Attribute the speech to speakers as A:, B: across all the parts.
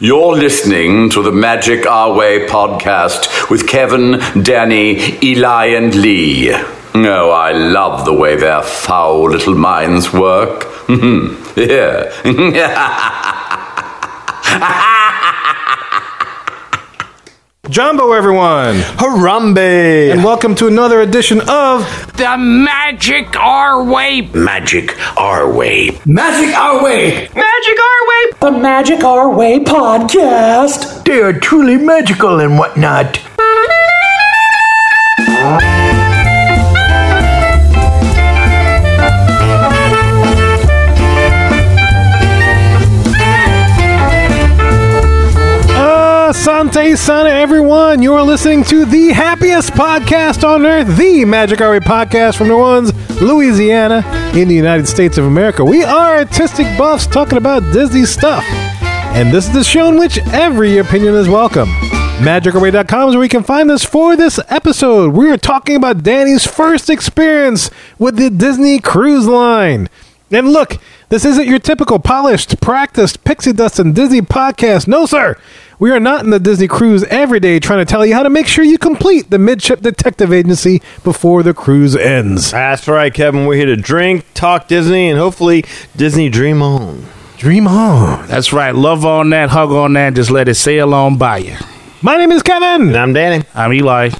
A: You're listening to the Magic Our Way podcast with Kevin, Danny, Eli, and Lee. Oh, I love the way their foul little minds work. Here.
B: Jumbo, everyone,
C: Harambe!
B: and welcome to another edition of
D: The magic our way.
A: Magic Our Way.
E: Magic Our Way!
D: Magic our way.
E: The Magic Our Way podcast!
C: They are truly magical and whatnot.
B: Asante Sana, everyone. You are listening to the happiest podcast on earth, the Magic Hour podcast from New Orleans, Louisiana, in the United States of America. We are artistic buffs talking about Disney stuff. And this is the show in which every opinion is welcome. MagicAway.com is where you can find us for this episode. We are talking about Danny's first experience with the Disney Cruise Line. And look, this isn't your typical polished, practiced pixie dust and Disney podcast. No, sir. We are not in the Disney cruise every day trying to tell you how to make sure you complete the midship detective agency before the cruise ends.
C: That's right, Kevin. We're here to drink, talk Disney, and hopefully Disney Dream On.
B: Dream on.
D: That's right. Love on that, hug on that, just let it sail on by you.
B: My name is Kevin.
C: And I'm Danny.
D: I'm Eli.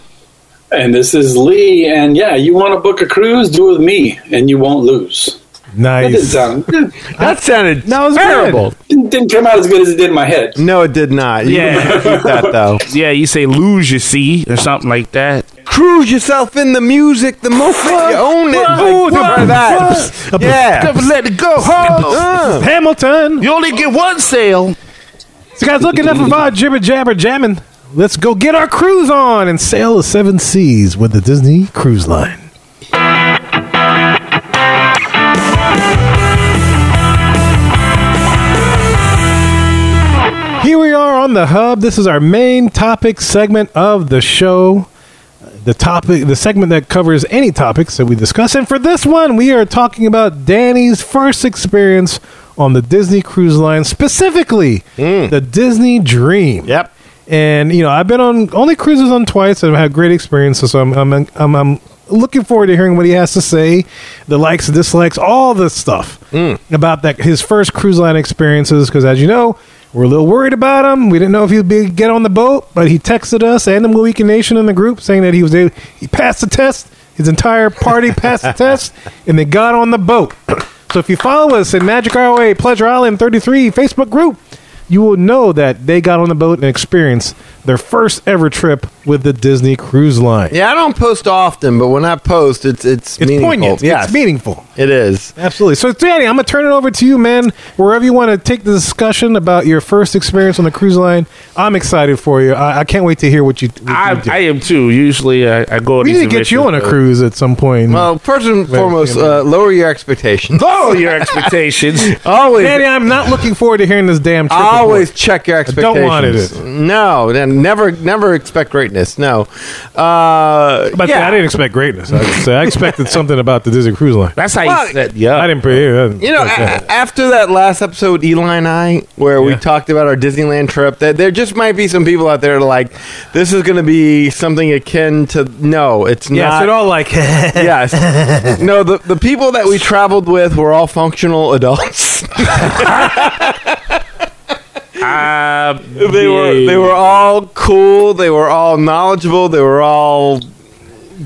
F: And this is Lee. And yeah, you want to book a cruise? Do it with me, and you won't lose. That didn't
B: Nice.
F: sound didn't,
C: That sounded
B: That was terrible.
F: didn't come out as good as it did in my head.
C: No, it did not. You
D: Yeah.
C: can keep that though.
D: Yeah, you say lose your sea or something like that.
C: Cruise yourself in the music the most you own it.
B: Ooh,
C: Like,
B: the-
C: try that.
B: the-
C: Yeah.
D: Let it go.
C: Uh,
B: Hamilton.
D: You only get one sail.
B: So guys, look enough of our jibber jabber jamming. Let's go get our cruise on and sail the seven seas with the Disney Cruise Line. Here we are on the hub. This is our main topic segment of the show. The topic, the segment that covers any topics that we discuss. And for this one, we are talking about Danny's first experience on the Disney Cruise Line, specifically
C: Hmm.
B: the Disney Dream.
C: Yep.
B: And you know, I've been on only cruises on twice, and I've had great experiences. So I'm I'm, I'm I'm looking forward to hearing what he has to say, the likes, dislikes, all this stuff about that his first cruise line experiences. Because as you know, we're a little worried about him. We didn't know if he'd be get on the boat, but he texted us and the Weekend Nation in the group saying that he was able, he passed the test. His entire party passed the test, and they got on the boat. So if you follow us in Magic ROA Pleasure Island 33 Facebook group, you will know that they got on the boat and experienced their first ever trip with the Disney Cruise Line.
C: Yeah, I don't post often, but when I post, it's it's,
B: It's
C: meaningful.
B: poignant.
C: Yes,
B: It's meaningful.
C: it is.
B: Absolutely. So, Danny, I'm going to turn it over to you, man. Wherever you want to take the discussion about your first experience on the cruise line, I'm excited for you. I, I can't wait to hear what you, what
D: I,
B: you do.
D: I am too. Usually I, I go on
B: we
D: these
B: need to get you on a
D: adventures,
B: cruise at some point.
C: Well, first and
B: Wait,
C: foremost,
B: wait a minute.
C: uh, lower your expectations.
D: but Lower your expectations.
B: Oh,
C: Always,
B: Danny, I'm not looking forward to hearing this damn trip.
C: I always
B: report.
C: check your expectations.
B: don't want it.
C: No, then never, never expect greatness. No. Uh,
B: But
C: yeah.
B: I didn't expect greatness. I, would say. I expected something about the Disney Cruise Line.
D: That's how
C: Well,
D: you set you up.
B: I didn't prepare.
C: You know, a- a- after that last episode, Eli and I, where we
B: Yeah.
C: talked about our Disneyland trip, that there just might be some people out there like, this is going to be something akin to no, it's
B: yeah, so
C: not.
B: it all like
C: yes. no, the the people that we traveled with were all functional adults.
D: Uh,
C: they were they were all cool. They were all knowledgeable. They were all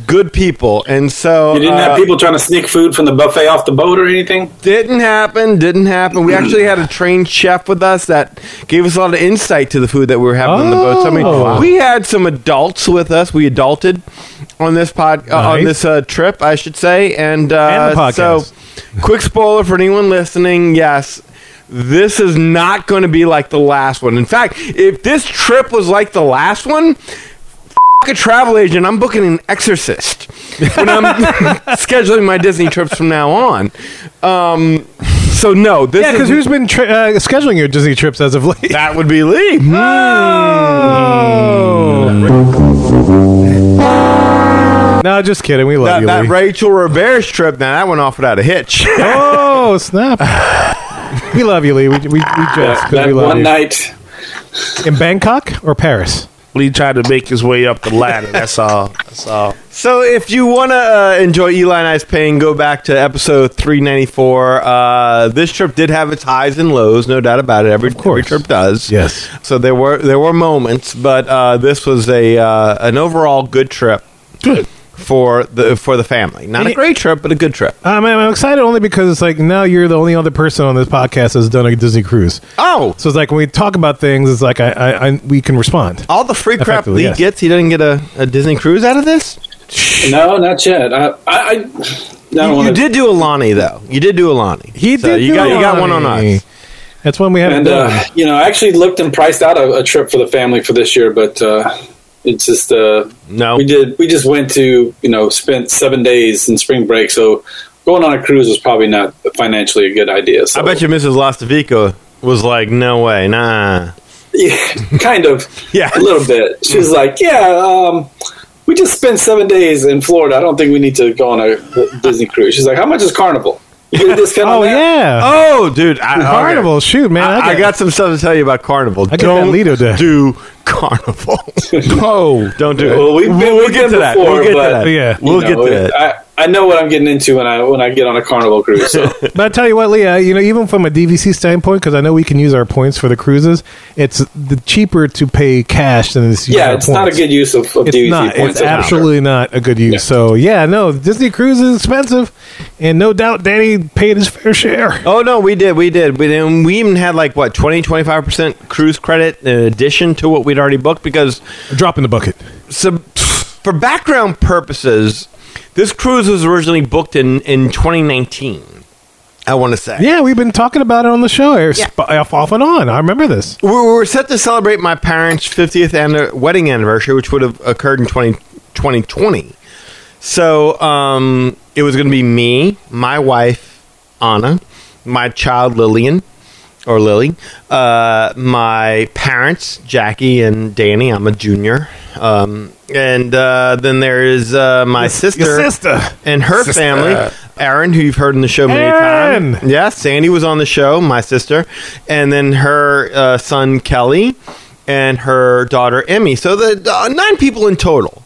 C: good people, and so
F: You didn't
C: uh,
F: have people trying to sneak food from the buffet off the boat or anything.
C: Didn't happen. Didn't happen. We actually had a trained chef with us that gave us a lot of insight to the food that we were having on the boat. So, I mean,
B: Oh. Wow.
C: we had some adults with us. We adulted on this pod uh, on
B: Nice.
C: this uh, trip, I should say. And,
B: And the
C: uh, so,
B: podcast.
C: quick spoiler for anyone listening: Yes. This is not going to be like the last one. In fact, if this trip was like the last one, f- a travel agent, I'm booking an exorcist when I'm scheduling my Disney trips from now on. Um, so no, this
B: Yeah, because
C: is,
B: who's been tri- uh, scheduling your Disney trips as of late?
C: that would be Lee.
B: Oh.
C: Hmm.
B: No, just kidding. We love
C: That,
B: you.
C: that
B: Lee.
C: Rachel Robert's trip, now that went off without a hitch.
B: Oh snap! we love you, Lee. We we, we just 'cause
F: That
B: we love
F: one
B: you.
F: night
B: In Bangkok or Paris?
D: Lee tried to make his way up the ladder. That's all. That's all.
C: So if you want to uh, enjoy Eli and I's pain, go back to episode 394. Uh, this trip did have its highs and lows, no doubt about it. Every, every
B: course.
C: trip does.
B: Yes.
C: So there were there were moments, but uh, this was a uh, an overall good trip.
D: Good.
C: For the for the family, not a great trip, but a good trip.
B: Um, I'm excited only because it's like now you're the only other person on this podcast that's done a Disney cruise.
C: Oh,
B: So it's like when we talk about things, it's like I, I, I we can respond.
C: all the free crap
B: Effectively,
C: Lee
B: yes.
C: gets, he doesn't get a, a Disney cruise out of this.
F: No, not yet. I, I, I, I don't
C: You
F: want
C: did do Alani though. You did do Alani.
B: He
C: So
B: did.
C: You
B: do
C: got
B: it
C: you got one on
B: me.
C: us.
B: That's when we haven't
F: And
B: done.
F: uh, you know, I actually looked and priced out a, a trip for the family for this year, but uh, it's just uh,
C: No.
F: We did. We just went to you know spent seven days in spring break, so going on a cruise was probably not financially a good idea. So
C: I bet you Mrs. Lastavico was like, "No way, nah."
F: Yeah, kind of.
C: Yeah.
F: a little bit. She was like, "Yeah, um, we just spent seven days in Florida. I don't think we need to go on a Disney cruise." She's like, "How much is Carnival?" You get a discount on
B: Oh
F: that?
B: yeah,
C: Oh, dude, I, okay.
B: Carnival. Shoot, man,
C: I, I got some stuff to tell you about Carnival.
B: I get that
C: Don't
B: Lido day.
C: do Carnival.
D: Oh,
C: Don't do it.
F: Well, we've been-
C: We'll- we'll
F: we've
C: get
F: been
C: to that.
F: before,
C: We'll get to
F: but-
C: that.
B: Yeah.
C: we'll
F: You
C: get
F: know,
C: to that.
F: I, I know what I'm getting into when I when I get on a Carnival cruise. So.
B: But I tell you what, Leah, you know, even from a DVC standpoint, because I know we can use our points for the cruises, it's the cheaper to pay cash than it's
F: yeah, it's not a good use of, of
B: It's
F: DVC
B: not.
F: points.
B: It's
F: that's for
B: absolutely not a good use. So yeah, no, Disney cruise is expensive, and no doubt Danny paid his fair share.
C: Oh no, we did, we did, we did. We even had like what 20 25 percent cruise credit in addition to what we'd already booked because
B: Drop in the bucket.
C: so for background purposes, this cruise was originally booked in in 2019. I want to say.
B: Yeah, we've been talking about it on the show eh, sp- off, off and on. I remember this.
C: we we were set to celebrate my parents' 50th anni- wedding anniversary, which would have occurred in 20, 2020. So um, it was going to be me, my wife, Anna, my child, Lillian, or Lily, uh, my parents, Jackie and Danny. I'm a junior. Um, and uh, then there is uh, my sister,
B: Your sister.
C: and her
D: Sister.
C: family, Aaron, who you've heard in the show many
B: Aaron!
C: times. Yeah, Sandy was on the show, my sister, and then her uh, son Kelly and her daughter Emmy. So the uh, nine people in total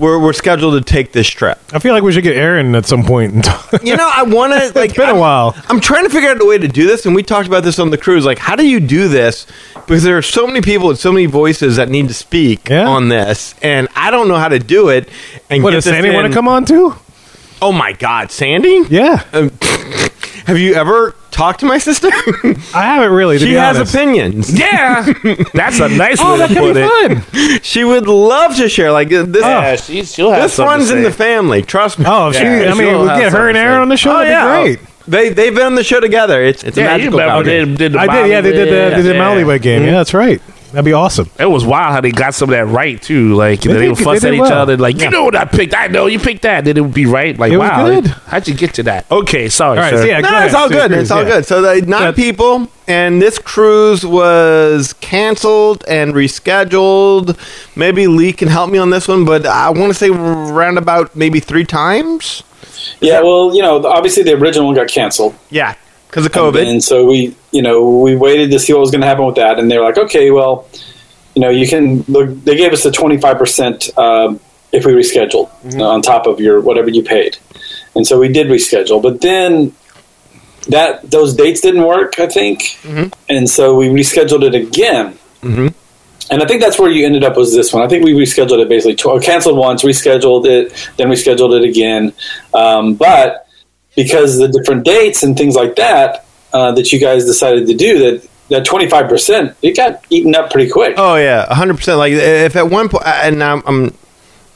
C: were, were scheduled to take this trip.
B: I feel like we should get Aaron at some point. and talk-
C: You know, I want to like.
B: it's been a
C: I'm-
B: while.
C: I'm trying to figure out a way to do this, and we talked about this on the cruise. Like, how do you do this? Because there are so many people and so many voices that need to speak
B: Yeah.
C: on this, and I don't know how to do it. And
B: What
C: get
B: does
C: this
B: Sandy want
C: in-
B: to come on too?
C: Oh my God, Sandy!
B: Yeah,
C: Um, have you ever talked to my sister?
B: I haven't really. To
C: she
B: be
C: has
B: honest.
C: opinions.
D: yeah. That's a nice
B: Oh,
D: way to put it.
B: Fun.
C: She would love to share. Like uh, this,
D: Yeah, she's, she'll have
C: this
D: something to
C: one's in the
D: say.
C: family. Trust me.
B: Oh, if
D: Yeah,
B: she, I
D: she
B: mean,
D: will
B: we
D: have
B: get her and
D: something to
B: Aaron
D: say.
B: on the show.
C: Oh,
B: that'd
C: yeah.
B: be great.
C: They they've been on the show together. It's it's
D: Yeah,
C: a
D: you
C: magical.
D: remember
C: comedy.
D: they did the
B: I did. Yeah, they did the they did the
D: Molly
B: Mallyway game. Yeah, that's right. That'd be awesome.
D: It was wild how they got some of that right too. Like you know,
B: They did-
D: they, would
B: they
D: fuss
B: did
D: at each
B: well.
D: other. Like you know what I picked? I know you picked that. Then it would be right. Like
B: It was
D: wow,
B: good.
D: how'd you get to that? Okay, sorry.
B: All right,
D: sir.
B: so yeah, go
C: No,
B: ahead.
C: it's all
B: Two
C: good.
B: cruises,
C: It's all
B: yeah.
C: good. So they nine
B: But-
C: people, and this cruise was canceled and rescheduled. Maybe Lee can help me on this one, but I want to say round about maybe three times.
F: Yeah, well, you know, obviously the original one got canceled.
C: Yeah, because of COVID.
F: And so we, you know, we waited to see what was going to happen with that, and they were like, okay, well, you know, you can. Look, they gave us the twenty five percent um, if we rescheduled uh, on top of your whatever you paid, and so we did reschedule. But then that those dates didn't work, I think, and so we rescheduled it again. And I think that's where you ended up was this one. I think we rescheduled it basically, tw- canceled once, rescheduled it, then rescheduled it again. Um, but because the different dates and things like that uh, that you guys decided to do, that that twenty five percent, it got eaten up pretty quick.
C: Oh yeah, hundred percent. Like if at one point, and I'm, I'm,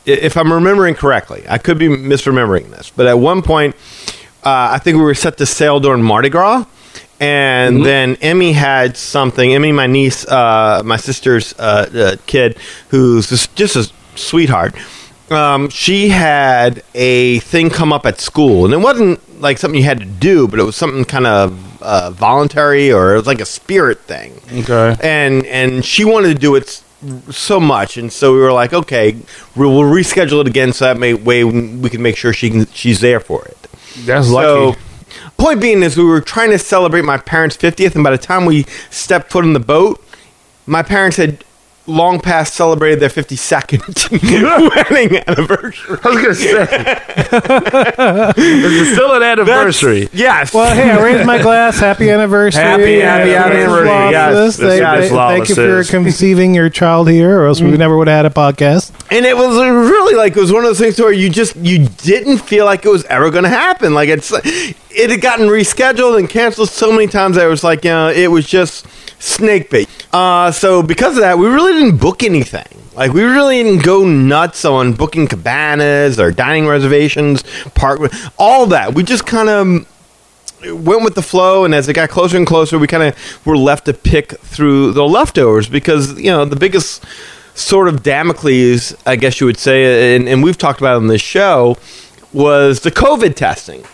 C: if I'm remembering correctly, I could be misremembering this, but at one point, uh, I think we were set to sail during Mardi Gras, and then Emmy had something. Emmy, my niece, uh, my sister's uh, uh, kid, who's just, just a sweetheart. Um, she had a thing come up at school, and it wasn't like something you had to do, but it was something kind of uh, voluntary, or it was like a spirit thing
D: Okay.
C: and and she wanted to do it s- so much, and so we were like, okay, we- we'll reschedule it again, so that may, way we can make sure she can, she's there for it.
D: That's lucky.
C: So, point being is, we were trying to celebrate my parents' fiftieth, and by the time we stepped foot on the boat, my parents had long past celebrated their 52nd wedding anniversary.
D: I was gonna say it's still an anniversary.
C: Yes.
B: Well, hey, I raised my glass. Happy anniversary.
C: Happy, happy
B: Mrs.
C: anniversary.
B: Lawless.
D: Yes,
B: Thank-
D: Mrs.
B: thank- thank
D: Lawless
B: you for
D: is.
B: conceiving your child here, or else we never would have had a podcast.
C: and it was really like it was one of those things where you just you didn't feel like it was ever going to happen like it's it had gotten rescheduled and canceled so many times that it was like you know it was just snake bait uh, so because of that we really didn't book anything like we really didn't go nuts on booking cabanas or dining reservations park all that we just kind of went with the flow and as it got closer and closer we kind of were left to pick through the leftovers because you know the biggest sort of damocles i guess you would say and, and we've talked about it on this show was the covid testing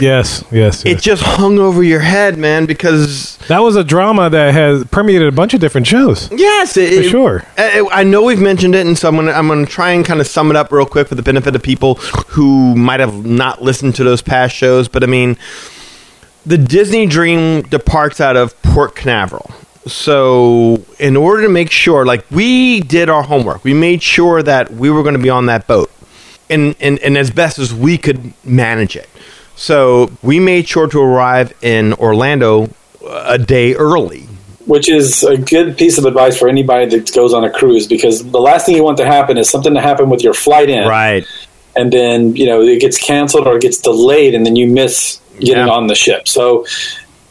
B: Yes, yes.
C: it just hung over your head man because
B: that was a drama that has permeated a bunch of different shows.
C: yes it,
B: For sure.
C: I, I know we've mentioned it and so i'm gonna i'm gonna try and kind of sum it up real quick for the benefit of people who might have not listened to those past shows but i mean the Disney Dream departs out of Port Canaveral. So, in order to make sure, like we did our homework, we made sure that we were going to be on that boat, and, and and as best as we could manage it. So we made sure to arrive in Orlando uh, a day early.
F: which is a good piece of advice for anybody that goes on a cruise because the last thing you want to happen is something to happen with your flight in, and then you know it gets canceled or it gets delayed, and then you miss getting
C: Yeah.
F: on the ship. So.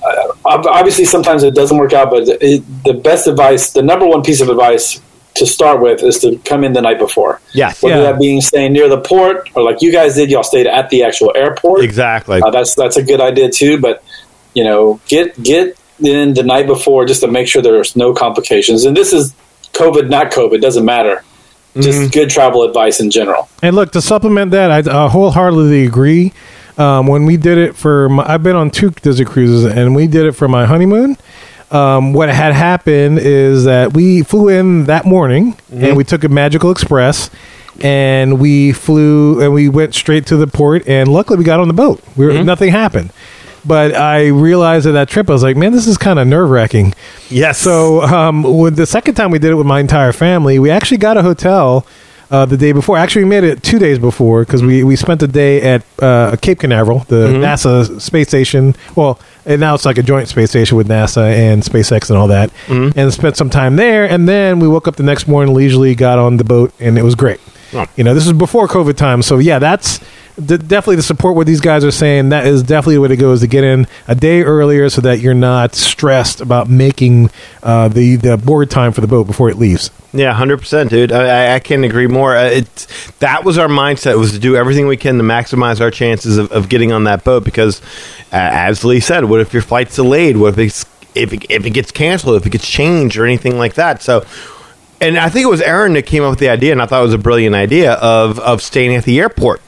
F: Uh, ob- obviously, sometimes it doesn't work out, but it, the best advice, the number one piece of advice to start with, is to come in the night before.
C: Yes.
F: Whether
B: Yeah.
F: that being staying near the port or like you guys did, y'all stayed at the actual airport.
C: Exactly.
F: Uh, that's that's a good idea too, but you know, get get in the night before just to make sure there's no complications. And this is COVID, not COVID, doesn't matter. Just good travel advice in general.
B: And look, to supplement that, I, I wholeheartedly agree. Um, when we did it for, my, I've been on two Disney cruises, and we did it for my honeymoon. Um, what had happened is that we flew in that morning, and we took a Magical Express, and we flew and we went straight to the port. And luckily, we got on the boat. We were, Nothing happened. But I realized at that trip, I was like, man, this is kind of nerve wracking.
C: Yes.
B: So um, with the second time we did it with my entire family, we actually got a hotel uh, the day before. Actually, we made it two days before because we, we spent the day at uh, Cape Canaveral, the NASA space station. Well, and now it's like a joint space station with NASA and SpaceX and all that, and spent some time there. And then we woke up the next morning leisurely, got on the boat, and it was great. You know, this is before COVID time, so yeah, that's d- definitely to support what these guys are saying. That is definitely the way to go is to get in a day earlier so that you're not stressed about making uh, the the board time for the boat before it leaves.
C: Yeah, hundred percent, dude. I, I- I can't agree more. Uh, It that was our mindset was to do everything we can to maximize our chances of, of getting on that boat because, uh, as Lee said, what if your flight's delayed? What if it's if it, if it gets canceled? If it gets changed or anything like that? So, and I think it was Aaron that came up with the idea, and I thought it was a brilliant idea of of staying at the airport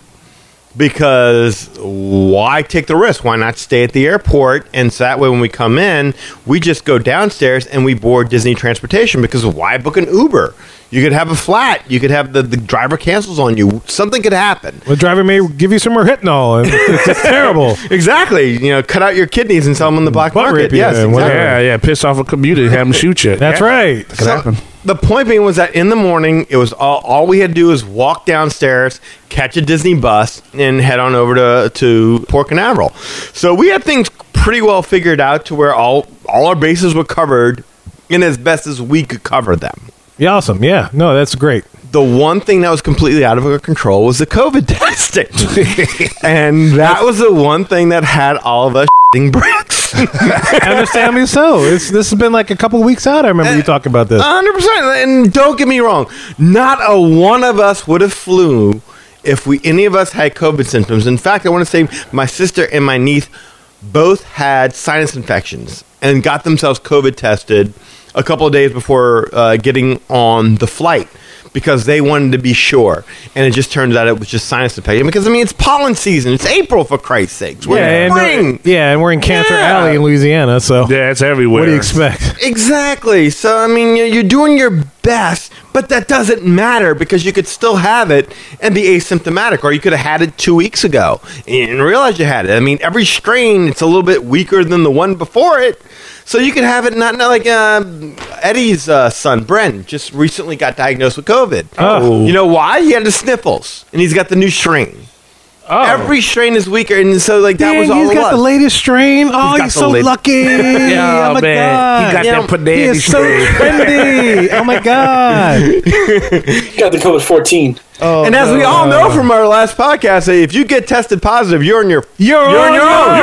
C: because why take the risk? Why not stay at the airport? And so that way, when we come in, we just go downstairs and we board Disney transportation because why book an Uber? You could have a flat. You could have the, the driver cancels on you. Something could happen.
B: The driver may give you some more hypnol, and it's, it's terrible.
C: Exactly. You know, cut out your kidneys and sell them on the black
B: Butt
C: market.
B: rape you
C: Yes,
B: and
C: exactly.
B: whatever.
D: Yeah, yeah. Piss off a commuter, have him shoot you.
B: That's
D: Yeah.
B: right.
D: Could happen.
C: The point being was that in the morning, it was all, all we had to do was walk downstairs, catch a Disney bus, and head on over to to Port Canaveral. So we had things pretty well figured out to where all all our bases were covered, in as best as we could cover them.
B: Yeah, awesome. Yeah, no, that's great.
C: The one thing that was completely out of our control was the COVID testing, and that was the one thing that had all of us shitting bricks.
B: Understandably so. It's, this has been like a couple weeks out. I
C: Uh,
B: remember you talking about this.
C: hundred percent. And don't get me wrong, not a one of us would have flew if we any of us had COVID symptoms. In fact, I want to say my sister and my niece both had sinus infections and got themselves COVID tested a couple of days before uh, getting on the flight because they wanted to be sure. And it just turns out it was just sinus infection because I mean it's pollen season. It's April for Christ's sakes. We're in
B: and, uh,
C: spring.
B: yeah, and we're in Cancer
C: Yeah.
B: Alley in Louisiana, so
D: Yeah, it's everywhere.
B: what do you expect?
C: Exactly. So I mean, you- you're doing your best, but that doesn't matter because you could still have it and be asymptomatic, or you could have had it two weeks ago and realize you had it. I mean, every strain it's a little bit weaker than the one before it. So you could have it not, not like um, Eddie's uh, son, Bren, just recently got diagnosed with COVID.
B: Oh.
C: You know why? He had the sniffles, and he's got the new strain.
D: Oh.
C: Every strain is weaker, and so like that
B: Dang,
C: was all
B: he's
C: it
B: got the
C: was.
B: latest strain. Oh,
C: got
B: he's
C: the
B: so
C: lat-
B: lucky.
D: Yeah,
B: oh my
D: man. He got
B: god.
C: Yeah.
D: that pedantic.
B: He is so trendy. Oh my god.
F: Got the COVID 14.
C: and as we all know from our last podcast, hey, if you get tested positive, you're on your.
B: You're,
C: on your own.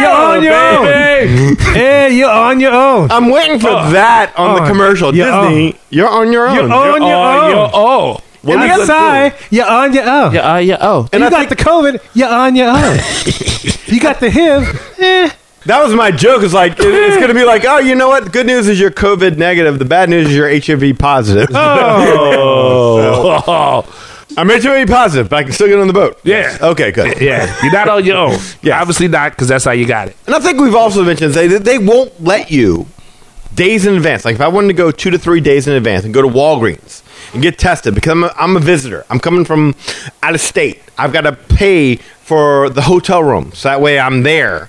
B: You're on your own. Yeah, you're on your own.
C: I'm waiting for that on
B: oh,
C: the commercial.
B: you're
C: Disney, you're on your own.
B: You're on your
D: Oh,
B: own.
D: yo, oh.
C: What are you gonna
B: MSI, you're on your own.
D: Yeah, uh, yeah, oh.
B: You
C: I
B: got the COVID, you're on your own. you got the HIV, eh.
C: That was my joke. It's like it- it's going to be like, oh, you know what? The good news is you're COVID negative. The bad news is you're HIV positive.
B: Oh.
D: Oh.
C: I'm HIV positive, but I can still get on the boat.
D: Yeah.
C: Okay. Good.
D: Yeah, you're not on your own.
C: Yes.
D: Yeah, obviously not, because that's how you got it.
C: And I think we've also mentioned they they won't let you days in advance. Like if I wanted to go two to three days in advance and go to Walgreens and get tested because I'm a, I'm a visitor. I'm coming from out of state. I've got to pay for the hotel room so that way I'm there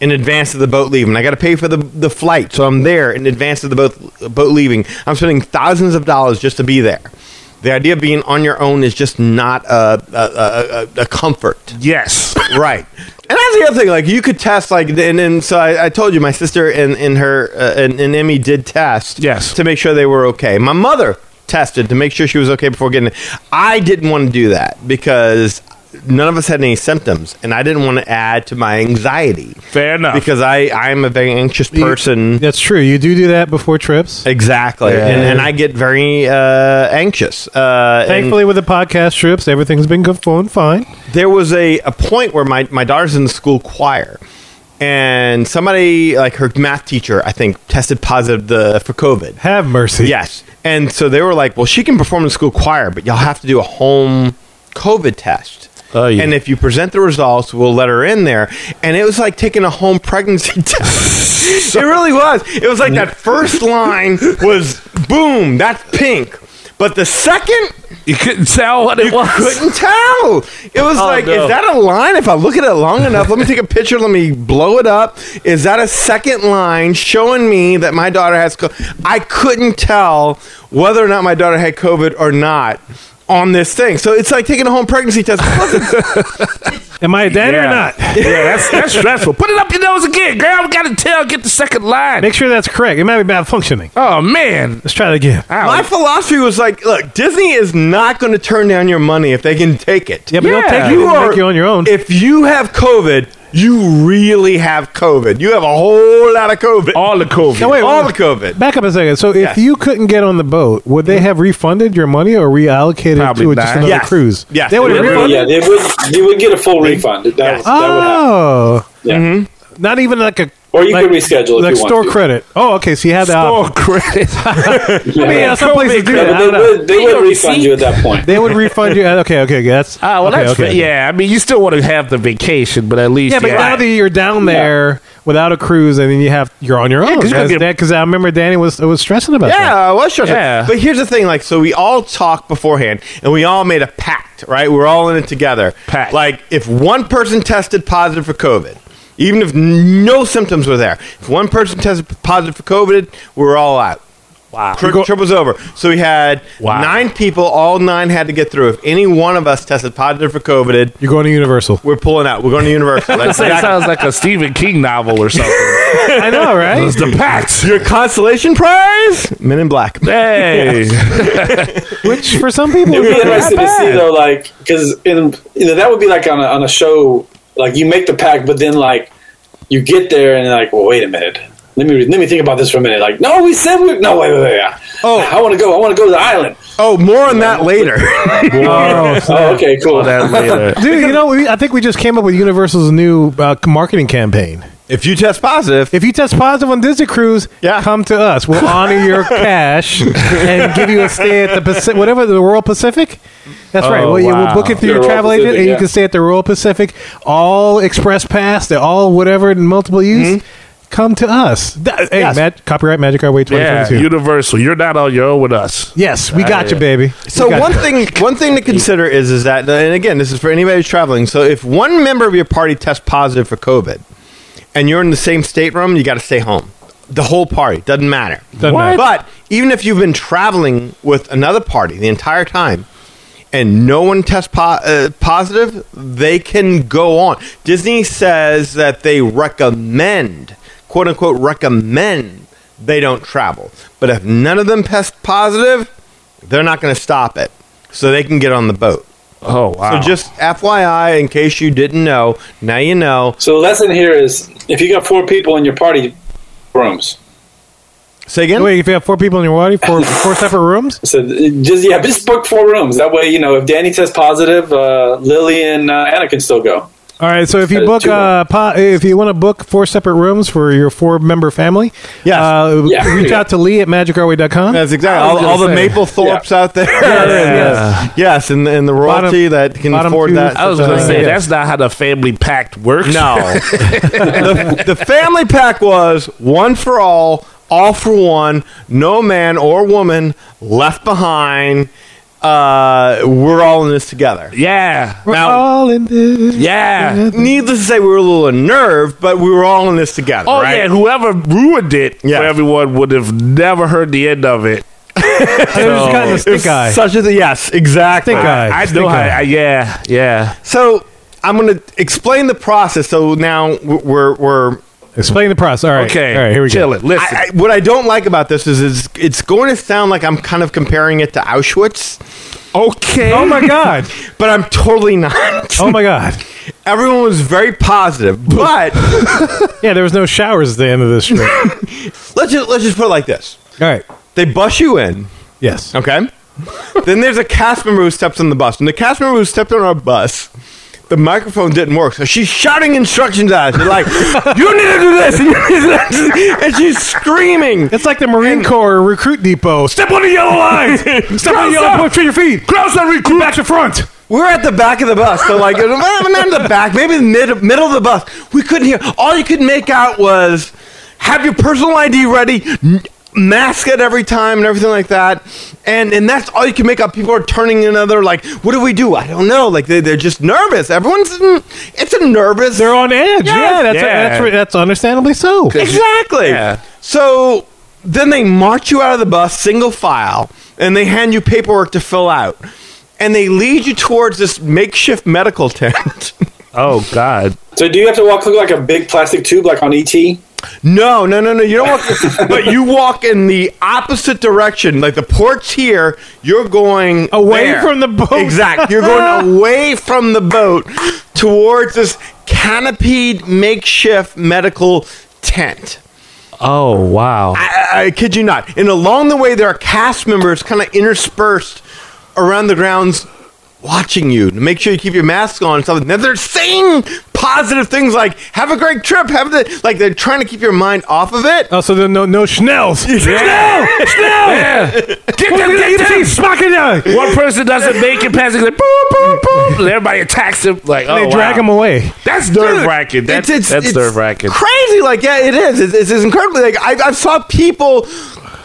C: in advance of the boat leaving. I got to pay for the the flight so I'm there in advance of the boat boat leaving. I'm spending thousands of dollars just to be there. The idea of being on your own is just not a a, a, a- a comfort
D: Yes.
C: right. And that's the other thing. Like you could test, like, and then so I, I told you, my sister and and her uh, and, and Emmy did test,
D: Yes.
C: to make sure they were okay. My mother tested to make sure she was okay before getting it. I didn't want to do that because none of us had any symptoms, and I didn't want to add to my anxiety.
D: Fair enough.
C: Because I I am a very anxious person.
B: That's true. You do do that before trips.
C: Exactly, and, and I get very uh, anxious. Uh, and-
B: Thankfully, with the podcast trips, everything's been go- going fine.
C: there was a, a point where my, my daughter's in the school choir and somebody like her math teacher i think tested positive the, for covid
B: Have mercy.
C: yes and so they were like well she can perform in the school choir but y'all have to do a home covid test
D: Oh, yeah.
C: And if you present the results, we'll let her in there. And it was like taking a home pregnancy test. it really was. It was like that first line was boom, that's pink. But the second
D: You couldn't tell what it
C: you
D: was.
C: couldn't tell. It
B: Oh,
C: was like,
D: no.
C: is that a line? If I look at it long enough, let me take a picture. Let me blow it up. Is that a second line showing me that my daughter has? Co- I couldn't tell whether or not my daughter had COVID or not on this thing. So it's like taking a home pregnancy test. Plus, it's-
B: Am I dead or
D: Yeah.
B: not?
D: yeah, that's, that's stressful. Put it up your nose again, girl. We gotta tell. Get the second line.
B: Make sure that's correct. It might be malfunctioning.
D: oh man.
B: Let's try it again.
D: Ow.
C: my philosophy was like, look, Disney is not going to turn down your money if they can take it.
B: Yeah, but they'll
D: Yeah.
B: take you,
C: You
B: you
C: are-
B: make you on your own.
C: If you have COVID, you really have COVID. You have a whole lot of COVID.
D: all the COVID.
B: No, wait,
C: all
B: wait.
C: the COVID.
B: Back up a second. So, if
C: Yes. Mm-hmm.
B: you couldn't get on the boat, would they have refunded your money or reallocated
D: Probably
B: to just
D: not.
B: another
C: Yes.
B: cruise?
C: Yes,
B: they
C: they
B: would
C: would.
B: have refunded.
F: Yeah, they would, you would get a full refund. That, was, that would happen.
B: Oh,
F: Yeah.
B: not even like a
F: Or you
B: like,
F: could reschedule if
B: like
F: you want
B: store
F: to.
B: credit. Oh, okay. So you had the option.
D: Oh, credit.
F: Yeah.
B: I mean, yeah, some
D: Credit
B: places do that.
D: card.
F: Yeah,
B: I
F: but
B: don't
F: they
B: know.
F: would, they would refund you at that point.
B: They would refund you. Okay, okay, that's
D: Oh, well,
B: okay,
D: that's
B: okay.
D: fair. yeah. I mean, you still want to have the vacation, but at least
B: Yeah, but now that you're down there without a cruise, and then you have you're on your own.
D: you're gonna
B: Because
D: get-
B: I remember Danny was was stressing about
C: Yeah,
B: that.
C: I was stressed.
D: Yeah.
C: But here's the thing: like, so we all talked beforehand, and we all made a pact, right? We're all in it together.
D: Pact.
C: Like, if one person tested positive for COVID, even if no symptoms were there, if one person tested positive for COVID, we were all out.
D: wow.
C: Tri- trip was over. So we had
D: Uh, Wow.
C: nine people. All nine had to get through. If any one of us tested positive for COVID,
B: You're going to Universal.
C: we're pulling out. We're going to Universal. That's
D: It
C: exactly-
D: sounds like a Stephen King novel or something.
B: I know, right?
D: it's the pact.
C: Your consolation prize? Men in Black.
D: Hey,
B: Which for some people,
F: It'd be
B: would not
F: interesting to see
B: bad.
F: though, like because in you know, that would be like on a, on a show, like you make the pact, but then like you get there and like, well, wait a minute, let me let me think about this for a minute. Like, no, we said we no, wait, wait, wait. yeah.
C: Oh.
F: I want to go. I want to go to the island.
C: Oh, more on that later.
F: Oh, okay, cool.
D: that later.
B: Dude, you know, we, I think we just came up with Universal's new uh, marketing campaign.
C: if you test positive,
B: If you test positive on Disney Cruise,
C: Yeah.
B: come to us. We'll honor your cash and give you a stay at the Pacific, whatever the Royal Pacific. That's right.
D: Oh,
B: Well, you will
D: wow.
B: book it through
F: The
B: your
F: Royal
B: travel agent,
F: Pacific,
B: and you
F: yeah.
B: can stay at the Royal Pacific. All express pass, they're all whatever and multiple use. Come to us. That- hey,
C: Yes.
B: Mag- copyright Magic Our Way
D: Yeah,
B: 2022.
D: Universal. You're not on your own with us.
B: yes, we got you, baby. We
C: So
B: got
C: one
B: you.
C: thing, one thing to consider is is that, and again, this is for anybody who's traveling. So if one member of your party tests positive for COVID, and you're in the same stateroom, you got to stay home. the whole party doesn't matter.
B: Doesn't matter.
C: But even if you've been traveling with another party the entire time and no one tests po- uh, positive, they can go on. Disney says that they recommend, quote unquote, recommend they don't travel. But if none of them test positive, they're not going to stop it. So they can get on the boat.
D: Oh wow!
C: So just FYI, in case you didn't know, now you know.
F: So the lesson here is if you got four people in your party rooms,
C: Say again.
B: Wait, if you have four people in your party, four four separate rooms.
F: so th- just yeah, just book four rooms. That way, you know, if Danny tests positive, uh, Lily and uh, Anna can still go.
B: All right, so if you
F: Uh,
B: book
F: two.
B: uh, po- if you want to book four separate rooms for your four member family,
C: Yes.
B: uh,
F: Yeah.
B: reach out to Lee at magicourway.com.
C: That's exactly
B: I was
C: all, all the
B: gonna say.
C: Maplethorpes out there.
B: Yes,
C: and, yes, and, and the royalty that can
B: bottom
C: afford
B: two-
C: that.
D: I was gonna
B: Uh,
D: say
B: yeah.
D: that's not how the family pact works.
C: no. the, the family pack was one for all, all for one, no man or woman left behind. Uh, we're all in this together.
D: Yeah.
B: We're
C: Now-
B: all in this.
D: Yeah.
C: Needless to say, we were a little unnerved, but we were all in this together.
D: Oh
C: right?
D: yeah. Whoever ruined it
C: Yeah.
D: for everyone would have never heard the end of it.
B: They just got the
C: It's
B: stink eye.
C: Such a yes, exactly.
B: Stink eye.
D: I know.
B: Stink
D: How,
B: eye.
D: I, yeah. Yeah.
C: So I'm going to explain the process. So now we're we're
B: Explain the process. All right.
D: Okay.
B: All right. Here we
D: Chill
B: go.
D: it. Listen.
C: I, I, what I don't like about this is, is it's going to sound like I'm kind of comparing it to Auschwitz,
D: okay.
B: Oh my god.
C: but I'm totally not.
B: Oh my god.
C: Everyone was very positive, but
B: Yeah, there was no showers at the end of this trip. All
C: let's just, let's just put it like this:
B: right.
C: they bus you in,
B: Yes.
C: okay? then there's a cast member who steps on the bus, and the cast member who stepped on our bus. The microphone didn't work, so she's shouting instructions at us. She's like, "You need to do this," and, you need to do this," and she's screaming.
B: It's like the Marine Corps recruit depot. Step on the yellow lines. Step on the yellow point. Treat your feet. Cross that recruit. Back to front.
C: We're at the back of the bus, so like not not in the back, maybe the mid, middle of the bus. We couldn't hear. All you could make out was have your personal ID ready, n- mask it every time, and everything like that. And and that's all you can make out. People are turning another like, what do we do? I don't know. Like they they're just nervous. Everyone's in, it's a nervous.
B: They're on edge. Yeah, that's
D: Yeah.
B: that's re- that's understandably so.
C: Exactly.
D: Yeah.
C: So then they march you out of the bus, single file, and they hand you paperwork to fill out. And they lead you towards this makeshift medical tent.
D: Oh God.
F: So do you have to walk through like a big plastic tube, like on E ET?
C: No, no, no, no. You don't walk, but you walk in the opposite direction. Like the port's here, you're going
B: Away
C: there.
B: from the boat.
C: Exact. You're going away from the boat towards this canopied makeshift medical tent.
D: Oh wow.
C: I, I kid you not. And along the way, there are cast members kind of interspersed around the grounds watching you to make sure you keep your mask on and stuff. Now they're saying positive things like, have a great trip, have the, like they're trying to keep your mind off of it.
B: Oh, so there are no no schnells. Schnell, schnell.
D: Get them, get them.
B: They
D: One person doesn't make it past it. Like, boop, boop, boop. And everybody attacks him. Like, oh,
B: drag
D: wow.
B: him away.
D: That's nerve wracking. That's,
C: It's- it's-
D: that's
C: it's
D: nerve wracking.
C: Crazy, like yeah, it is. It's, it's, incredibly like I, I saw people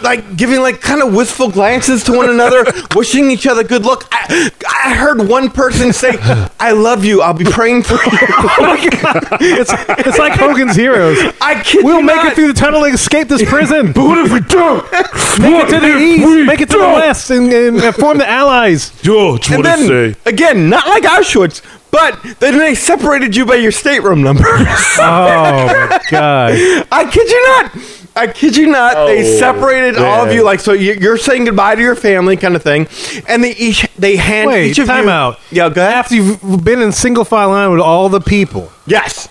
C: like giving like kind of wistful glances to one another, wishing each other good luck. I, I heard one person say, "I love you. Oh I'll be praying for you."
B: It's it's like Hogan's Heroes.
C: I kid
B: We'll
C: you
B: make
C: not.
B: it through the tunnel and escape this prison.
D: But what if we don't?
B: Make it to the east. Make it to the west and, and uh, form the allies.
D: George,
C: And
D: what then,
C: then
D: say?
C: again, not like Auschwitz, but then they separated you by your stateroom number.
B: Oh my god.
C: I kid you not. I kid you not. they
D: Oh,
C: separated all of you, like so. you- You're saying goodbye to your family, kind of thing, and they each they hand
B: Wait,
C: each of
B: time
C: you.
B: out.
C: Yeah, go ahead.
B: After you've been in single file line with all the people,
C: Yes.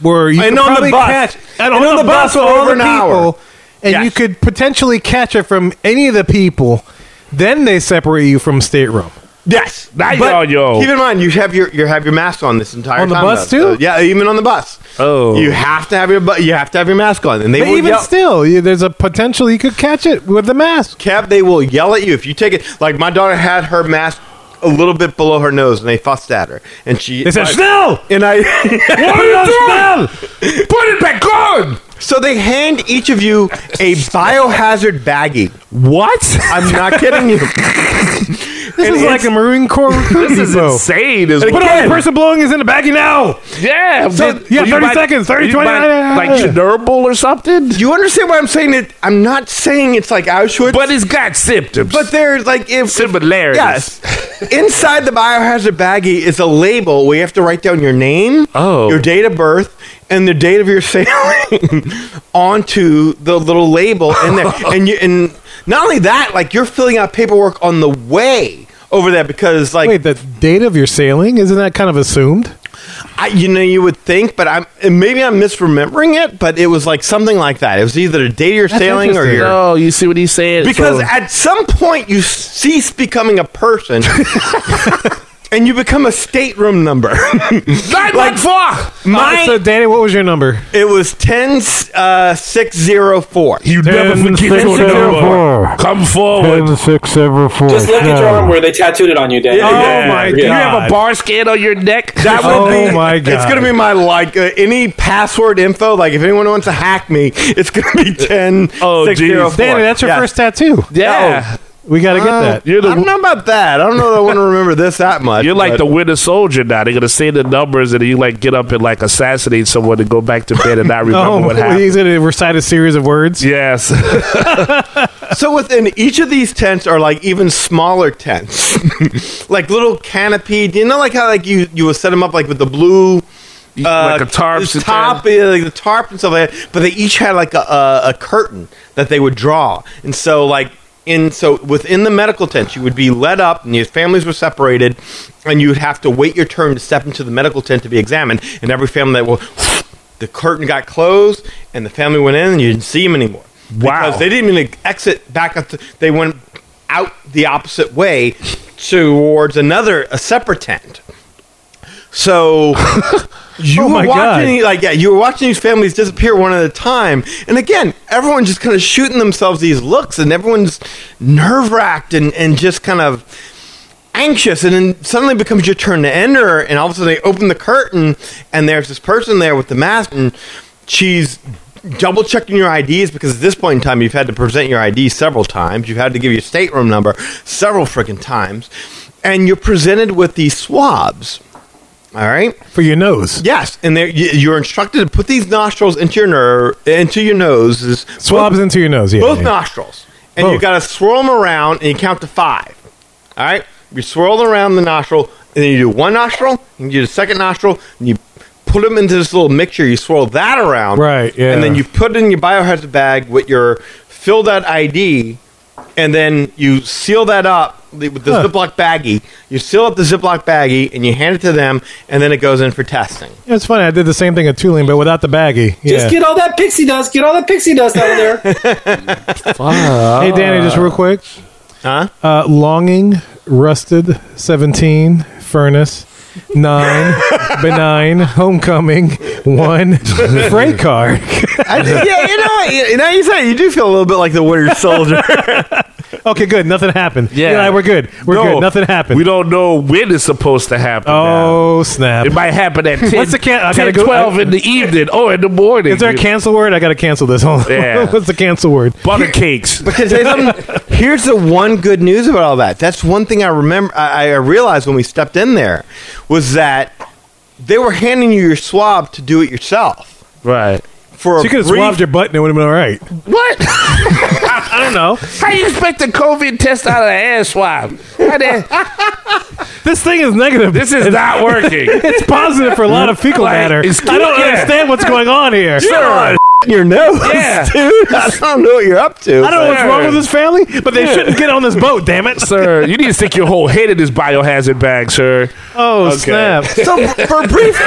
B: where you
C: And
B: could
C: on the
B: probably
C: bus.
B: catch,
C: And on the bus for over an hour.
B: and
C: Yes.
B: you could potentially catch it from any of the people. Then they separate you from stateroom.
C: Yes.
D: Now
C: But
D: y'all, yo.
C: Keep in mind, you have your you have your mask on this entire
B: On the
C: time,
B: bus,
C: though.
B: too?
C: Uh, yeah, even on the bus.
D: Oh.
C: You have to have your bu- you have to have your mask on, and they
B: But
C: will
B: even
C: yell-
B: still, you, there's a potential you could catch it with the mask.
C: Kev, they will yell at you if you take it. Like my daughter had her mask a little bit below her nose, and they fussed at her, and she
B: They said,
C: I-
B: "Schnell!"
C: and I.
D: What are you doing? Put it back on.
C: so they hand each of you a biohazard baggie.
D: What?
C: I'm not kidding you.
B: This is like a Marine Corps recruit
D: This is
B: depot.
D: insane. Is
B: Put on
D: what-
B: the person blowing is in the baggie now.
D: yeah,
B: So-
D: but-
B: yeah,
D: you
B: 30
D: might-
B: seconds, 30,
D: you
B: 20,
D: might,
B: yeah, yeah,
D: like
B: yeah.
D: Chernobyl or something.
C: Do you understand why I'm saying it? I'm not saying it's like Auschwitz,
D: but it's got symptoms.
C: but there's like if
D: similarities.
C: Yes. Inside the biohazard baggie is a label where you have to write down your name,
D: Oh.
C: your date of birth, and the date of your sailing onto the little label in there. and you and not only that, like you're filling out paperwork on the way over there because like
B: Wait, the date of your sailing isn't that kind of assumed?
C: I, you know you would think, but I'm and maybe I'm misremembering it, but it was like something like that. It was either the date you're sailing or your
D: Oh, you see what he's saying?
C: Because
D: So-
C: at some point you cease becoming a person. And you become a stateroom number.
D: nine one four.
C: Mine,
B: so, Danny, what was your number?
C: it was uh, 10604.
D: You never forget
B: six,
D: your
B: seven,
D: number.
B: four.
D: Come forward.
B: six seven four.
F: Just look at your arm where they tattooed it on you, Dan.
C: Yeah.
D: Oh
C: Yeah.
D: my
C: Yeah.
D: god! You have a bar scan on your neck.
C: That would
B: Oh
C: be,
B: my
C: It's
B: God.
C: going to be my, like, uh, any password info. Like, if anyone wants to hack me, it's going to be 10
D: Oh, geez.
C: 604.
B: Danny, that's your
C: Yeah.
B: first tattoo.
D: yeah. Uh,
B: We got to get that.
D: You're the
C: I don't know about that. I don't know that I want to remember this that much.
D: You're like
C: but-
D: the winter soldier now. They're gonna say the numbers and then you like get up and like assassinate someone and go back to bed and not remember
B: Oh,
D: what happened.
B: he's going to recite a series of words.
D: Yes.
C: So within each of these tents are like even smaller tents, like little canopy. Do you know like how like you you would set them up like with the blue
B: Uh,
D: like a tarp. sit
C: top, yeah, like the Uh, tarp and stuff like that. But they each had like a, a, a curtain that they would draw, and so like in so within the medical tent you would be led up, and your families were separated, and you would have to wait your turn to step into the medical tent to be examined. And every family that will. The curtain got closed, and the family went in, and you didn't see them anymore.
D: Wow.
C: Because they didn't even exit back up. To, they went out the opposite way towards another, a separate tent. So you
B: Oh
C: were
B: my God.
C: watching, like, yeah, you were watching these families disappear one at a time, and again, everyone just kind of shooting themselves these looks, and everyone's nerve wracked and and just kind of anxious and then suddenly it becomes your turn to enter and all of a sudden they open the curtain and there's this person there with the mask and she's double checking your IDs because at this point in time you've had to present your ID several times you've had to give your stateroom number several freaking times and you're presented with these swabs all right
B: For your nose.
C: yes and they're- you- you're instructed to put these nostrils into your nerve into your nose
B: Swabs into your nose. Yeah.
C: both
B: yeah.
C: nostrils. And you
B: Both.
C: got to swirl them around and you count to five. All right? You swirl around the nostril, and then you do one nostril, and you do the second nostril, and you put them into this little mixture. You swirl that around.
B: Right, yeah.
C: And then you put it in your biohazard bag with your fill that ID, and then you seal that up with the
B: Huh.
C: Ziploc baggie. You seal up the Ziploc baggie, and you hand it to them, and then it goes in for testing.
B: It's funny. I did the same thing at Tulane, but without the baggie.
E: Just
B: Yeah.
E: get all that pixie dust. Get all that pixie dust out of there.
B: Hey, Danny, just real quick.
C: Huh?
B: Uh, longing, rusted, seventeen, furnace, nine, benign, homecoming, one, freight car.
C: I, yeah, you know, what? You- now you say it, you do feel a little bit like the Winter Soldier.
B: Okay, good. Nothing happened.
D: Yeah.
B: You and I we're good. We're
D: No,
B: good. Nothing happened.
D: We don't know when it's supposed to happen. now.
B: oh snap!
D: It might happen at 10,
B: What's the can- I
D: 10,
B: gotta go-
D: 12 in the evening. Oh, in the morning.
B: Is there a cancel word? I got to cancel this. Hold on.
D: Yeah.
B: What's the cancel word?
D: Butter cakes.
C: Because there's some- here's the one good news about all that. That's one thing I remember. I, I realized when we stepped in there was that they were handing you your swab to do it yourself
D: Right.
C: for
B: So you
C: a
B: could have
C: brief-
B: swabbed your butt and it would have been all right.
D: What?
B: I don't know.
D: How you expect a COVID test out of an ass swab? How the-
B: This thing is negative.
D: This is not working.
B: It's positive for a lot of fecal
D: Like,
B: matter.
D: it's-
B: I don't
D: yeah.
B: understand what's going on here.
D: Sir,
C: in your nose,
D: Yeah.
C: dude. I don't know what you're up to.
B: I don't know what's wrong with this family, but they shouldn't get on this boat. Damn it!
D: sir, you need to stick your whole head in this biohazard bag, sir.
B: Oh snap!
C: So for a brief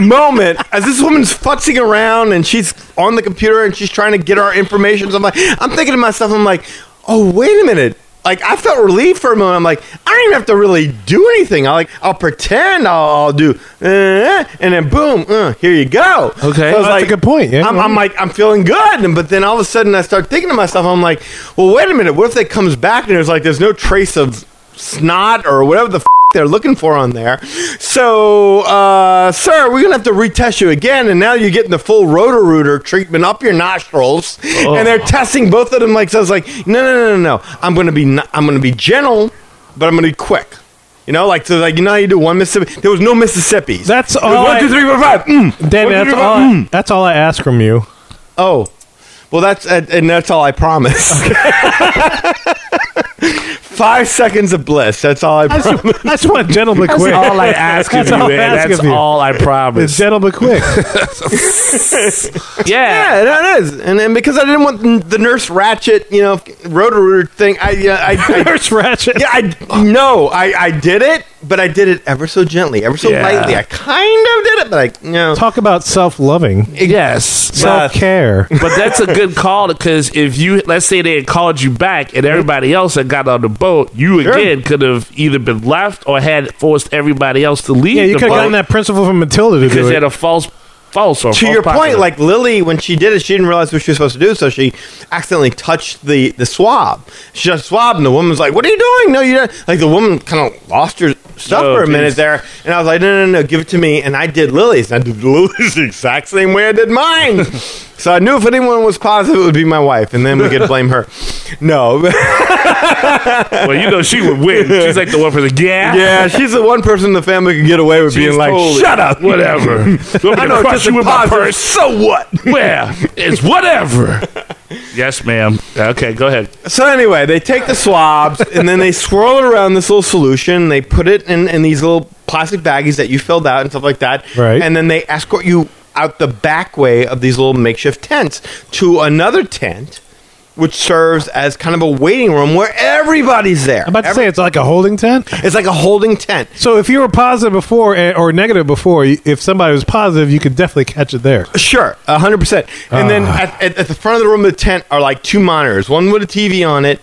C: moment, as this woman's futzing around and she's on the computer and she's trying to get our information, so I'm like, I'm thinking to myself, I'm like, oh wait a minute. Like I felt relieved for a moment. I'm like, I don't even have to really do anything. I like, I'll pretend I'll, I'll do, uh, and then boom, uh, here you go.
D: Okay.
C: I was
B: That's a good point, yeah.
C: I'm, I'm like, I'm feeling good, and but then all of a sudden I start thinking to myself, I'm like, well, wait a minute. What if they comes back and there's like, there's no trace of snot or whatever the f- they're looking for on there. So, uh, sir, we're gonna have to retest you again, and now you're getting the full rotor rooter treatment up your nostrils, and they're testing both of them. Like, so I was like, no, no, no, no, no. I'm gonna be, n- I'm gonna be gentle. but I'm gonna be quick. You know, like so, like you know, how you do one Mississippi. There was no Mississippi.
B: That's all.
C: one, two,
B: I,
C: three, four, five.
B: Danny,
C: Mm. One, two,
B: that's
C: three, four,
B: all.
C: mm.
B: I, that's all I ask from you.
C: Oh, well, that's and and that's all I promise. Five seconds of bliss. That's all I
B: I
C: promise.
B: just, I just want gentle but quick.
D: That's all I ask of
B: That's
D: you,
B: all I
D: man.
B: ask
D: That's
B: of you.
D: all I
B: It's
D: promise.
B: gentle but quick.
D: yeah.
C: Yeah, that is, and and because I didn't want n- the nurse ratchet, you know, rotor thing. I yeah, I, I
B: Nurse Ratchet.
C: Yeah, I no, I I did it, but I did it ever so gently, ever so
D: Yeah.
C: lightly. I kind of did it, but like no.
B: Talk about self-loving,
D: Yes.
B: self-care.
D: But that's a good call because if you let's say they had called you back and everybody else had got on the boat, you again could have either been left or had forced everybody else to leave.
B: Yeah, you
D: the
B: could have
D: boat
B: gotten that principle from Matilda to
D: because
B: do
D: you
B: it.
D: had a false, false or
C: To
D: false
C: your
D: positive.
C: point, like Lily, when she did it, she didn't realize what she was supposed to do, so she accidentally touched the the swab. She just swabbed, and the woman's like, "What are you doing? No, you don't." Like the woman kind of lost her stuff
D: Oh,
C: for a
D: geez.
C: minute there, and I was like, "No, no, no, give it to me." And I did Lily's, and I did Lily's the exact same way I did mine. so I knew if anyone was positive, it would be my wife, and then we could blame her. No.
D: well, you know, she would win. She's like the one person. Yeah,
C: Yeah, she's the one person in the family can get away with being like, shut up.
D: whatever. I know,
C: just
D: crush you with my
C: deposit.
D: purse. So what? Well, it's whatever. yes, ma'am. Okay, go ahead.
C: So anyway, they take the swabs and then they swirl it around this little solution. They put it in, in these little plastic baggies that you filled out and stuff like that.
B: Right.
C: And then they escort you out the back way of these little makeshift tents to another tent, which serves as kind of a waiting room where everybody's there.
B: I'm about to
C: Every-
B: say it's like a holding tent.
C: it's like a holding tent.
B: So if you were positive before eh, or negative before, y- if somebody was positive, you could definitely catch it there.
C: Sure, a hundred percent. And then
B: Ah.
C: at, at, at the front of the room of the tent are like two monitors, one with a TV on it,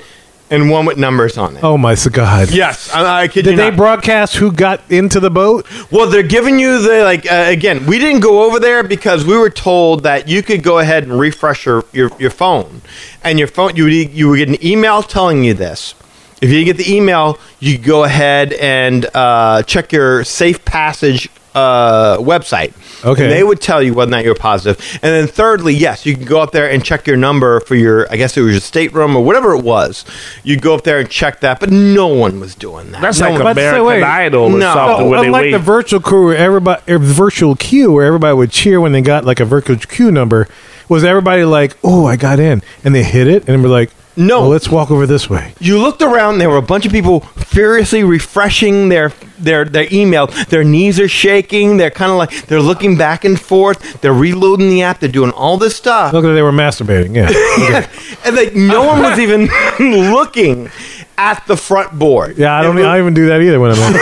C: and one with numbers on it.
B: Oh my s- god!
C: Yes, I, I kid you
B: Did they
C: not.
B: broadcast who got into the boat?
C: well, they're giving you the like uh, again. We didn't go over there because we were told that you could go ahead and refresh your your, your phone, and your phone you would e- you would get an email telling you this. If you didn't get the email, you could go ahead and uh, check your safe passage uh, website.
B: Okay.
C: And they would tell you whether or not you're positive. And then thirdly, yes, you can go up there and check your number for your I guess it was your stateroom or whatever it was. You go up there and check that, but no one was doing that.
D: That's
C: No
D: like
C: one-
B: but say,
D: American
B: wait.
D: Idol or
C: No.
D: something
B: Oh,
D: where they
B: unlike
D: wait.
B: the virtual crew, where everybody or virtual queue, where everybody would cheer when they got like a virtual queue number, was everybody like, "Oh, I got in," and they hit it, and we're like,
C: No.
B: well, let's walk over this way."
C: you looked around there were a bunch of people furiously refreshing their their their email their knees are shaking they're kind of like they're looking back and forth they're reloading the app they're doing all this stuff
B: Look, they were masturbating. Yeah,
C: and like no one was even looking at the front board
B: yeah. I don't. I don't even do that either when I'm. on-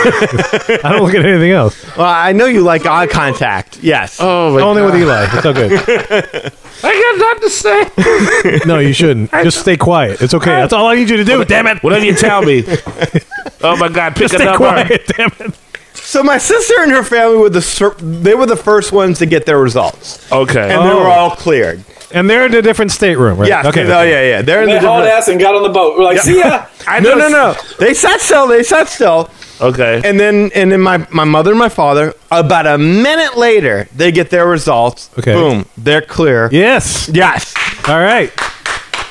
B: I don't look at anything else.
C: well i know you like eye contact yes
D: oh my
B: Only
D: God.
B: with Eli. It's okay.
D: I got nothing to say.
B: No, you shouldn't. Just stay quiet. It's okay. That's all I need you to do. Damn it.
D: Whatever you tell me. oh my God, pick
B: Stay
D: another.
B: quiet. Damn it.
C: so my sister and her family were the sur- they were the first ones to get their results
D: Okay.
C: and they were all cleared
B: And they're in a different stateroom, right?
C: yes
B: Oh. Okay.
C: oh yeah yeah they're in
E: They
C: the
E: hauled
C: different-
E: ass and got on the boat. We're like, see ya.
D: I
C: no no
D: know-
C: no they sat still they sat still
D: Okay.
C: and then and then my, my mother and my father about a minute later they get their results
B: Okay.
C: boom they're clear
B: Yes.
C: yes
B: All right.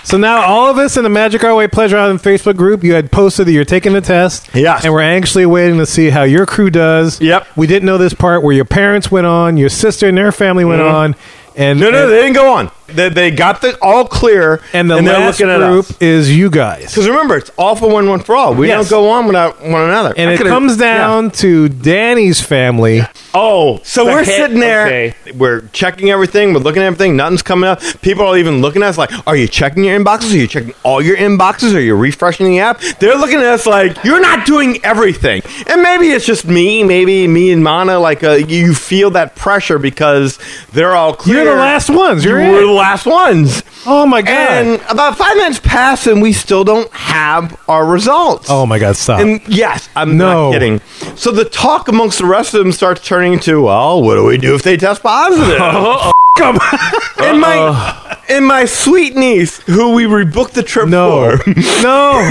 B: So now all of us in the Magic Our Way Pleasure Island Facebook group, you had posted that you're taking the test.
C: Yes.
B: And we're anxiously waiting to see how your crew does.
C: Yep.
B: We didn't know this part where your parents went on, your sister and their family went on, and
C: Mm-hmm. no no
B: and,
C: they didn't go on they, they got the all clear
B: and the last group is you guys.
C: because remember it's all for one one for all we
B: Yes.
C: don't go on without one another
B: And it comes down to Danny's family.
D: oh,
C: so
D: the
C: we're
D: head-
C: sitting there
D: okay.
C: we're checking everything we're looking at everything nothing's coming up people are even looking at us like are you checking your inboxes are you checking all your inboxes are you refreshing the app they're looking at us like you're not doing everything and maybe it's just me maybe me and mana like uh, you feel that pressure because they're all clear
B: You're the last ones. You're
C: we're the
B: in.
C: last ones
B: Oh my god.
C: and about five minutes pass and we still don't have our results
B: oh my god, stop.
C: and yes, I'm
B: No.
C: not kidding. So the talk amongst the rest of them starts turning to, well, what do we do if they test positive?
B: Oh, Come-
C: and my and my sweet niece, who we rebooked the trip
B: no.
C: for,
B: no.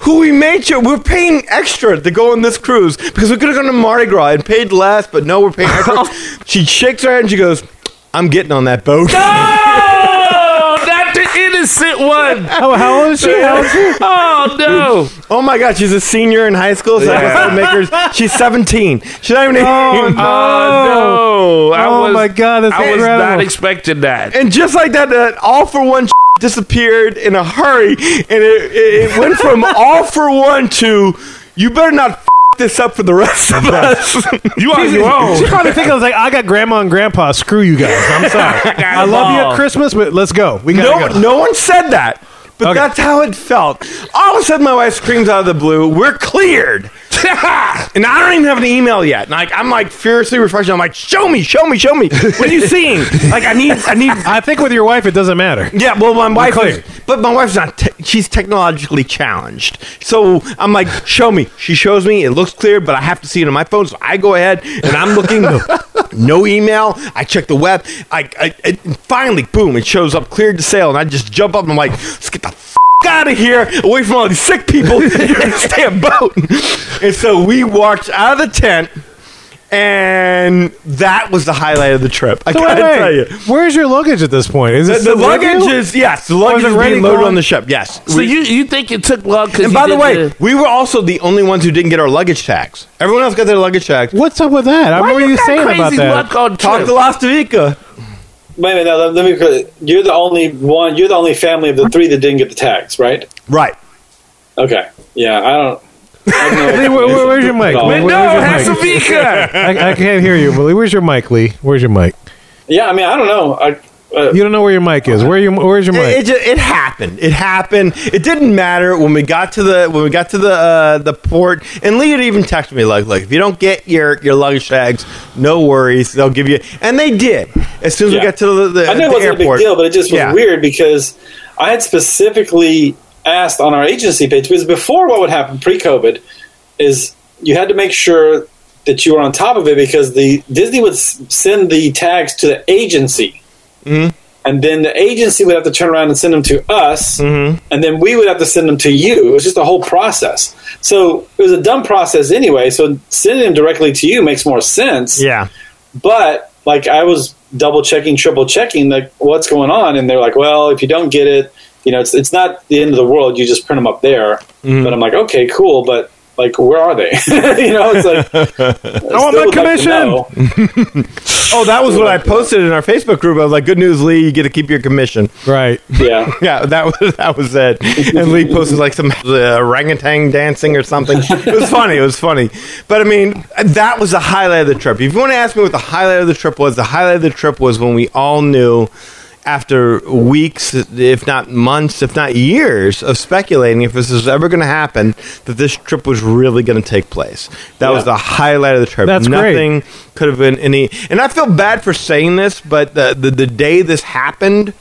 C: who we made sure we're paying extra to go on this cruise because we could have gone to Mardi Gras and paid less, but no, we're paying extra. she shakes her head and she goes, "I'm getting on that boat."
D: Oh, not the end innocent one.
B: How, how old is she? How old is she?
D: Oh no!
C: Oh my God, she's a senior in high school. So that was the makers. She's 17. She's not even 18.
D: Oh no! I
B: Oh
D: was,
B: my God, that's
D: I was not
B: incredible.
D: expecting that.
C: And just like that, that all for one disappeared in a hurry, and it, it, it went from all for one to you better not f- this up for the rest of us.
D: You are your
B: She
D: own.
B: probably thinking I was like, I got grandma and grandpa. Screw you guys. I'm sorry. I love you at Christmas, but let's go. We gotta
C: no,
B: go.
C: no one said that. But
B: Okay.
C: that's how it felt. All of a sudden, my wife screams out of the blue, "We're cleared!" and I don't even have an email yet. And like, I'm like furiously refreshing. I'm like, "Show me, show me, show me! What are you seeing?" like, I need, I need
B: I think with your wife, it doesn't matter.
C: Yeah, well, my wife,
B: clear.
C: is, but my wife's not. Te- she's technologically challenged, so I'm like, show me. She shows me. It looks clear, but I have to see it on my phone. So I go ahead and I'm looking. no, no email. I check the web. I, I it, finally, boom, it shows up cleared to sale, and I just jump up and I'm like, let's get the. F- out of here, away from all these sick people. You're in this damn boat. And so we walked out of the tent, and that was the highlight of the trip. I
B: So wait,
C: gotta
B: wait.
C: tell you.
B: Where's your luggage at this point? Is it
C: The, the
B: still with
C: luggage
B: you?
C: is yes, the luggage
B: it
C: is
B: already
C: being loaded
B: gone?
C: on the ship. Yes.
D: So you you think it took long? 'cause
C: and
D: you
C: by the
D: did
C: way, we were also the only ones who didn't get our luggage tags. Everyone else got their luggage tags.
B: What's up with that? I
D: why
B: remember you,
D: got
B: saying
D: crazy
B: about that.
D: luck on
C: Talk
D: trip?
C: to Las Vegas.
F: Wait a minute, now, let me. You're the only one. You're the only family of the three that didn't get the tags, right?
C: Right.
F: Okay. Yeah, I don't. I don't know.
B: Lee, where- where- where's your mic?
F: No.
B: Lee, where-
D: No,
B: where's your mic?
D: Hasavika.
B: I, I can't hear you, but Lee, where's your mic, Lee? Where's your mic?
F: Yeah, I mean, I don't know. I, uh,
B: You don't know where your mic is. Where your Where's your
C: It,
B: mic?
C: it, ju- it happened. It happened. It didn't matter when we got to the when we got to the uh, the port. And Lee had even texted me like, "Look, if you don't get your your luggage tags, no worries. They'll give you." And they did. As soon as
F: Yeah.
C: we got to the, the,
F: I know it
C: the
F: wasn't a
C: airport,
F: big deal, but it just was
C: Yeah.
F: weird because I had specifically asked on our agency page because before what would happen pre-COVID is you had to make sure that you were on top of it because the Disney would s- send the tags to the agency.
C: Mm-hmm.
F: And then the agency would have to turn around and send them to us,
C: Mm-hmm.
F: and then we would have to send them to you. It was just a whole process. So it was a dumb process anyway. So sending them directly to you makes more sense
C: Yeah.
F: but like I was double checking, triple checking, like what's going on, and they're like, well, if you don't get it, you know, it's it's not the end of the world. You just print them up there.
C: Mm-hmm.
F: But I'm like, okay, cool, but like, where are they? you know, it's like, I
C: want my
F: would like to
C: commission.
F: know.
C: Oh, that was what I posted in our Facebook group. I was like, "Good news, Lee. You get to keep your commission."
B: right.
F: yeah,
C: Yeah, that was that was it. And Lee posted like some uh, orangutan dancing or something. It was funny. It was funny. But I mean, that was the highlight of the trip. If you want to ask me what the highlight of the trip was, the highlight of the trip was when we all knew after weeks, if not months, if not years of speculating if this was ever going to happen, that this trip was really going to take place. That was
F: Yeah.
C: the highlight of the trip.
B: That's great.
C: Nothing could have been any. And I feel bad for saying this, but the the, the day this happened,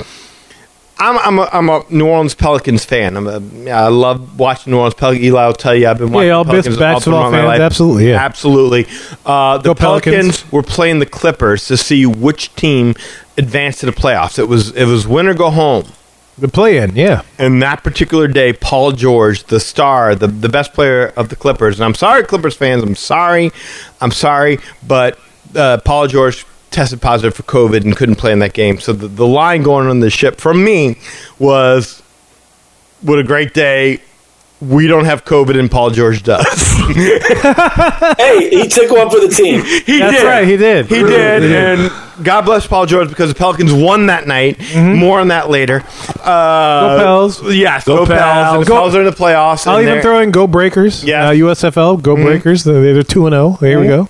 C: I'm I'm a, I'm a New Orleans Pelicans fan. I'm a I love watching New Orleans Pelicans. Eli will tell you I've been watching
B: y'all best
C: Pelicans all
B: basketball
C: throughout my
B: fans,
C: life.
B: absolutely, yeah.
C: absolutely. Uh, the
B: Go Pelicans.
C: Pelicans. were playing the Clippers to see which team advanced to the playoffs. It was it was win or go home.
B: The play in, yeah.
C: And that particular day, Paul George, the star, the, the best player of the Clippers, and I'm sorry, Clippers fans, I'm sorry, I'm sorry, but uh, Paul George tested positive for COVID and couldn't play in that game. So the, the line going on the ship from me was, what a great day. We don't have COVID and Paul George does.
F: hey, he took one for the team.
C: he
B: That's right, he did.
C: He did, and God bless Paul George because the Pelicans won that night. More on that later. Uh,
B: Mm-hmm. Go Pels.
C: Yes, go, Pels. And the
B: Go-
C: Pels are in the playoffs.
B: I'll
C: and
B: even
C: they're-
B: throw in Go Breakers.
C: Yeah. Mm-hmm.
B: Uh, USFL, Go Breakers. They're they're 2 and 0. There we go.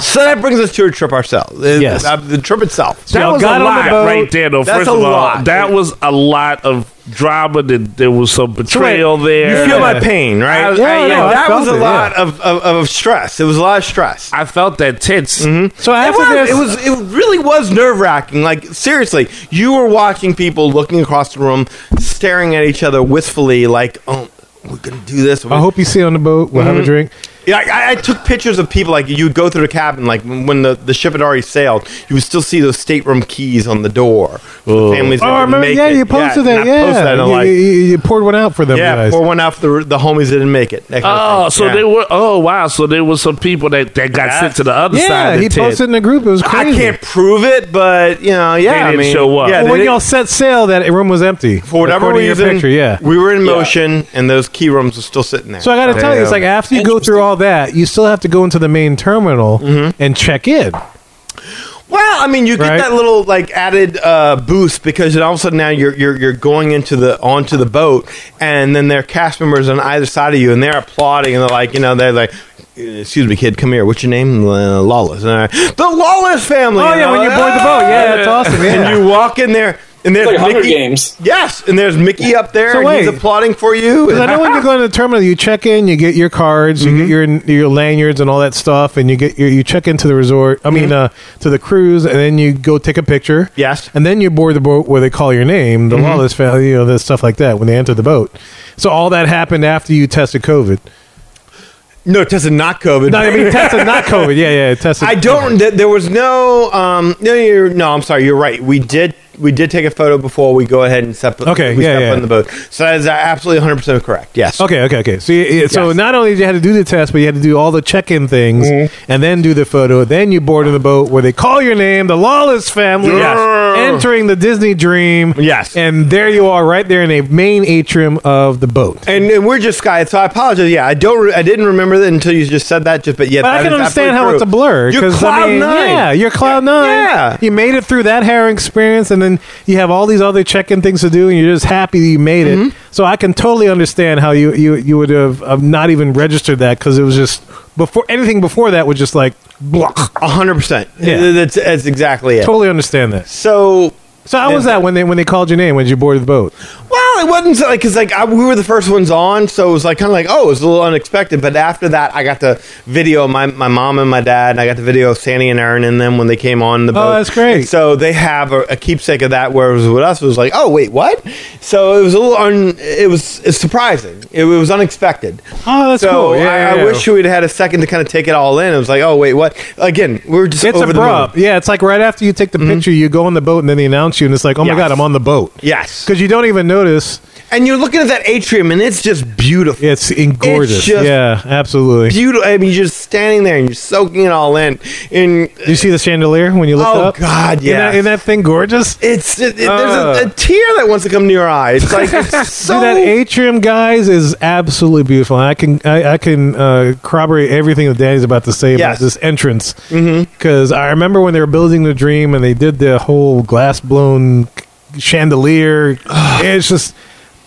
C: So that brings us to a trip ourselves. Uh,
B: Yes.
C: uh, the trip itself.
D: That
B: Y'all
D: was a
B: got on the
D: lot
B: boat.
D: right there, though.
C: That's
D: First
C: a
D: of all,
C: lot.
D: that was a lot of drama. That there was some betrayal there.
C: You feel my
B: Yeah.
C: pain, right?
D: I- I-
B: Yeah, no, I
C: that
B: felt
C: was a
B: it,
C: lot of, of, of stress. It was a lot of stress.
D: I felt that tense.
B: So after this,
C: it was. It was. It really was nerve wracking. Like seriously, you were watching people looking across the room, staring at each other wistfully, like, "Oh, we're gonna do this." Mm-hmm.
B: I hope you see on the boat. We'll have a drink.
C: Yeah, I, I took pictures of people like you'd go through the cabin, like when the, the ship had already sailed, you would still see those stateroom keys on the door. for The families
B: Oh,
C: that
B: I
C: didn't
B: remember.
C: make
B: Yeah,
C: it.
B: you posted that.
C: and I
B: Yeah,
C: posted that, and I'm
B: you,
C: like,
B: you- you poured one out for them
C: yeah,
B: guys.
C: pour one out for the, the homies that didn't make it. that kind of
D: Oh,
C: thing.
D: so
C: Yeah.
D: they were. Oh, wow. So there was some people that, that got sent to the other side.
B: yeah,
D: of the
B: he
D: tent.
B: posted in a group. It was
C: I
B: crazy.
C: can't prove it, but you know, yeah,
D: They
C: I
D: didn't
C: mean,
D: show up.
C: Yeah,
B: Well,
C: they
B: when
C: didn't-
B: y'all set sail, that room was empty
C: for whatever
B: according to your
C: reason,
B: picture, yeah.
C: we were in
F: Yeah.
C: motion, and those key rooms were still sitting there.
B: So I got to tell you, it's like after you go through all that, you still have to go into the main terminal
C: Mm-hmm.
B: and check in.
C: Well, I mean, you
B: Right.
C: get that little like added uh, boost because then all of a sudden now you're, you're you're going into the onto the boat, and then there are cast members on either side of you, and they're applauding, and they're like, you know, they're like. Excuse me, kid. Come here. What's your name? Uh, Lawless. And I, the Lawless family.
B: Oh
C: And
B: yeah,
C: I'm
B: when you
C: like,
B: board the boat, yeah, that's awesome.
C: "Ah."
B: Yeah.
C: And you walk in there, and there's
F: like Hunger
C: Mickey.
F: Games.
C: Yes, and there's Mickey up there.
B: So
C: and he's
B: wait.
C: applauding for you.
B: Because I know when you go into the terminal, you check in, you get your cards, you get your
C: Mm-hmm.
B: your lanyards and all that stuff, and you get your, you check into the resort. I mean, uh, to the cruise, and then you go take a picture.
C: Mm-hmm. Yes. Mm-hmm.
B: and then you board the boat where they call your name, the lawless family, you know, the stuff like that when they enter the boat. So all that happened after you tested COVID.
C: no, tested not COVID.
B: No, I mean tested, not COVID. Yeah, yeah, tested.
C: I don't. Th- there was no. Um, no, you're, no. I'm sorry. You're right. We did. We did take a photo before we go ahead and step.
B: Okay,
C: We
B: yeah,
C: step
B: yeah.
C: on the boat. So that is uh, absolutely 100 percent correct. Yes.
B: Okay, okay, okay. So, you, you- so
C: Yes.
B: not only did you have to do the test, but you had to do all the check-in things,
C: Mm-hmm.
B: and then do the photo. Then you board in the boat where they call your name, the Lawless family,
C: Yes.
B: entering the Disney dream.
C: Yes.
B: and there you are, right there in a main atrium of the boat.
C: And, and we're just guys. So I apologize. Yeah, I don't. Re- I didn't remember that until you just said that. Just but yeah,
B: But I
C: that
B: can
C: is
B: understand
C: absolutely
B: how
C: true.
B: it's a blur.
C: You're
B: 'cause, I
C: cloud
B: mean,
C: nine.
B: Yeah, you're cloud nine.
C: Yeah.
B: You made it through that hair experience, and then you have all these other check-in things to do, and you're just happy that you made it.
C: Mm-hmm.
B: So I can totally understand how you you, you would have um, not even registered that because it was just before anything before that was just like block.
C: A hundred percent.
B: Yeah.
C: Yeah, that's, that's exactly it.
B: Totally understand that.
C: So
B: So how was that when they when they called your name when you boarded the boat?
C: Well, it wasn't so, like because like I, we were the first ones on, so it was like kind of like oh, it was a little unexpected. But after that, I got to video my my mom and my dad, and I got the video of Sandy and Aaron and them when they came on the boat.
B: Oh, that's great.
C: And so they have a, a keepsake of that. Whereas with us, it was like oh wait what? So it was a little un. It was it's surprising. It, was unexpected.
B: Oh, that's
C: so
B: cool. Yeah,
C: I,
B: yeah,
C: I
B: yeah.
C: wish we had had a second to kind of take it all in. It was like oh wait what? Again, we were just
B: It's
C: over the moon. Mm-hmm.
B: abrupt. Yeah, it's like right after you take the picture, you go on the boat, and then they announce you, and it's like, oh my
C: Yes.
B: god, I'm on the boat.
C: Yes,
B: Because you don't even notice.
C: and you're looking at that atrium, and it's just beautiful.
B: It's gorgeous.
C: just
B: yeah, absolutely.
C: beautiful. I mean, you're just standing there and you're soaking it all in. And
B: Do you see the chandelier when you look
C: Oh,
B: up?
C: God,
B: Isn't that-
C: yes.
B: Isn't that thing gorgeous?
C: it's it, it-
B: Uh.
C: there's a, a tear that wants to come to your eye. It's like it's so.
B: Dude, that atrium, guys, is absolutely beautiful. I can I, I can uh, corroborate everything that Danny's about to say about
C: Yes. Mm-hmm.
B: this entrance because I remember when they were building the dream and they did the whole glass blown chandelier. it's just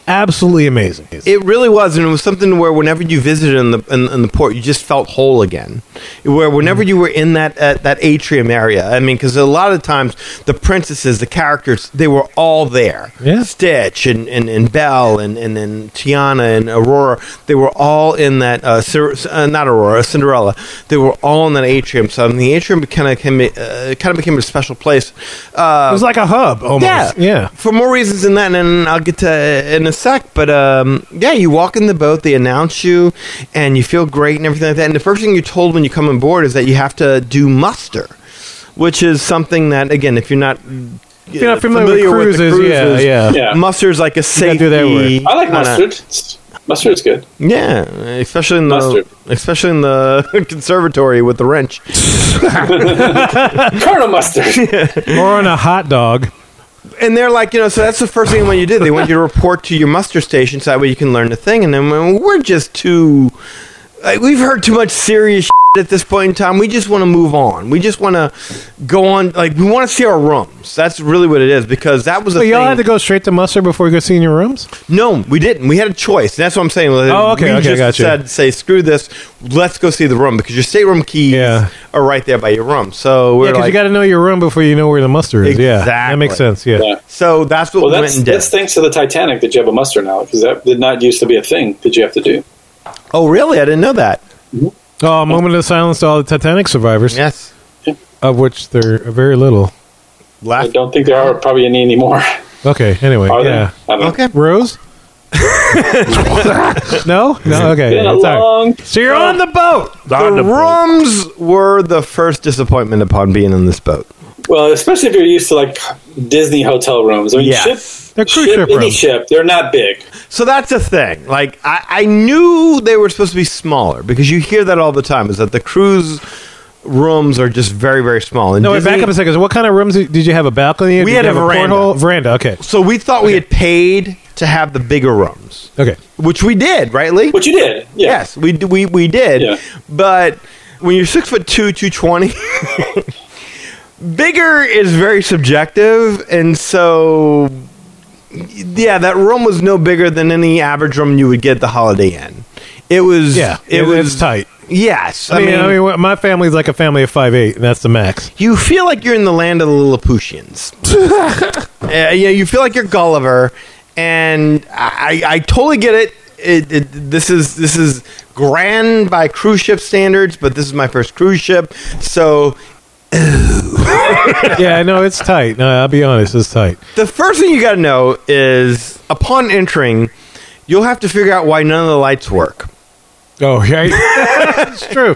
B: absolutely amazing.
C: it really was, and it was something where whenever you visited in the in, in the port, you just felt whole again. Where whenever you were in that uh, that atrium area, I mean, because a lot of times the princesses, the characters, they were all there.
B: Yeah.
C: Stitch and and, and Belle and, and and Tiana and Aurora, they were all in that uh, Cir- uh, not Aurora, Cinderella. They were all in that atrium. So I mean, the atrium kind of came uh, kind of became a special place. Uh,
B: It was like a hub almost. Yeah.
C: for more reasons than that, and I'll get to in a sec. But um, yeah, you walk in the boat, they announce you, and you feel great and everything like that. And the first thing you're told when you come on board is that you have to do muster, which is something that again, if you're not uh,
B: If you're not familiar, with cruises, yeah, yeah.
F: Yeah.
C: muster is like a
B: gotta
C: safety.
B: do that
F: I like
C: kinda-
F: mustard. It's- Mustard's good.
C: yeah, especially in the
F: Mustard.
C: especially in the conservatory with the wrench.
F: Colonel mustard.
B: Or on a hot dog.
C: and they're like, you know, so that's the first thing when you did. They want you to report to your muster station so that way you can learn the thing. And then when we're just too, like, we've heard too much serious shit at this point in time. We just want to move on. We just want to go on. Like, we want to see our rooms. That's really what it is because that was a
B: So y'all
C: thing.
B: had to go straight to muster before you go see in your rooms.
C: no, we didn't. We had a choice. That's what I'm saying.
B: Oh, okay,
C: We
B: okay,
C: just
B: gotcha.
C: said, say, screw this. Let's go see the room because your stateroom keys
B: Yeah.
C: are right there by your room. So we're
B: Yeah, because
C: like,
B: you got to know your room before you know where the muster is. Yeah, that
C: Exactly.
B: makes sense. Yeah.
F: Yeah.
C: so that's what
F: Well,
C: we
F: that's,
C: went and did.
F: that's thanks to the Titanic that you have a muster now, because that did not used to be a thing that you have to do.
C: oh, really? I didn't know that.
B: Oh, a moment of silence to all the Titanic survivors,
C: Yes.
B: of which there are very little.
F: I
C: Last
F: don't think there are probably any anymore.
B: Okay. Anyway,
F: Are
B: yeah.
F: there? I don't know.
C: Okay.
B: Rose, No, no. Okay,
F: Been a
B: sorry.
F: long
B: So you're on the boat.
D: On
C: the
D: the boat.
C: rooms were the first disappointment upon being on this boat.
F: Well, especially if you're used to like Disney hotel rooms. I mean,
C: Yes.
F: ship,
B: They're cruise
F: ship,
B: ship
F: any
B: rooms.
F: ship, they're not big.
C: So that's a thing. Like I, I knew they were supposed to be smaller because you hear that all the time. Is that the cruise rooms are just very very small. And
B: No, wait,
C: Disney-
B: back up a second. So what kind of rooms did did you have? A balcony?
C: We
B: Did
C: had
B: you
C: a
B: have
C: veranda.
B: porthole? Veranda. Okay.
C: So we thought we had paid to have the bigger rooms,
B: Okay.
C: which we did, right, Lee?
F: Which you did. Yeah.
C: Yes, we d- we we did.
F: Yeah.
C: But when you're six foot two, two twenty, bigger is very subjective, and so yeah, that room was no bigger than any average room you would get at the Holiday Inn. It was
B: Yeah.
C: it, was
B: tight.
C: Yes,
B: I mean, I mean, my family's like a family of five eight, and that's the max.
C: you feel like you're in the land of the Lilliputians. uh, yeah, you feel like you're Gulliver, and I, I totally get it. It, it. This is this is grand by cruise ship standards, but this is my first cruise ship, so
B: yeah, no, it's tight. No, I'll be honest, it's tight.
C: the first thing you got to know is upon entering, you'll have to figure out why none of the lights work.
B: Oh, right. it's true.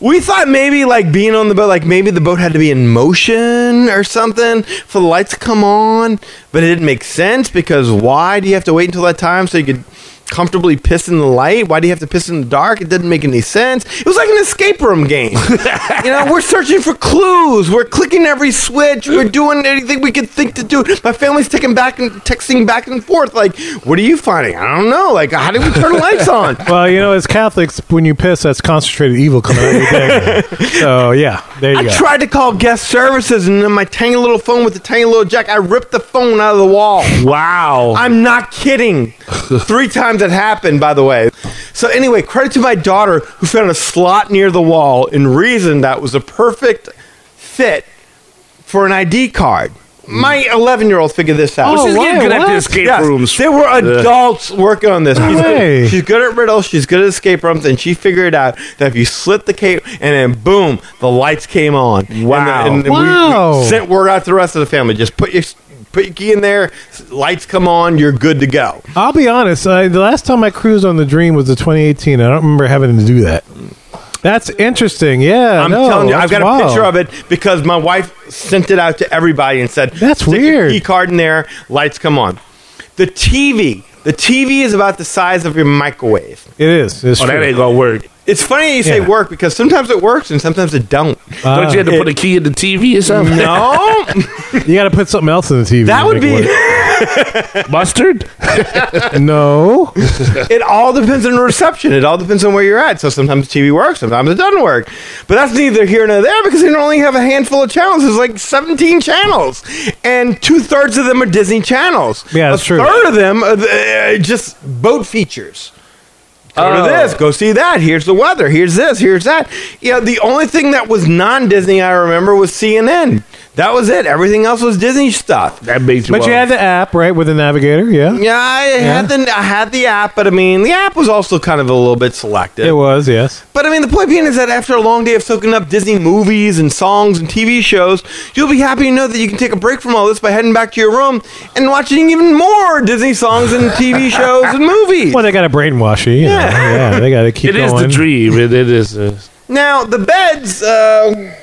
C: We thought maybe like being on the boat, like maybe the boat had to be in motion or something for the lights to come on, but it didn't make sense because why do you have to wait until that time so you could comfortably piss in the light? Why do you have to piss in the dark? It didn't make any sense. It was like an escape room game. you know, we're searching for clues. We're clicking every switch. We're doing anything we could think to do. My family's taking back and texting back and forth. Like, what are you finding? I don't know. Like, how do we turn the lights on?
B: Well, you know, as Catholics, when you piss, that's concentrated evil coming out of your dick. So yeah, there you
C: I
B: go.
C: tried to call guest services, and then my tiny little phone with the tiny little jack, I ripped the phone out of the wall.
D: Wow.
C: I'm not kidding. Three times it happened, by the way. So anyway, credit to my daughter who found a slot near the wall and reasoned that was a perfect fit for an ID card. My 11 year old figured this out.
D: Oh,
B: she's
D: she's
B: getting why?
D: getting good
B: good at
D: at
B: What?
D: the
B: the
D: escape
C: Yes,
D: rooms.
C: There were adults working on this. She's,
B: way.
C: she's good at riddles. She's good at escape rooms, and she figured out that if you slit the cape, and then boom, the lights came on.
D: Wow.
C: And, the, and
B: Wow.
C: We, we sent word out to the rest of the family. Just put your put your key in there. Lights come on. You're good to go.
B: I'll be honest. I, the last time I cruised on the Dream was the 2018. I don't remember having to do that. That's interesting. Yeah,
C: I'm
B: no,
C: telling you,
B: that's
C: I've got
B: wild.
C: a picture of it because my wife sent it out to everybody and said,
B: That's
C: "Stick your
B: weird.
C: Key card in there. Lights come on. The TV. The TV is about the size of your microwave.
B: It is. It's
D: Oh, that
B: true.
D: ain't gonna work.
C: It's funny you say
B: Yeah.
C: work because sometimes it works and sometimes it don't.
D: Don't you have to put a key in the TV or something?
C: No,
B: You got to put something else in the TV.
C: that
B: to
C: would
B: make
C: be.
B: it
D: Mustard?
B: work. no.
C: It all depends on reception. It all depends on where you're at. So sometimes TV works, sometimes it doesn't work. But that's neither here nor there because they only have a handful of channels. There's like 17 channels, and two thirds of them are Disney channels.
B: Yeah,
C: a
B: that's true.
C: Third of them are the, uh, just boat features. Go to this, go see that. Here's the weather. Here's this. Here's that. You know, the only thing that was non-Disney I remember was CNN. That was it. Everything else was Disney stuff.
D: That makes you.
B: But you
D: well,
B: had the app right with the navigator. Yeah,
C: Yeah, I had the I had the app, but I mean, the app was also kind of a little bit selective.
B: it was. Yes.
C: But I mean, the point being is that after a long day of soaking up Disney movies and songs and TV shows, you'll be happy to know that you can take a break from all this by heading back to your room and watching even more Disney songs and TV shows and movies.
B: Well, they got to brainwash you. you know. yeah. they got to keep
D: It
B: going.
D: is the dream. It, it is. Uh,
C: Now the beds uh,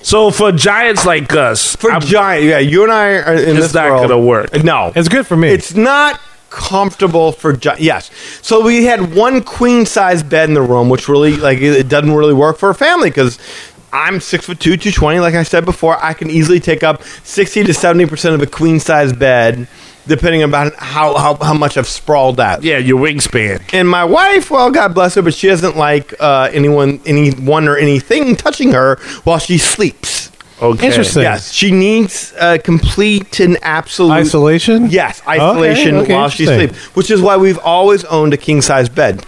D: so for giants like us,
C: for
D: I'm-
C: giant, yeah, you and I are in
D: it's
C: this
D: not
C: world.
D: gonna work.
C: No,
B: It's good for me.
C: It's not comfortable for ju- yes. So we had one queen size bed in the room, which really like it it doesn't really work for a family because I'm six foot two, two twenty. Like I said before, I can easily take up sixty to seventy percent of a queen size bed, depending on how, how how much I've sprawled out.
D: Yeah, your wingspan.
C: And my wife, well, God bless her, but she doesn't like uh, anyone, anyone or anything touching her while she sleeps.
D: Okay.
B: Interesting.
C: Yes, she needs uh, complete and absolute
B: Isolation.
C: Yes,
B: Okay,
C: isolation
B: okay,
C: while she
B: interesting.
C: sleeps, which is why we've always owned a king size bed.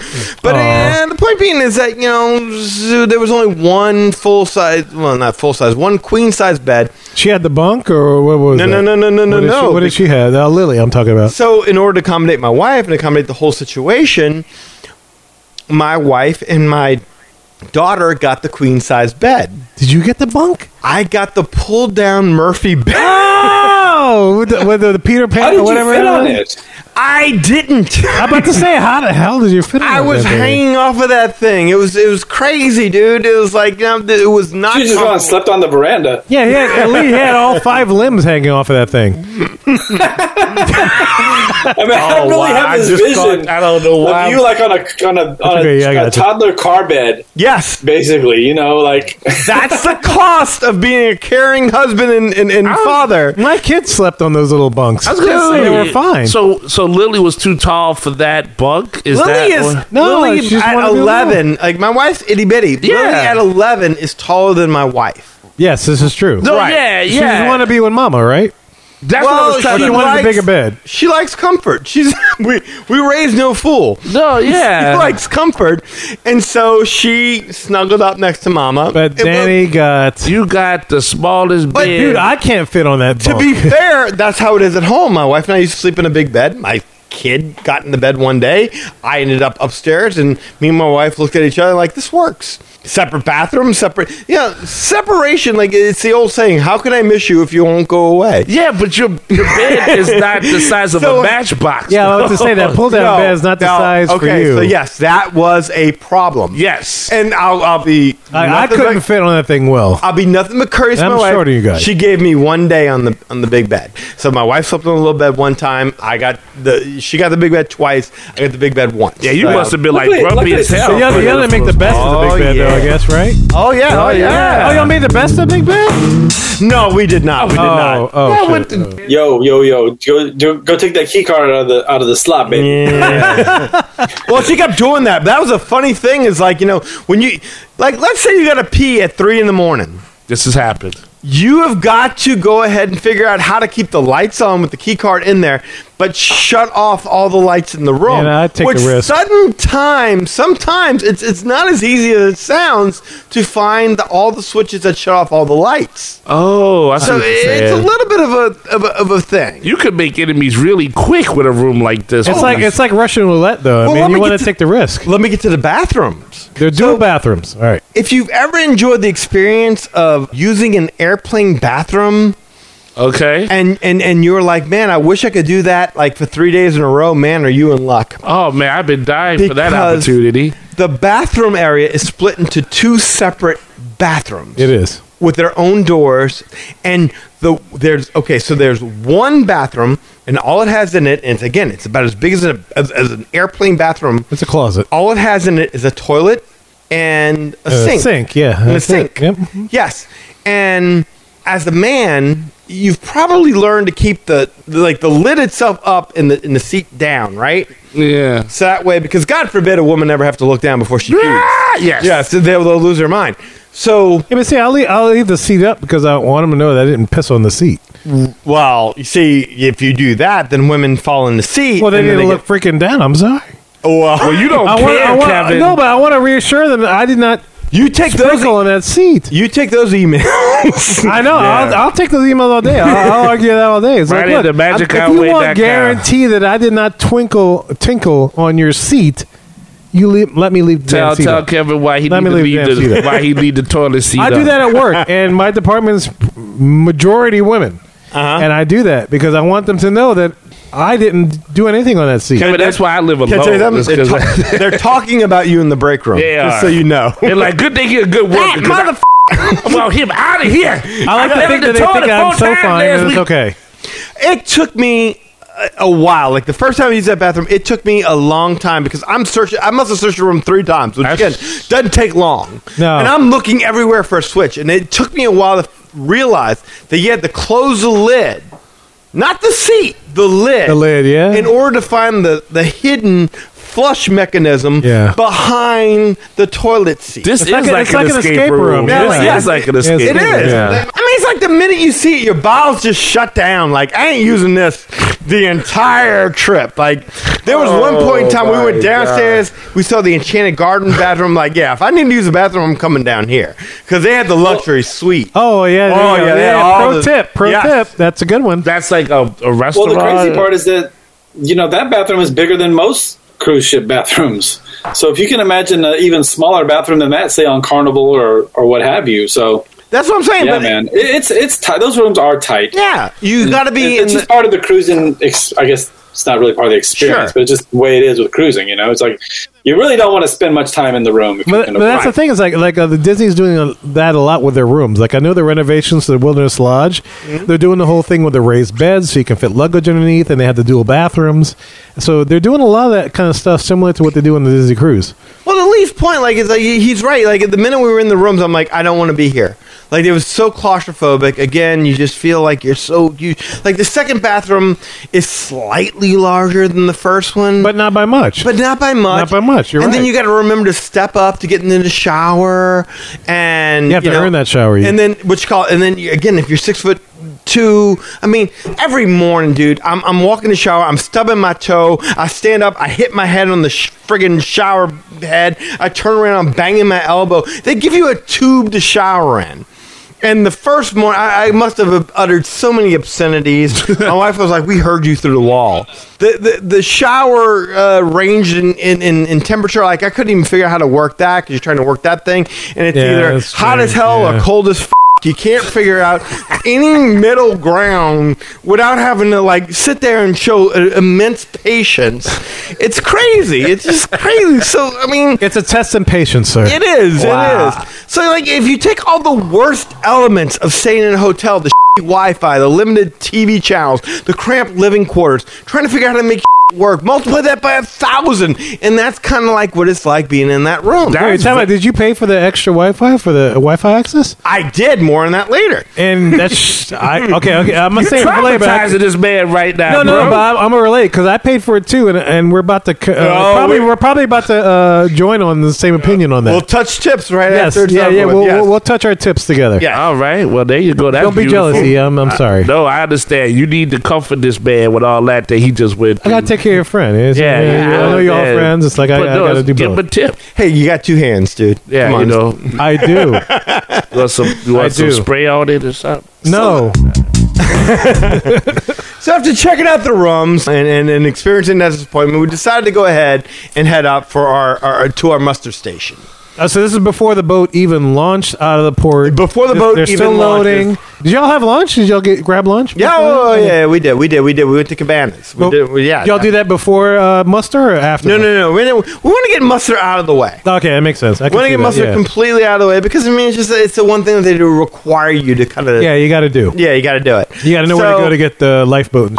C: But
B: Aw.
C: uh, the point being is that you know so there was only one full size, well, not full size, one queen size bed.
B: She had the bunk, or what was
C: No,
B: that?
C: no, no, no, no,
B: What
C: no,
B: did she-
C: no.
B: what did she have? Uh, Lily, I'm talking about.
C: So in order to accommodate my wife and accommodate the whole situation, my wife and my daughter got the queen size bed.
B: Did you get the bunk?
C: I got the pull down Murphy bed.
B: Oh, with the, with the Peter
F: How
B: Pan
F: did
B: or
F: you
B: whatever.
F: fit
B: it
F: on
B: was?
F: it?
C: I didn't.
B: I'm about to say, how the hell did you fit? in
C: I
B: with
C: was
B: that thing?
C: hanging off of that thing. It was it was crazy, dude. It was like you know, it was not.
F: You just went and
C: comfortable.
F: slept on the veranda.
B: Yeah, he had, at least he had all five limbs hanging off of that thing.
F: I mean,
B: Oh,
F: I really have this vision
D: I don't know
F: of
D: why.
F: you like on a on a, on
B: okay, yeah, I
F: a, a
B: gotcha.
F: toddler car bed,
C: Yes,
F: basically. You know, like
C: that's the cost of being a caring husband and, and, and father.
B: My kids slept on those little bunks.
D: I was gonna
B: Dude,
D: say
B: they were fine.
D: So, so Lily was too tall for that bunk. Is
C: Lily
D: that
C: is
D: what-
B: No,
C: Lily
B: she just
C: at
B: wanted to be alone.
C: eleven. Like my wife's itty bitty. Lily
D: Yeah.
C: at eleven is taller than my wife.
B: yes, this is true.
D: no?
C: right.
D: Yeah,
B: She
D: yeah.
B: want to be with mama, right?
D: That's
C: Well,
D: what I was trying
C: she
D: to.
B: wanted
C: likes-
B: a bigger bed.
C: She likes comfort. She's we we raised no fool.
D: No, yeah.
C: She likes comfort, and so she snuggled up next to Mama.
B: But
C: It was-
B: Danny got.
D: you got the smallest
C: But,
D: bed.
B: Dude, I can't fit on that.
C: To
B: bunk.
C: be fair, that's how it is at home. My wife and I used to sleep in a big bed. My kid got in the bed one day. I ended up upstairs, and me and my wife looked at each other like, "This works." Separate bathroom, separate. Yeah, separation. Like it's the old saying, "How can I miss you if you won't go away?"
D: yeah, but your your bed is not the size of
C: So-
D: a matchbox.
B: yeah, I was to say that pull down bed is not the
C: no.
B: size for
C: okay,
B: you.
C: So yes, that was a problem.
D: Yes.
C: and I'll, I'll be.
B: I, I
C: nothing
B: couldn't
C: but-
B: fit on that thing well.
C: I'll be nothing but courteous. to
B: And
C: my
B: I'm
C: wife.
B: shorter than you guys.
C: She gave me one day on the on the big bed. So my wife slept on the little bed one time. I got the she got the big bed twice. I got the big bed once.
D: yeah, you
C: So-
D: must have been like
F: Look at-
D: grumpy
F: look at
D: as
F: this.
D: hell.
B: You gotta, you gotta make the best of the
C: Oh,
B: big bed, though. I
C: yeah.
B: guess, right?
C: Oh yeah. Oh
B: Oh, y'all made the best of big bed?
C: No, we did not. We did
B: oh,
C: not.
B: oh, shit.
F: yo, yo, yo, go do, go take that key card out of the out of the slot, baby.
C: Well, she kept doing that. That was a funny thing. Is like you know when you like let's say you got to pee at three in the morning.
D: This has happened.
C: You have got to go ahead and figure out how to keep the lights on with the key card in there, but shut off all the lights in the room.
B: Yeah, I'd take
C: which
B: the risk.
C: sudden time, sometimes it's it's not as easy as it sounds to find the, all the switches that shut off all the lights.
D: Oh, I see.
C: So
D: what you're
C: it's a
D: saying.
C: little bit of a of a, of a thing.
D: you could make enemies really quick with a room like this. Oh
B: It's like it's like Russian roulette, though.
C: Well,
B: I
C: let
B: mean,
C: me
B: you want
C: get
B: to
C: to-
B: take the risk.
C: Let me get to the bathrooms.
B: They're dual bathrooms. All right.
C: If you've ever enjoyed the experience of using an airplane bathroom,
D: okay.
C: and and and you're like, man, I wish I could do that like for three days in a row. Man, are you in luck?
D: Oh man, I've been dying for that
C: Because-
D: opportunity.
C: The bathroom area is split into two separate bathrooms
B: It is.
C: with their own doors and the there's okay, so there's one bathroom and all it has in it and it's, again, it's about as big as, a, as as an airplane bathroom.
B: It's a closet.
C: All it has in it is a toilet and a
B: Uh,
C: sink.
B: sink, yeah.
C: And a
B: that's it.
C: sink.
B: Yep.
C: Yes. And as a man, you've probably learned to keep the, the like the lid itself up and the and the seat down, right?
D: Yeah.
C: So that way, because God forbid a woman ever have to look down before she pees.
D: Ah, yes.
C: Yeah, so they'll, they'll lose their mind. So,
B: Yeah, but see, I'll leave, I'll leave the seat up because I want them to know that I didn't piss on the seat.
C: well, you see, if you do that, then women fall in the seat.
B: Well, they
C: and
B: need
C: then
B: to
C: they
B: look freaking down. I'm sorry.
C: get- Oh, uh,
D: Well, you don't
B: I
D: care,
B: want, I want,
D: Kevin.
B: No, but I want to reassure them that I did not
C: you take those. e,
B: sprinkle on that seat.
C: You take those emails.
B: I know. I'll, I'll take those emails all day. I'll, I'll argue that all day. It's
D: Right
B: like,
D: into
B: look,
D: magic
B: if you
D: highway
B: want
D: dot com.
B: guarantee that I did not twinkle tinkle on your seat, you leave, let me leave the damn
D: tell
B: seat
D: tell
B: up.
D: Kevin why he
B: Let me
D: need to
B: leave
D: leave
B: the damn
D: the
B: seat
D: why he need the toilet seat.
B: I do
D: up.
B: that at work, and my department's majority women,
C: Uh-huh.
B: and I do that because I want them to know that I didn't do anything on that seat.
D: Kevin, that's why I live alone.
C: Can I tell you them?
D: Oh, is
C: They're,
D: 'cause I-
C: ta- they're talking about you in the break room.
D: They
C: just
D: are.
C: so you know.
D: They're like, good thing you're a good worker. 'cause I- well, him out of here.
B: I like to
D: been
B: think
D: in
B: that
D: the
B: they
D: toilet
B: think
D: four
B: I'm so
D: times
B: fine
D: last
B: and it's
D: week.
B: okay.
C: it took me a- a while. Like the first time I used that bathroom, it took me a long time because I'm searching. I must have searched the room three times, which again
D: That's-
C: doesn't take long.
B: No.
C: and I'm looking everywhere for a switch, and it took me a while to realize that you had to close the lid, not the seat, the lid,
B: The lid, yeah.
C: in order to find the the hidden flush mechanism
B: Yeah.
C: behind the toilet seat.
D: This
B: It's
D: is
B: like a-
D: like,
B: it's like
D: an escape room.
B: Yeah,
D: This
C: yeah.
D: is like an
B: Yes,
D: escape
C: It
B: it
D: room.
C: is.
B: Yeah.
C: I mean, it's like the minute you see it, your bowels just shut down. Like I ain't using this the entire trip. Like there was one point in time we went downstairs, we saw the enchanted garden bathroom. Like yeah, if I need to use the bathroom, I'm coming down here because they had the luxury suite.
B: Oh yeah, yeah,
C: Oh, yeah,
B: yeah.
C: they had all
B: Pro
C: the-
B: tip, pro
C: Yes.
B: tip. That's a good one.
D: That's like a, a
F: Well,
D: restaurant.
F: the crazy part is that you know that bathroom is bigger than most cruise ship bathrooms. So if you can imagine an even smaller bathroom than that, say on Carnival or or what have you. So
C: That's what I'm saying.
F: yeah,
C: but
F: man, it, it's it's tight. Those rooms are tight.
C: Yeah, you got to be
F: It-
C: in
F: it's
C: the,
F: just part of the cruising, ex- I guess, It's not really part of the
C: Sure.
F: experience, but it's just the way it is with cruising. You know, it's like you really don't want to spend much time in the room. If you
B: But,
F: can
B: but that's the
F: avoid-
B: thing is like like uh, the Disney's doing a, that a lot with their rooms. Like I know the renovations to the Wilderness Lodge,
C: Mm-hmm.
B: they're doing the whole thing with the raised beds so you can fit luggage underneath, and they have the dual bathrooms. So they're doing a lot of that kind of stuff similar to what they do on the Disney cruise.
C: Well, at least point, like, it's like he- he's right. Like, at the minute we were in the rooms, I'm like, I don't want to be here. Like, it was so claustrophobic. Again, you just feel like you're so you like the second bathroom is slightly larger than the first one,
B: but not by much.
C: but not by much.
B: Not by much, you're
C: and then
B: right.
C: you got to remember to step up to get into the shower, and
B: You have to
C: know,
B: earn that shower, you-
C: And then what you call, and then you, again, if you're six foot two, I mean, every morning, dude, I'm I'm walking the shower, I'm stubbing my toe, I stand up, I hit my head on the sh- friggin' shower head, I turn around, I'm banging my elbow. They give you a tube to shower in. And the first morning, I, I must have uttered so many obscenities. My wife was like, "We heard you through the wall." The the, the shower uh, ranged in, in, in, in temperature. Like I couldn't even figure out how to work that because you're trying to work that thing, and it's
B: Yeah,
C: either
B: that's
C: hot as
B: strange,
C: hell
B: yeah.
C: or cold as. F- you can't figure out any middle ground without having to like sit there and show uh, immense patience. It's crazy. It's just crazy. So I mean,
B: it's a test in patience, sir.
C: it is.
B: Wow.
C: It is. So, like, if you take all the worst elements of staying in a hotel, the shitty Wi-Fi, the limited TV channels, the cramped living quarters, trying to figure out how to make shit work, multiply that by a thousand, and that's kind of like what it's like being in that room.
B: Wait, tell me, did you pay for the extra Wi-Fi for the Wi-Fi access?
C: I did more on that later.
B: And that's I okay. Okay, I'm gonna say it for later, but I-
D: Traumatizing this man right now.
B: No, no,
D: bro.
B: no, but I'm, I'm gonna relate because I paid for it too, and, and we're about to co- uh,
C: Oh,
B: probably
C: we-
B: we're probably about to uh, join on the same opinion on that.
C: We'll touch tips right
B: yes,
C: after. it's
B: yeah,
C: over
B: yeah.
C: with.
B: We'll,
C: Yes.
B: we'll, we'll touch our tips together.
C: Yeah.
D: All right. Well, there you go. That's
B: Don't be
D: beautiful.
B: jealous. E. I'm, I'm sorry.
D: No, I understand. You need to comfort this man with all that that he just went.
B: I gotta
D: through.
B: take care of your friend. eh? It's-
D: Yeah, yeah,
B: I know you're all
D: yeah.
B: friends. It's like I, I
D: But no,
B: gotta do
D: give him
B: both.
D: a tip.
C: Hey, you got two hands, dude.
D: Yeah,
C: Come on.
D: you know,
B: I do.
D: you want some, you
B: I
D: want some
B: do.
D: spray on it or something.
B: No,
C: So after checking out the rooms and, and, and experiencing that disappointment, we decided to go ahead and head up for our, our to our muster station.
B: Uh, so this is before the boat even launched out of the port.
C: Before the
B: They're-
C: boat
B: they're
C: even
B: still loading.
C: launches.
B: Did y'all have lunch? Did y'all get grab lunch?
C: Yeah,
B: before
C: oh,
B: that?
C: yeah, we did, we did, we did. We went to Cabanas. We
B: Well,
C: did, we- yeah.
B: Y'all do that before uh, muster or after?
C: No,
B: that?
C: no, no. We, didn't- we want to get muster out of the way.
B: Okay, that makes sense. I
C: We want to get muster
B: mustard.
C: completely out of the way because I mean, it's just it's the one thing that they do require you to kind of
B: Yeah, you got to do.
C: yeah, you got to do it.
B: You got to know where to
C: So-
B: go to get the lifeboat. And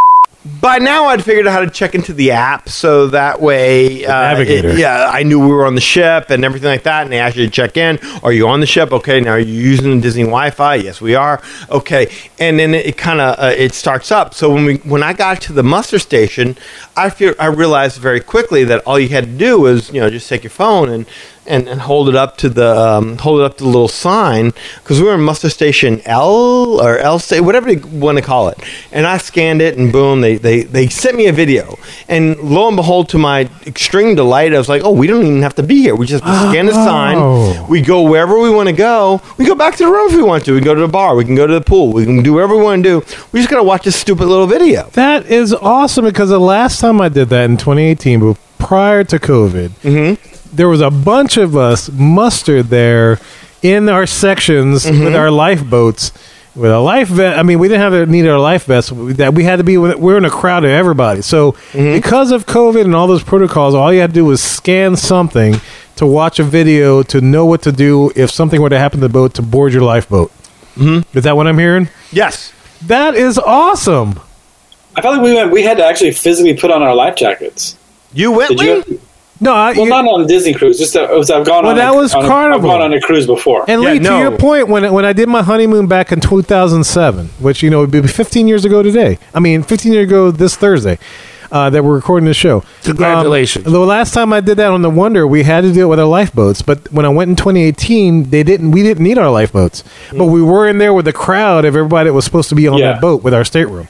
C: By now, I'd figured out how to check into the app, so that way, uh,
B: navigator.
C: it- yeah, I knew we were on the ship and everything like that. And they asked you to check in. Are you on the ship? Okay, now are you using the Disney Wi-Fi? Yes, we are. Okay, and then it kind of uh, it starts up. So when we when I got to the muster station, I fear I realized very quickly that all you had to do was you know just take your phone and. And, and hold it up to the um, hold it up to the little sign because we were in muster station L or L state whatever you want to call it and I scanned it and boom they, they they sent me a video and lo and behold to my extreme delight I was like oh we don't even have to be here we just have to scan the sign we go wherever we want to go we go back to the room if we want to we go to the bar we can go to the pool we can do whatever we want to do we just gotta watch this stupid little video
B: That is awesome because the last time I did that in 2018, but prior to COVID,
F: Mm-hmm.
B: there was a bunch of us mustered there in our sections
F: Mm-hmm.
B: with our lifeboats. With a life vest, I mean, we didn't have to need our life vests. we- That we had to be, we we're in a crowd of everybody. So
F: Mm-hmm.
B: because of COVID and all those protocols, all you had to do was scan something to watch a video to know what to do if something were to happen to the boat to board your lifeboat. Mm-hmm. Is that what I'm hearing?
C: yes
B: That is awesome.
F: I felt like we went. We had to actually physically put on our life jackets.
C: you went
F: Did
C: Lee?
F: you?
B: No, I,
F: Well,
B: you-
F: not on Disney cruise. Just that, it was, I've gone
B: Well,
F: on.
B: that
F: a,
B: was
F: on a- I've
B: Carnival.
F: gone on a cruise before.
B: And
C: Yeah,
B: Lee,
C: no.
B: to your point, when when I did my honeymoon back in 2007, which you know would be 15 years ago today. I mean, 15 years ago this Thursday. Uh, that we're recording the show.
D: Congratulations.
B: Um, the last time I did that on the Wonder, we had to do it with our lifeboats. But when I went in 2018, they didn't. We didn't need our lifeboats,
C: Mm.
B: but we were in there with a crowd of everybody that was supposed to be on
F: Yeah.
B: that boat with our stateroom.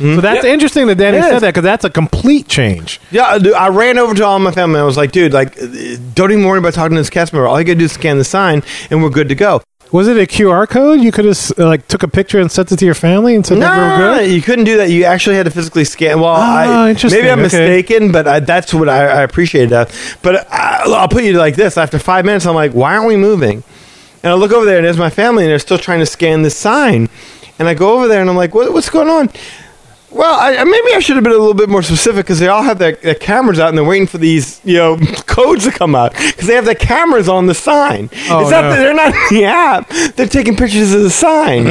B: So that's interesting that Danny
C: Mm-hmm. It
B: said
C: is.
B: that because that's a complete change.
C: Yeah, dude, I ran over to all my family. I was like, dude, like, uh, don't even worry about talking to this cast member. All you gotta do is scan the sign, and we're good to go.
B: Was it a QR code? You could have uh, like took a picture and sent it to your family and said that we were
C: No,
B: good.
C: you couldn't do that. You actually had to physically scan. Well,
B: Ah,
C: I,
B: interesting.
C: maybe I'm
B: Okay.
C: mistaken, but I, that's what I, I appreciate that. But I, I'll put you like this: after five minutes, I'm like, why aren't we moving? And I look over there, and there's my family, and they're still trying to scan this sign. And I go over there, and I'm like, what, what's going on? Well, I, I- maybe I should have been a little bit more specific because they all have their, their cameras out and they're waiting for these, you know, codes to come out because they have their cameras on the sign.
B: Oh,
C: it's not
B: no.
C: that they're not in the app; they're taking pictures of the sign.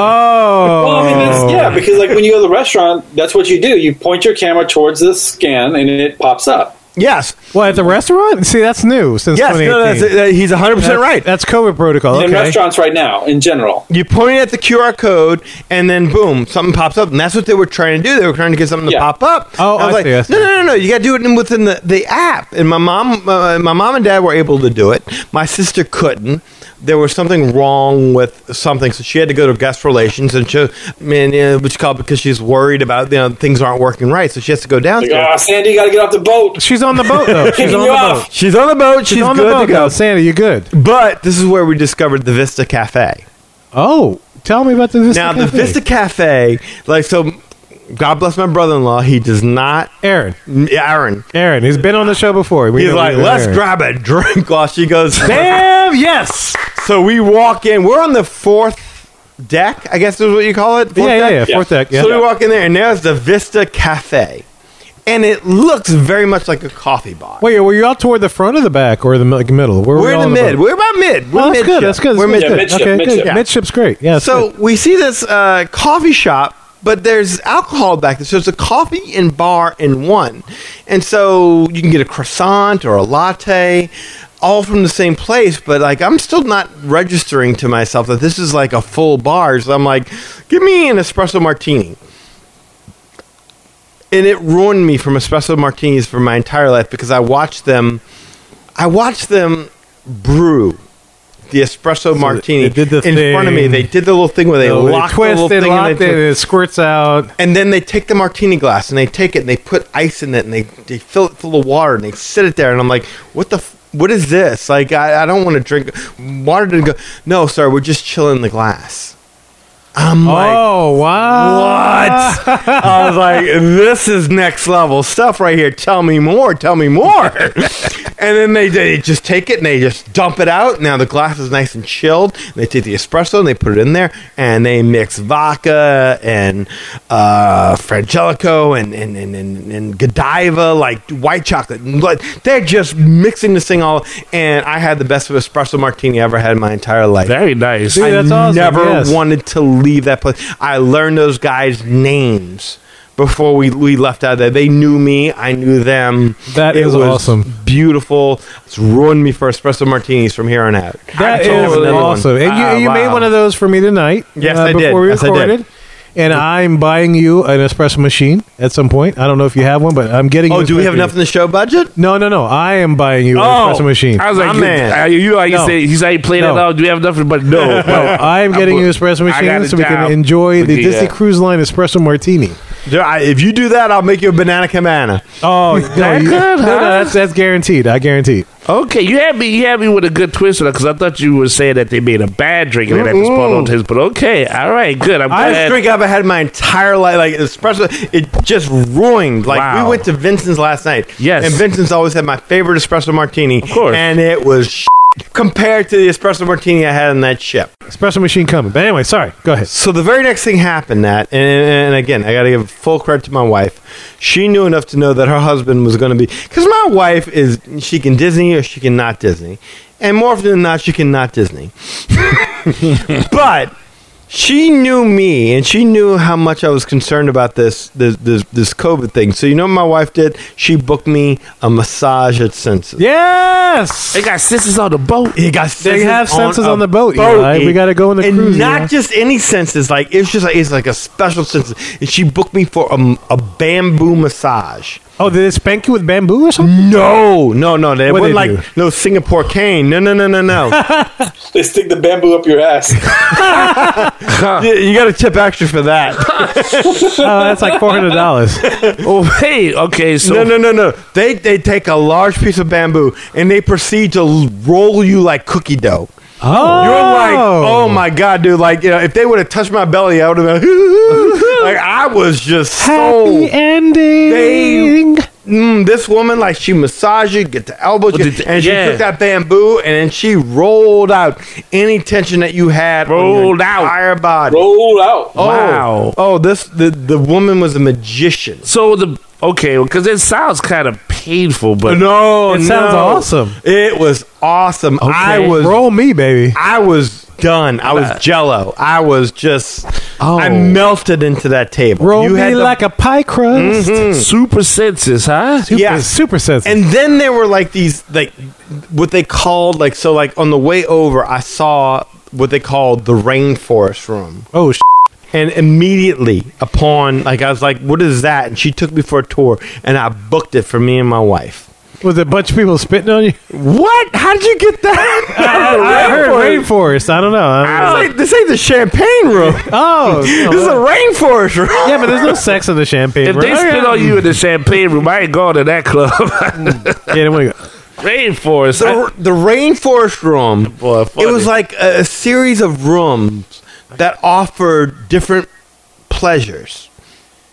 B: Oh,
F: Well, I mean, that's, yeah, because like when you go to the restaurant, that's what you do. You point your camera towards the scan, and it pops up.
C: yes,
B: what at the restaurant? See, that's new since
C: yes, no,
B: 2018.
C: that's, that, he's hundred percent
B: That's-
C: right.
B: That's COVID protocol.
F: In
B: Okay.
F: restaurants right now, in general,
C: you point at the QR code, and then boom, something pops up, and that's what they were trying to do. They were trying to get something
F: Yeah.
C: to pop up.
B: Oh,
C: was
B: I see, I see.
C: No, no, no, no! You got to do it in- within the, the app. And my mom, uh, my mom and dad were able to do it. My sister couldn't. There was something wrong with something, so she had to go to guest relations, and she, I mean, uh, which called because she's worried about you know things aren't working right, so she has to go
F: like,
C: downstairs.
F: ah, Sandy, you got to get off the boat.
B: She's on the boat though. She's
F: Kicking
B: on
F: you
B: the
F: off.
B: boat.
C: She's on the boat. She's,
B: She's on
C: good
B: the boat
C: to go.
B: though. Santa, you good?
C: But this is where we discovered the Vista Cafe.
B: Oh, tell me about the Vista.
C: now the
B: Cafe.
C: Vista Cafe, like so. God bless my brother-in-law. He does not,
B: Aaron.
C: Aaron.
B: Aaron, he's been on the show before. We
C: He's
B: know
C: like,
B: we know
C: let's
B: Aaron."
C: grab Oh, a drink while she goes.
B: Damn, yes.
C: so we walk in. We're on the fourth deck, I guess is what you call it. Fourth
B: yeah, yeah,
C: deck?
B: yeah. Fourth deck. Yeah.
C: So we walk in there, and there's the Vista Cafe, and it looks very much like a coffee bar.
B: Wait, were you out toward the front or the back or the mi- like, middle? Where
C: we're
B: we
C: in the
B: on
C: mid.
B: boat?
C: We're about mid. We're
B: Oh, that's good.
C: midship.
B: That's good.
C: We're
B: that's
C: midship.
B: good.
F: midship,
B: Okay,
F: midship.
B: good.
F: Yeah.
B: Midship's great. Yeah. it's
C: So
B: good.
C: we see this uh, coffee shop, but there's alcohol back there. So it's a coffee and bar in one. And so you can get a croissant or a latte, all from the same place. But like, I'm still not registering to myself that this is like a full bar. So I'm like, give me an espresso martini. And it ruined me from espresso martinis for my entire life because I watched them, I watched them brew the espresso martini
B: they did the
C: in front of me.
B: thing.
C: They did the little thing where they
B: So we
C: lock
B: twist
C: the little
B: it,
C: thing
B: lock
C: and,
B: it,
C: they
B: and it squirts out.
C: and then they take the martini glass and they take it and they put ice in it and they, they fill it full of water and they sit it there and I'm like, what the f- what is this? Like I, I don't want to drink water didn't go. No, sir, we're just chilling the glass. I'm like,
B: oh wow!
C: what? I was like, this is next level stuff right here. Tell me more. Tell me more. and then they, they just take it and they just dump it out. Now the glass is nice and chilled. They take the espresso and they put it in there and they mix vodka and uh, Frangelico and, and, and, and, and Godiva, like white chocolate. Like, they're just mixing this thing all. And I had the best of espresso martini I ever had in my entire life.
D: Very nice.
B: Dude, that's
C: I
B: awesome.
C: never
B: yes.
C: wanted to leave that place. I learned those guys' names before we, we left out of there. They knew me. I knew them.
B: That
C: It
B: is
C: was
B: awesome.
C: Beautiful. It's ruined me for espresso martinis from here on out.
B: That
C: I told
B: is
C: him another one.
B: awesome. And you,
D: Ah,
B: you made
D: wow.
B: one of those for me tonight. uh,
C: Yes, I did.
B: Before we
C: Yes, I did.
B: recorded. And I'm buying you an espresso machine at some point. I don't know if you have one, but I'm getting.
C: Oh,
B: you
C: do we
B: espresso
C: have enough in the show budget?
B: No, no, no. I am buying you an
C: Oh,
B: espresso machine.
D: I was like,
C: My
D: you,
C: man.
D: uh, you like
B: No.
D: you say, he's like playing
B: No.
D: it out. Do we have nothing but no?
B: No, I am getting you an espresso
D: I got
B: machine
D: it
B: so we can
D: down.
B: enjoy the
D: Yeah.
B: Disney
C: uh,
B: Cruise Line espresso martini.
C: Do I- if you do that, I'll make you a banana cabana.
B: Oh, no, you-
D: good,
B: no, no,
D: huh?
B: that's that's guaranteed. I guarantee.
D: Okay, you had me. You had me with a good twist because I thought you were saying that they made a bad drink and they had to spot on his. But okay, all right, good. I'm
C: I
D: glad.
C: drink I've had my entire life. Like espresso, it just ruined. Like
D: Wow.
C: we went to Vincent's last night.
D: Yes.
C: and Vincent's always had my favorite espresso martini. Of
D: course.
C: and it was shit compared to the espresso martini I had on that ship.
B: Espresso machine coming. But anyway, sorry. Go ahead.
C: So the very next thing happened that, and, and again, I got to give full credit to my wife. She knew enough to know that her husband was going to be because my wife is she can Disney or she can not Disney, and more often than not, she can not Disney. but she knew me, and she knew how much I was concerned about this this this, this COVID thing. So you know what my wife did? She booked me a massage at Senses.
B: Yes.
D: they got sisters on the boat.
C: He got senses
B: have senses
C: a
B: on the boat, Eli. We gotta go on the
C: and
B: cruise,
C: not
B: Eli.
C: just any senses. Like it's just like, it's like a special sense. And she booked me for a, a bamboo massage.
B: Oh, did it spank you with bamboo or something?
C: No, no, no. They
B: What'd
C: wasn't
B: they
C: like no Singapore cane. No, no, no, no, no.
F: They stick the bamboo up your ass.
C: you, you got to tip extra for that.
B: Oh, that's like four hundred dollars.
D: Oh, hey, okay, so
C: no, no, no, no. They they take a large piece of bamboo and they proceed to l- roll you like cookie dough.
B: Oh,
C: You're like, oh my god, dude! Like, you know, if they would have touched my belly, I would have been like, I was just so
B: Happy ending.
C: They- mm, this woman like she massaged you, get the elbows,
D: Well, did-
C: and she
D: yeah.
C: took that bamboo and then she rolled out any tension that you had. on your
D: Rolled out.
C: entire body.
F: Roll out.
C: Oh,
D: Wow.
C: Oh, this the the woman was a magician.
D: So the okay, because it sounds kind of painful, but
C: No,
B: It sounds
C: no.
B: awesome.
C: It was awesome. I
D: Okay.
C: was
B: Roll me, baby.
C: I was done. I was jello. I was just
D: Oh.
C: I melted into that table.
B: Roll me
C: the-
B: like a pie crust.
D: Mm-hmm. super senses, huh?
B: Super,
C: Yeah.
B: super sensitive.
C: and then there were like these like what they called like so like on the way over I saw what they called the rainforest room.
B: oh, sh-
C: And immediately upon like I was like, What is that? And she took me for a tour and I booked it for me and my wife.
B: was it a bunch of people spitting on you?
C: What? How did you get that?
B: I heard
C: Rainforest.
B: rainforest. I don't know. I
C: This ain't- this ain't the champagne room.
B: oh, no.
C: This is a rainforest room.
B: yeah, but there's no sex in the champagne.
D: If they
B: room.
D: spit on you in the champagne room, I ain't going to that club.
B: yeah, they wouldn't go-
D: Rainforest. I-
C: the, the rainforest room
D: Boy,
C: it was
D: funny.
C: like a, a series of rooms that offered different pleasures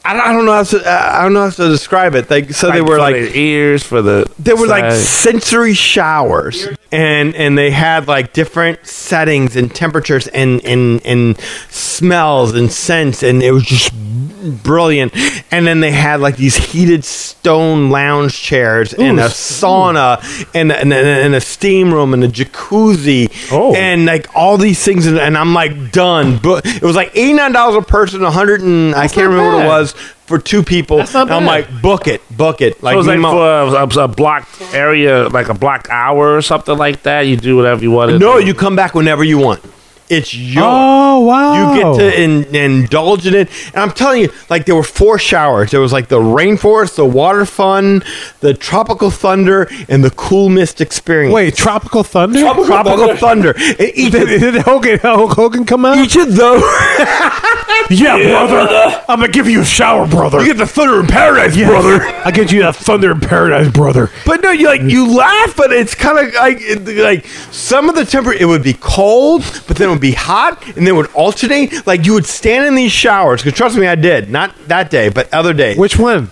C: I don't, I don't know how to I don't know how to describe it. Like so, they
D: Like,
C: were
D: for
C: like
D: the ears for the
C: they were like
D: side.
C: sensory showers, and and they had like different settings and temperatures and and and smells and scents, and it was just brilliant. And then they had like these heated stone lounge chairs and a sauna and and, and, and a steam room and a jacuzzi
B: Oh.
C: and like all these things. And, and I'm like done. But it was like eighty nine dollars a person, a hundred and I can't
B: not
C: remember what
B: bad.
C: it was. For two people,
B: That's not
C: And I'm
B: bad.
C: like, book it, book it. Like,
D: it was
C: me
D: like
C: and my-
D: for a, a, a block area, like a block hour or something like that. You do whatever you want. to
C: No,
D: do.
C: you come back whenever you want. It's your.
B: Oh wow!
C: You get to in, indulge in it. And I'm telling you, like, there were four showers. There was, like, the rainforest, the water fun, the tropical thunder, and the cool mist experience.
B: wait. Tropical thunder.
C: tropical thunder. And each,
B: did, did Hogan, Hulk Hogan come out?
C: each of those.
B: yeah, brother. I'm gonna give you a shower, brother.
C: get the thunder in paradise, brother.
B: I'll get you that thunder in paradise, brother.
C: But no, you like you laugh, but it's kind of like it- like some of the temper. It would be cold, but then it would be hot, and then it would alternate. Like you would stand in these showers. Because trust me, I did not that day, but other day.
B: Which one?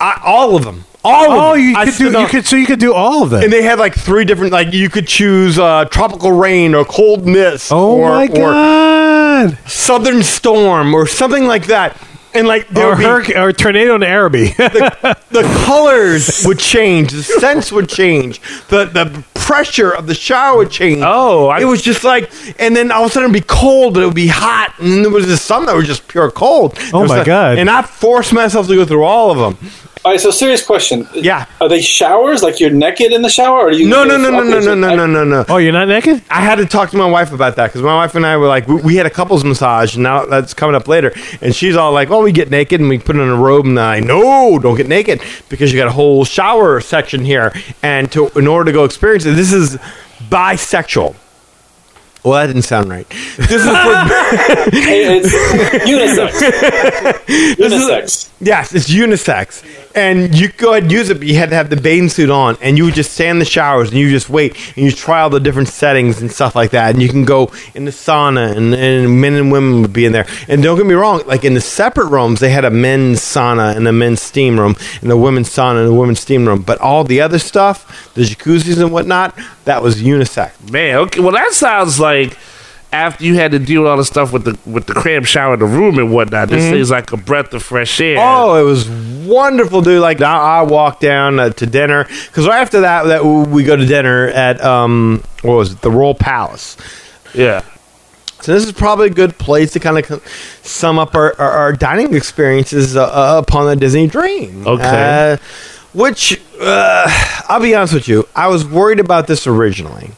C: I, all of them. All of
B: Oh,
C: them.
B: you
C: I
B: could
C: stood
B: do. You
C: up.
B: could so you could do all of them.
C: And they had like three different. Like you could choose uh, tropical rain or cold mist.
B: oh
C: or,
B: my
C: or
B: god!
C: southern storm or something like that. And like there
B: Or,
C: would be-
B: hurricane, or tornado in Araby.
C: the colors would change, the scents would change, the the pressure of the shower would change.
D: Oh, I-
C: it was just like, and then all of a sudden it'd be cold, but it would be hot, and then there was this sun that was just pure cold.
B: Oh
C: It was
B: my
C: like-
B: God.
C: And I forced myself to go through all of them.
F: All right, so serious question.
C: Yeah.
F: Are they showers? Like you're naked in the shower? Or are you
C: No, no, no, no, no, no, no, no, no, no.
B: oh, you're not naked?
C: I had to talk to my wife about that because my wife and I were like, we, we had a couples massage, and now that's coming up later. And she's all like, "Well, we get naked and we put on a robe." And I, no, don't get naked because you got a whole shower section here, and to in order to go experience it, this is bisexual. Well, that didn't sound right. This is for,
F: It's unisex. unisex.
C: yes, it's unisex, and you go ahead and use it, but you had to have the bathing suit on, and you would just stand in the showers and you just wait and you try all the different settings and stuff like that, and you can go in the sauna and, and men and women would be in there. And don't get me wrong, like in the separate rooms, they had a men's sauna and a men's steam room and a women's sauna and a women's steam room, but all the other stuff, the jacuzzis and whatnot, that was unisex.
D: man. Okay, well that sounds like after you had to deal with all the stuff with the with the cram shower in the room and whatnot. This thing's like a breath of fresh air.
C: Oh, it was wonderful, dude. Like I, I walked down uh, to dinner because right after that, that we go to dinner at um, what was it, the Royal Palace.
D: yeah.
C: So this is probably a good place to kind of sum up our, our, our dining experiences uh, uh, upon the Disney Dream.
D: Okay.
C: Uh, which uh, I'll be honest with you, I was worried about this originally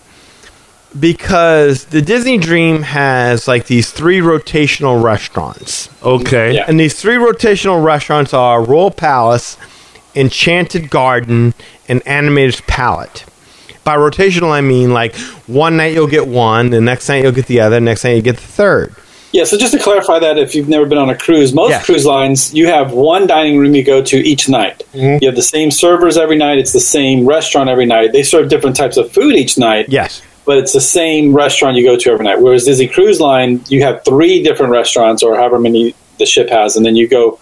C: because the Disney Dream has like these three rotational restaurants.
D: Okay.
F: Yeah.
C: And these three rotational restaurants are Royal Palace, Enchanted Garden, and Animator's Palette. By rotational, I mean like one night you'll get one, the next night you'll get the other, next night you get the third.
F: Yeah, so just to clarify that, if you've never been on a cruise, most
C: Yeah.
F: cruise lines, you have one dining room you go to each night. You have the same servers every night, it's the same restaurant every night. They serve different types of food each night,
C: Yes.
F: but it's the same restaurant you go to every night. Whereas Disney Cruise Line, you have three different restaurants or however many the ship has, and then you go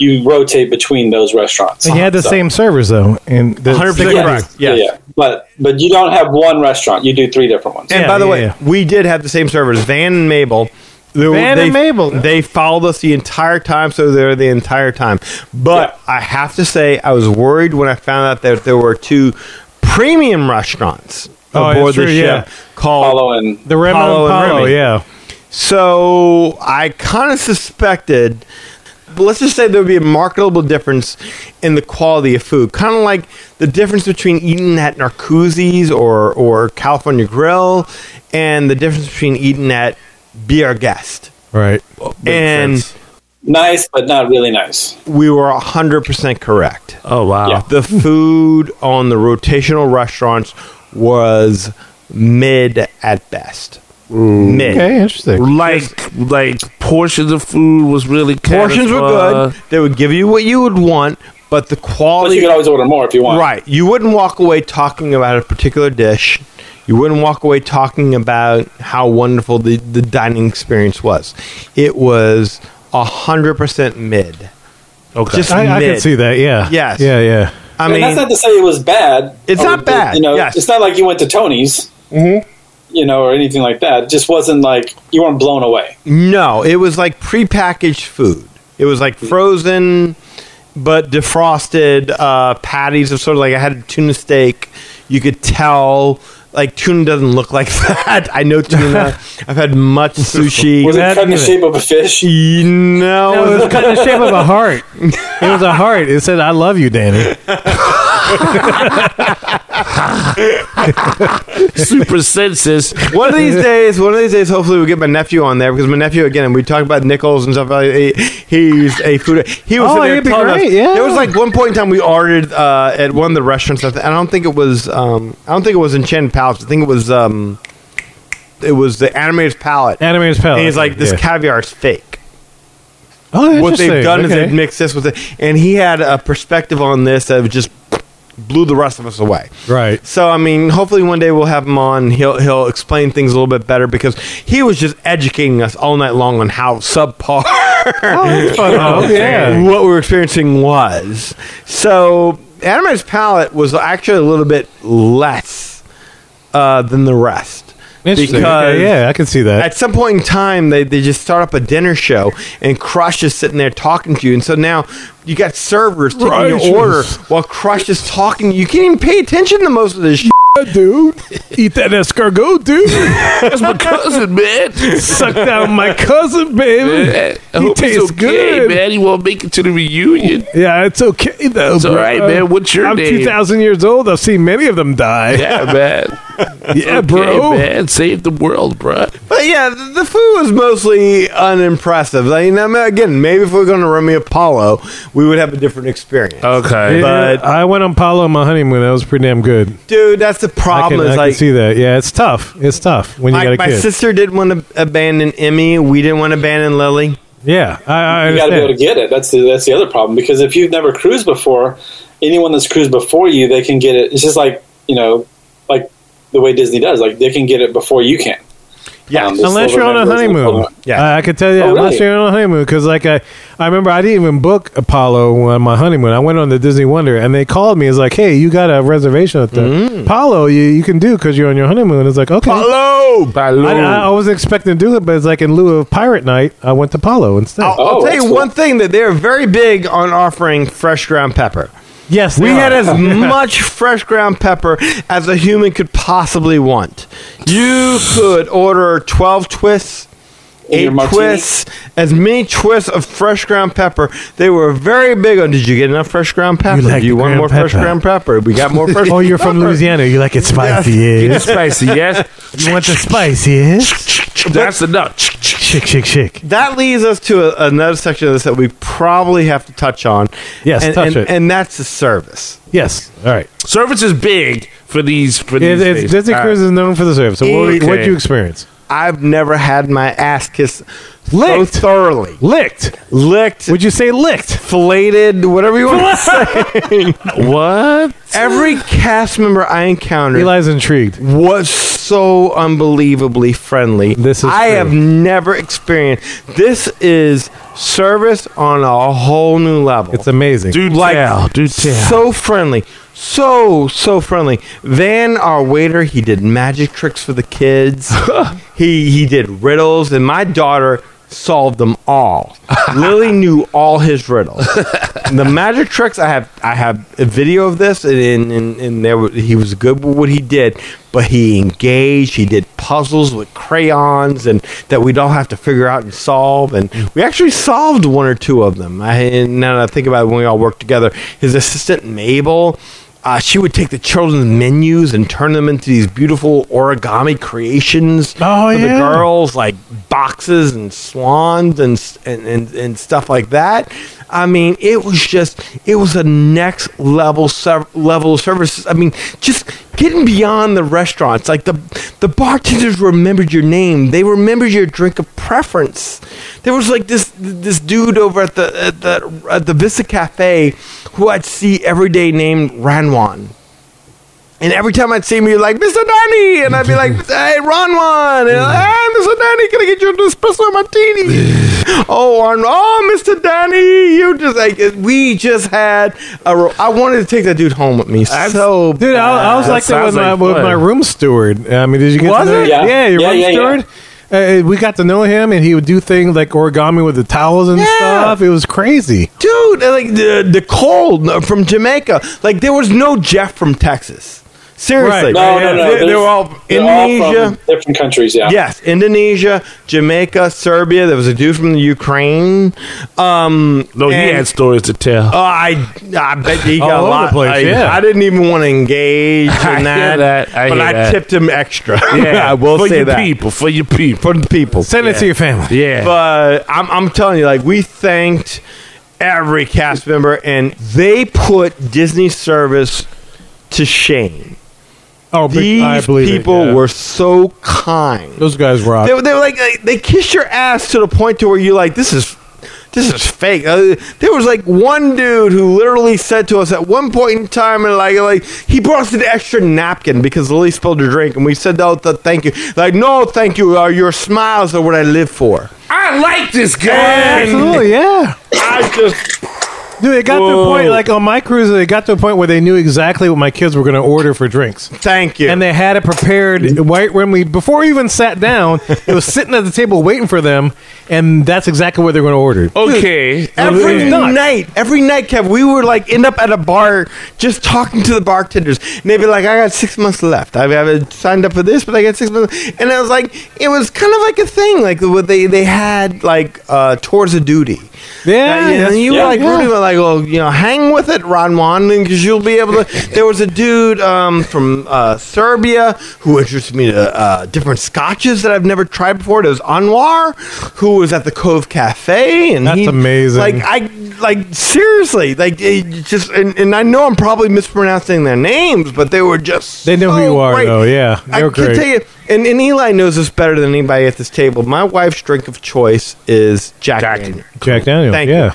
F: you rotate between those restaurants.
B: And you had the
F: So-
B: same servers though, and the
C: 100%
F: Yeah,
C: correct.
F: yeah,
C: Yes.
F: yeah. But but you don't have one restaurant. You do three different ones.
C: And
B: Yeah,
C: by the
B: yeah,
C: way,
B: yeah.
C: we did have the same servers, Van and Mabel. They-
B: Van and
C: they-
B: Mabel.
C: They followed us the entire time, so they're the entire time. But I have to say, I was worried when I found out that there were two premium restaurants
B: Oh,
C: aboard
B: that's
C: the
B: true,
C: ship
B: yeah.
C: called.
F: Follow and
B: the Remo
C: Paulo
B: and
C: and
B: Paulo,
C: Remy.
B: yeah.
C: So I kind of suspected. But let's just say there would be a marketable difference in the quality of food, kind of like the difference between eating at Narcoozies or or California Grill, and the difference between eating at Be Our Guest.
B: Right.
C: and
F: nice, but not really nice.
C: we were hundred percent correct.
D: Oh wow.
F: Yeah.
C: The food on the rotational restaurants was mid at best. Mid.
B: Okay, interesting.
D: Like like portions of food was really
C: Portions were
D: catered
C: good.
D: for-
C: They would give you what you would want, but the
F: But you
C: quality.
F: can always order more if you want.
C: Right. You wouldn't walk away talking about a particular dish. You wouldn't walk away talking about how wonderful the, the dining experience was. It was 100% mid.
D: Okay.
C: Just
B: I, I can
C: mid.
B: see that. Yeah.
C: Yes.
B: Yeah. Yeah.
C: I
F: And
C: mean,
F: that's not to say it was bad.
C: It's
F: or
C: not
F: that,
C: bad,
F: You know,
C: yes. Mm-hmm.
F: it's not like you went to Tony's. You know, or anything like that. It just wasn't like you weren't blown away.
C: No, it was like prepackaged food. It was like frozen, but defrosted uh, patties of sort of like I had a tuna steak. You could tell like tuna doesn't look like that. I know tuna. I've had much sushi.
F: Was
B: That-
F: it cut in the shape of a fish?
C: You know,
B: No, it was cut in the shape of a heart. It was a heart. It said, "I love you, Danny."
D: super senses.
C: one of these days, one of these days, hopefully we'll get my nephew on there because my nephew again, we talked about nickels and stuff. Like he, he's a food. He was
B: Oh,
C: sitting there
B: he'd be
C: telling us-
B: great, yeah.
C: There was like one point in time we ordered uh, at one of the restaurants. I, th- I don't think it was. Um, I don't think it was Enchanted Palace. I think it was. Um, it was the animator's palette.
B: Animator's palette.
C: And he's like, this
B: Oh, Yeah.
C: caviar is fake.
B: oh,
C: What
B: interesting.
C: they've done is
B: Okay.
C: they've mixed this with it, and he had a perspective on this that just blew the rest of us away.
B: right.
C: So I mean, hopefully one day we'll have him on. He'll he'll explain things a little bit better because he was just educating us all night long on how subpar
B: Oh, yeah.
C: what we were experiencing was. So Animator's palette was actually a little bit less uh, than the rest.
B: Interesting.
C: Because-
B: okay, yeah, I can see that.
C: At some point in time, they, they just start up a dinner show, and Crush is sitting there talking to you. And so now you got servers taking
B: Righteous.
C: your order while Crush is talking. You can't even pay attention to most of this shit.
B: dude, eat that escargot, dude.
D: That's my cousin, man.
B: Suck down my cousin,
D: I
B: baby.
D: hope he's okay, man. He won't make it to the reunion.
B: Yeah, it's okay though. It's
D: all right, man. What's your
B: I'm
D: name?
B: 2,000 years old. I've seen many of them die. Yeah,
D: Yeah, man.
B: bro.
D: Okay, man. Save the world, bro.
C: But yeah, the, the food was mostly unimpressive. Like, you know, I mean, again, maybe if we are going to Remy Apollo, we would have a different experience.
D: Okay.
B: Yeah,
C: But-
B: I went on Paulo on my honeymoon. That was pretty damn good.
C: Dude, that's the
B: I can,
C: problem.
B: I
C: is
B: can
C: like
B: see that. Yeah, it's tough. It's tough when you
C: my,
B: got a
C: my
B: kid.
C: sister didn't want to abandon Emmy. We didn't want to abandon Lily.
B: yeah, I, I
F: you got
B: understand.
F: to be able to get it. That's the that's the other problem because if you've never cruised before, anyone that's cruised before you, they can get it. It's just like you know, like the way Disney does. Like they can get it before you can.
C: Yeah,
F: Um, this
B: unless
F: little
B: you're on a
F: members-
B: honeymoon.
C: Yeah.
B: I, I could tell you,
F: Oh,
B: unless
F: really?
B: you're on a honeymoon, because like I, I remember I didn't even book Apollo on my honeymoon. I went on the Disney Wonder, and they called me. It's like, hey, you got a reservation at the Apollo? You you can do because you're on your honeymoon. It's like, okay.
F: Oh,
C: Apollo.
B: I, I, I wasn't expecting to do it, but it's like in lieu of Pirate Night, I went to Apollo instead.
C: I'll, I'll
F: Oh,
C: tell you
F: that's cool.
C: one thing that they're very big on offering fresh ground pepper.
B: yes,
C: We had as much fresh ground pepper as a human could possibly want. You could order 12 twists,
F: In your
C: 8
F: martini?
C: twists, as many twists of fresh ground pepper. They were very big on did you get enough fresh ground pepper?
B: like
C: Do you
B: the
C: want
B: ground
C: more fresh
B: pepper?
C: ground pepper? We got more fresh
B: Oh, you're from
C: pepper.
B: Louisiana. You like it spicy, yes?
D: spicy, yes.
B: You want the spice, yes?
D: That's enough.
B: Shake, shake, shake.
C: That leads us to a, another section of this that we probably have to touch on.
B: Yes,
C: and,
B: touch
C: and,
B: it.
C: And that's the service.
B: Yes. All right.
D: Service is big for these. For
B: It,
D: these
B: it's,
D: things.
B: Disney
D: All right.
B: Cruise is known for the service. So what
D: Okay.
B: what'd you experience?
C: I've never had my ass kissed so
B: Licked.
C: thoroughly.
B: Licked.
C: Licked.
B: Would you say licked?
C: filleted, whatever you want to say.
D: What?
C: Every cast member I encountered
B: Eli's intrigued.
C: was so unbelievably friendly.
B: This is
C: I
B: true.
C: have never experienced. This is service on a whole new level.
B: It's amazing.
D: Do
C: Like,
D: tell. Do tell.
C: so friendly. So, so friendly. Van, our waiter, he did magic tricks for the kids. he he did riddles, and my daughter solved them all. Lily knew all his riddles. the magic tricks, I have I have a video of this, and and, and, and there were, he was good with what he did, but he engaged. He did puzzles with crayons, and that we'd all have to figure out and solve. And we actually solved one or two of them. I, and now that I think about it, when we all worked together, his assistant Mabel uh, she would take the children's menus and turn them into these beautiful origami creations
B: Oh,
C: for
B: yeah.
C: the girls, like boxes and swans and, s- and and and stuff like that. I mean, it was just it was a next level serv- level of services. I mean, just getting beyond the restaurants. Like the the bartenders remembered your name. They remembered your drink of preference. There was like this this dude over at the at the at the Vista Cafe who I'd see every day named Ranwan. And every time I'd see him, he'd be like, Mr. Danny! And I'd be like, hey, Ranwan! And like, hey, Mr. Danny, can I get you an espresso martini? oh, Ron, oh, Mr. Danny! You just, like, we just had a, ro- I wanted to take that dude home with me. so,
B: Dude, I, I was
D: That
B: like that with
D: sounds
B: my
D: like
B: with
D: fun.
B: my room steward. I mean, did you get
D: Was
B: to know
D: it?
B: Yeah,
F: Yeah.
B: your
F: Yeah,
B: room
F: yeah,
B: steward. Uh, we got to know him, and he would do things like origami with the towels and
C: Yeah.
B: stuff. It was crazy.
C: dude, and, like, the, the cold from Jamaica. Like, there was no Jeff from Texas. Seriously.
B: Right.
F: No, no, no.
C: They, they
F: there's-
C: were all
F: they're all
C: Indonesia.
F: from different countries. Yeah.
C: Yes, Indonesia, Jamaica, Serbia. There was a dude from the Ukraine. Um,
D: no, he
C: and-
D: had stories to tell.
C: Oh, I I bet he
B: All
C: got a
B: over
C: lot.
B: the place,
C: I,
B: yeah.
C: I didn't even want to engage in
D: I
C: that,
D: hear that. I
C: but
D: hear
C: I
D: that.
C: tipped him extra.
D: yeah,
C: I will
D: for
C: say
D: your
C: that
D: people, for your people.
C: for the people.
B: Send it to your family.
D: Yeah,
C: But I'm I'm telling you, like we thanked every cast member, and they put Disney service to shame.
B: Oh, but I
C: These
B: believe it,
C: people
B: yeah.
C: were so kind.
B: those guys rock.
C: They, were- they were like they, they kiss your ass to the point to where you're like, this is this is fake. Uh, there was like one dude who literally said to us at one point in time, and like like he brought us an extra napkin because Lily spilled her drink, and we said, "Oh, th- thank you." Like, no, thank you. Uh, your smiles are what I live for.
D: I like this guy.
B: Absolutely, yeah.
C: I just
B: Dude, it got to a
D: Whoa.
B: point like on my cruise, it got to a point where they knew exactly what my kids were going to order for drinks.
C: thank you.
B: and they had it prepared right when we before we even sat down. it was sitting at the table waiting for them, and that's exactly what they're going to order.
C: Oh.
D: Okay,
C: Every
B: It's nuts.
C: night, every night, Kev, we would like end up at a bar just talking to the bartenders, and they'd be like, "I got six months left. I haven't signed up for this, but I got six months." And I was like, it was kind of like a thing, like what they they had like uh, tours of duty.
B: Yeah,
C: Uh, you know,
B: that's-
C: and you
F: yeah,
C: were like
B: yeah.
C: really were like, "Oh, you know, hang with it, Ron Juan, because you'll be able to." There was a dude um, from uh, Serbia who introduced me to uh, different scotches that I've never tried before. There was Anwar, who was at the Cove Cafe, and
B: That's
C: he-
B: amazing.
C: Like I like seriously, like it just and, and I know I'm probably mispronouncing their names, but they were just
B: They know who
C: so
B: you are,
C: great.
B: though. Yeah,
C: Oh, I
B: they're
C: can
B: great.
C: tell you, and, and Eli knows this better than anybody at this table. My wife's drink of choice is Jack,
D: Jack.
C: Daniel.
B: Jack Daniel.
C: Thank
B: yeah.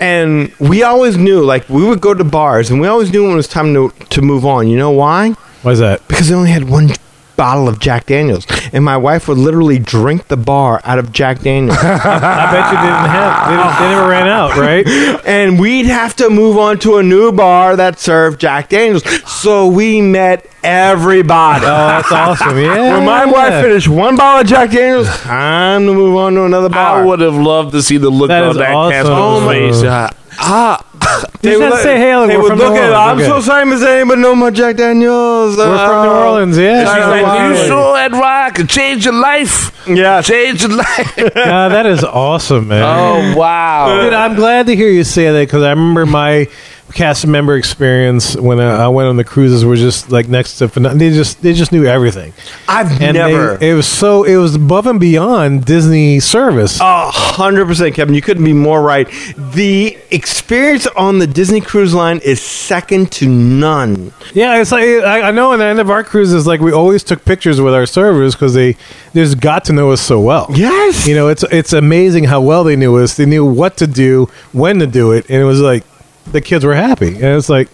C: And we always knew, like we would go to bars, and we always knew when it was time to to move on. You know why?
B: Why's that?
C: because they only had one bottle of Jack Daniels, and my wife would literally drink the bar out of Jack Daniels.
B: I bet you didn't have. They, didn't, they never ran out, right?
C: and we'd have to move on to a new bar that served Jack Daniels. So we met everybody.
B: Oh, that's awesome. Yeah.
C: when my wife finished one bottle of Jack Daniels, time to move on to another bar.
D: I would have loved to see the look
B: That is
D: on that
B: awesome.
D: cast
B: Oh,
D: member's
B: my-
D: face. Uh,
B: Just
C: would
B: gotta
C: look-
B: say, hey, look,
C: they
B: we're
C: would
B: from
C: look
B: New
C: at,
B: Orleans.
C: I'm
B: Okay.
C: so sorry, Miss Annie, but no more Jack Daniels.
B: We're from New
C: Uh,
B: Orleans.
D: She's
C: I
B: Yeah.
C: don't know
D: like,
C: why.
D: you sure that rock could change your life?
C: Yeah.
D: Change your life.
B: Nah, that is awesome, man.
D: oh, wow.
B: Dude, I'm glad to hear you say that because I remember my cast member experience when uh, I, I went on the cruises were just like next to phenom- they just they just knew everything
C: I've
B: and they-
C: never.
B: it was so it was above and beyond Disney service
C: A hundred percent, Kevin. You couldn't be more right. The experience on the Disney Cruise Line is second to none.
B: Yeah, it's like I, I know. In the end of our cruises, like we always took pictures with our servers because they, they just got to know us so well.
C: Yes.
B: you know it's it's amazing how well they knew us. They knew what to do, when to do it, and it was like the kids were happy, and it's like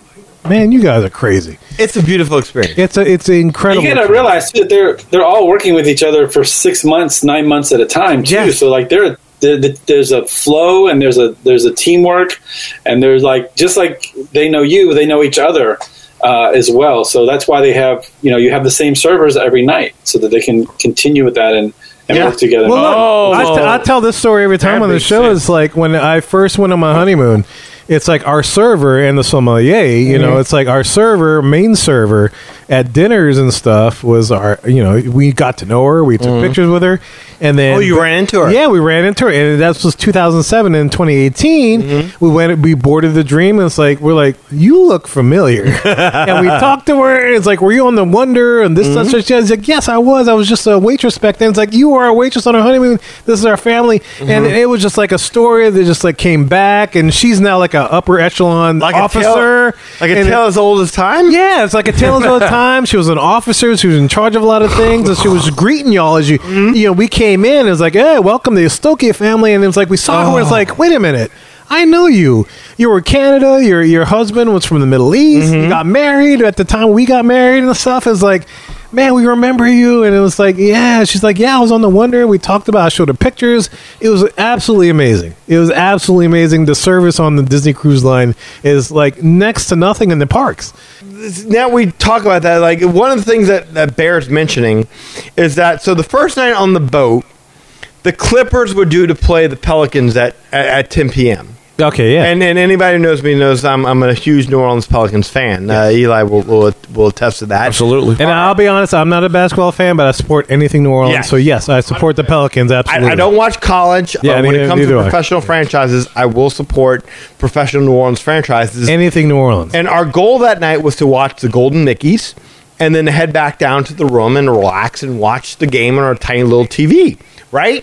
B: Man, you guys are crazy.
C: It's a beautiful experience.
B: It's a it's incredible.
F: You gotta realize too, that they're they're all working with each other for six months, nine months at a time too.
C: Yes.
F: So like there, there- there's a flow and there's a there's a teamwork, and there's like just like they know you, they know each other uh, as well. So that's why they have you know you have the same servers every night so that they can continue with that and, and work together.
B: Well, look,
D: Oh.
B: I, t- I tell this story every time
D: That
B: on the
D: makes
B: show.
D: sense.
B: It's like when I first went on my honeymoon. It's like our server and the sommelier. You know, it's like our server, main server, at dinners and stuff was our. You know, we got to know her. We took pictures with her, and then
C: Oh, you ran into her?
B: Yeah, we ran into her, and that was 2007. And in 2018,
C: Mm-hmm.
B: we went. We boarded the Dream, and it's like we're like, you look familiar, and we talked to her. And it's like, were you on the Wonder and this
C: Mm-hmm.
B: such such? such? She's like, yes, I was. I was just a waitress back then. It's like you are a waitress on our honeymoon. This is our family, and
C: Mm-hmm.
B: it was just like a story that just like came back, and she's now like a upper echelon
C: Like a tale-
B: officer.
C: Like a
B: and-
C: tale as old as time.
B: yeah, it's like a tale as old as time. She was an officer. She was in charge of a lot of things, and she was greeting y'all as you, you know, we came in. It was like, hey, welcome to the Estokia family, and it was like we saw her. It's like, wait a minute, I know you. You were Canada. Your your husband was from the Middle East. You got married at the time we got married and stuff. It's like. Man, we remember you, and it was like, yeah. She's like, yeah, I was on the Wonder. We talked about. I showed her pictures. It was absolutely amazing. It was absolutely amazing. The service on the Disney Cruise Line is like next to nothing in the parks.
C: now we talk about that. Like one of the things that that bears mentioning is that so the first night on the boat, the Clippers were due to play the Pelicans at at, at 10 p.m.
B: Okay, yeah.
C: And and anybody who knows me knows I'm I'm a huge New Orleans Pelicans fan. Uh, Eli will, will will attest to that.
G: Absolutely.
B: And I'll be honest, I'm not a basketball fan, but I support anything New Orleans.
C: Yes.
B: So yes, I support the Pelicans. Absolutely.
C: I, I don't watch college.
B: Yeah,
C: uh, when
B: neither-
C: it comes
B: neither do
C: to
B: I.
C: professional franchises, I will support professional New Orleans franchises.
B: anything New Orleans.
C: And our goal that night was to watch the Golden Mickeys and then head back down to the room and relax and watch the game on our tiny little TV, right?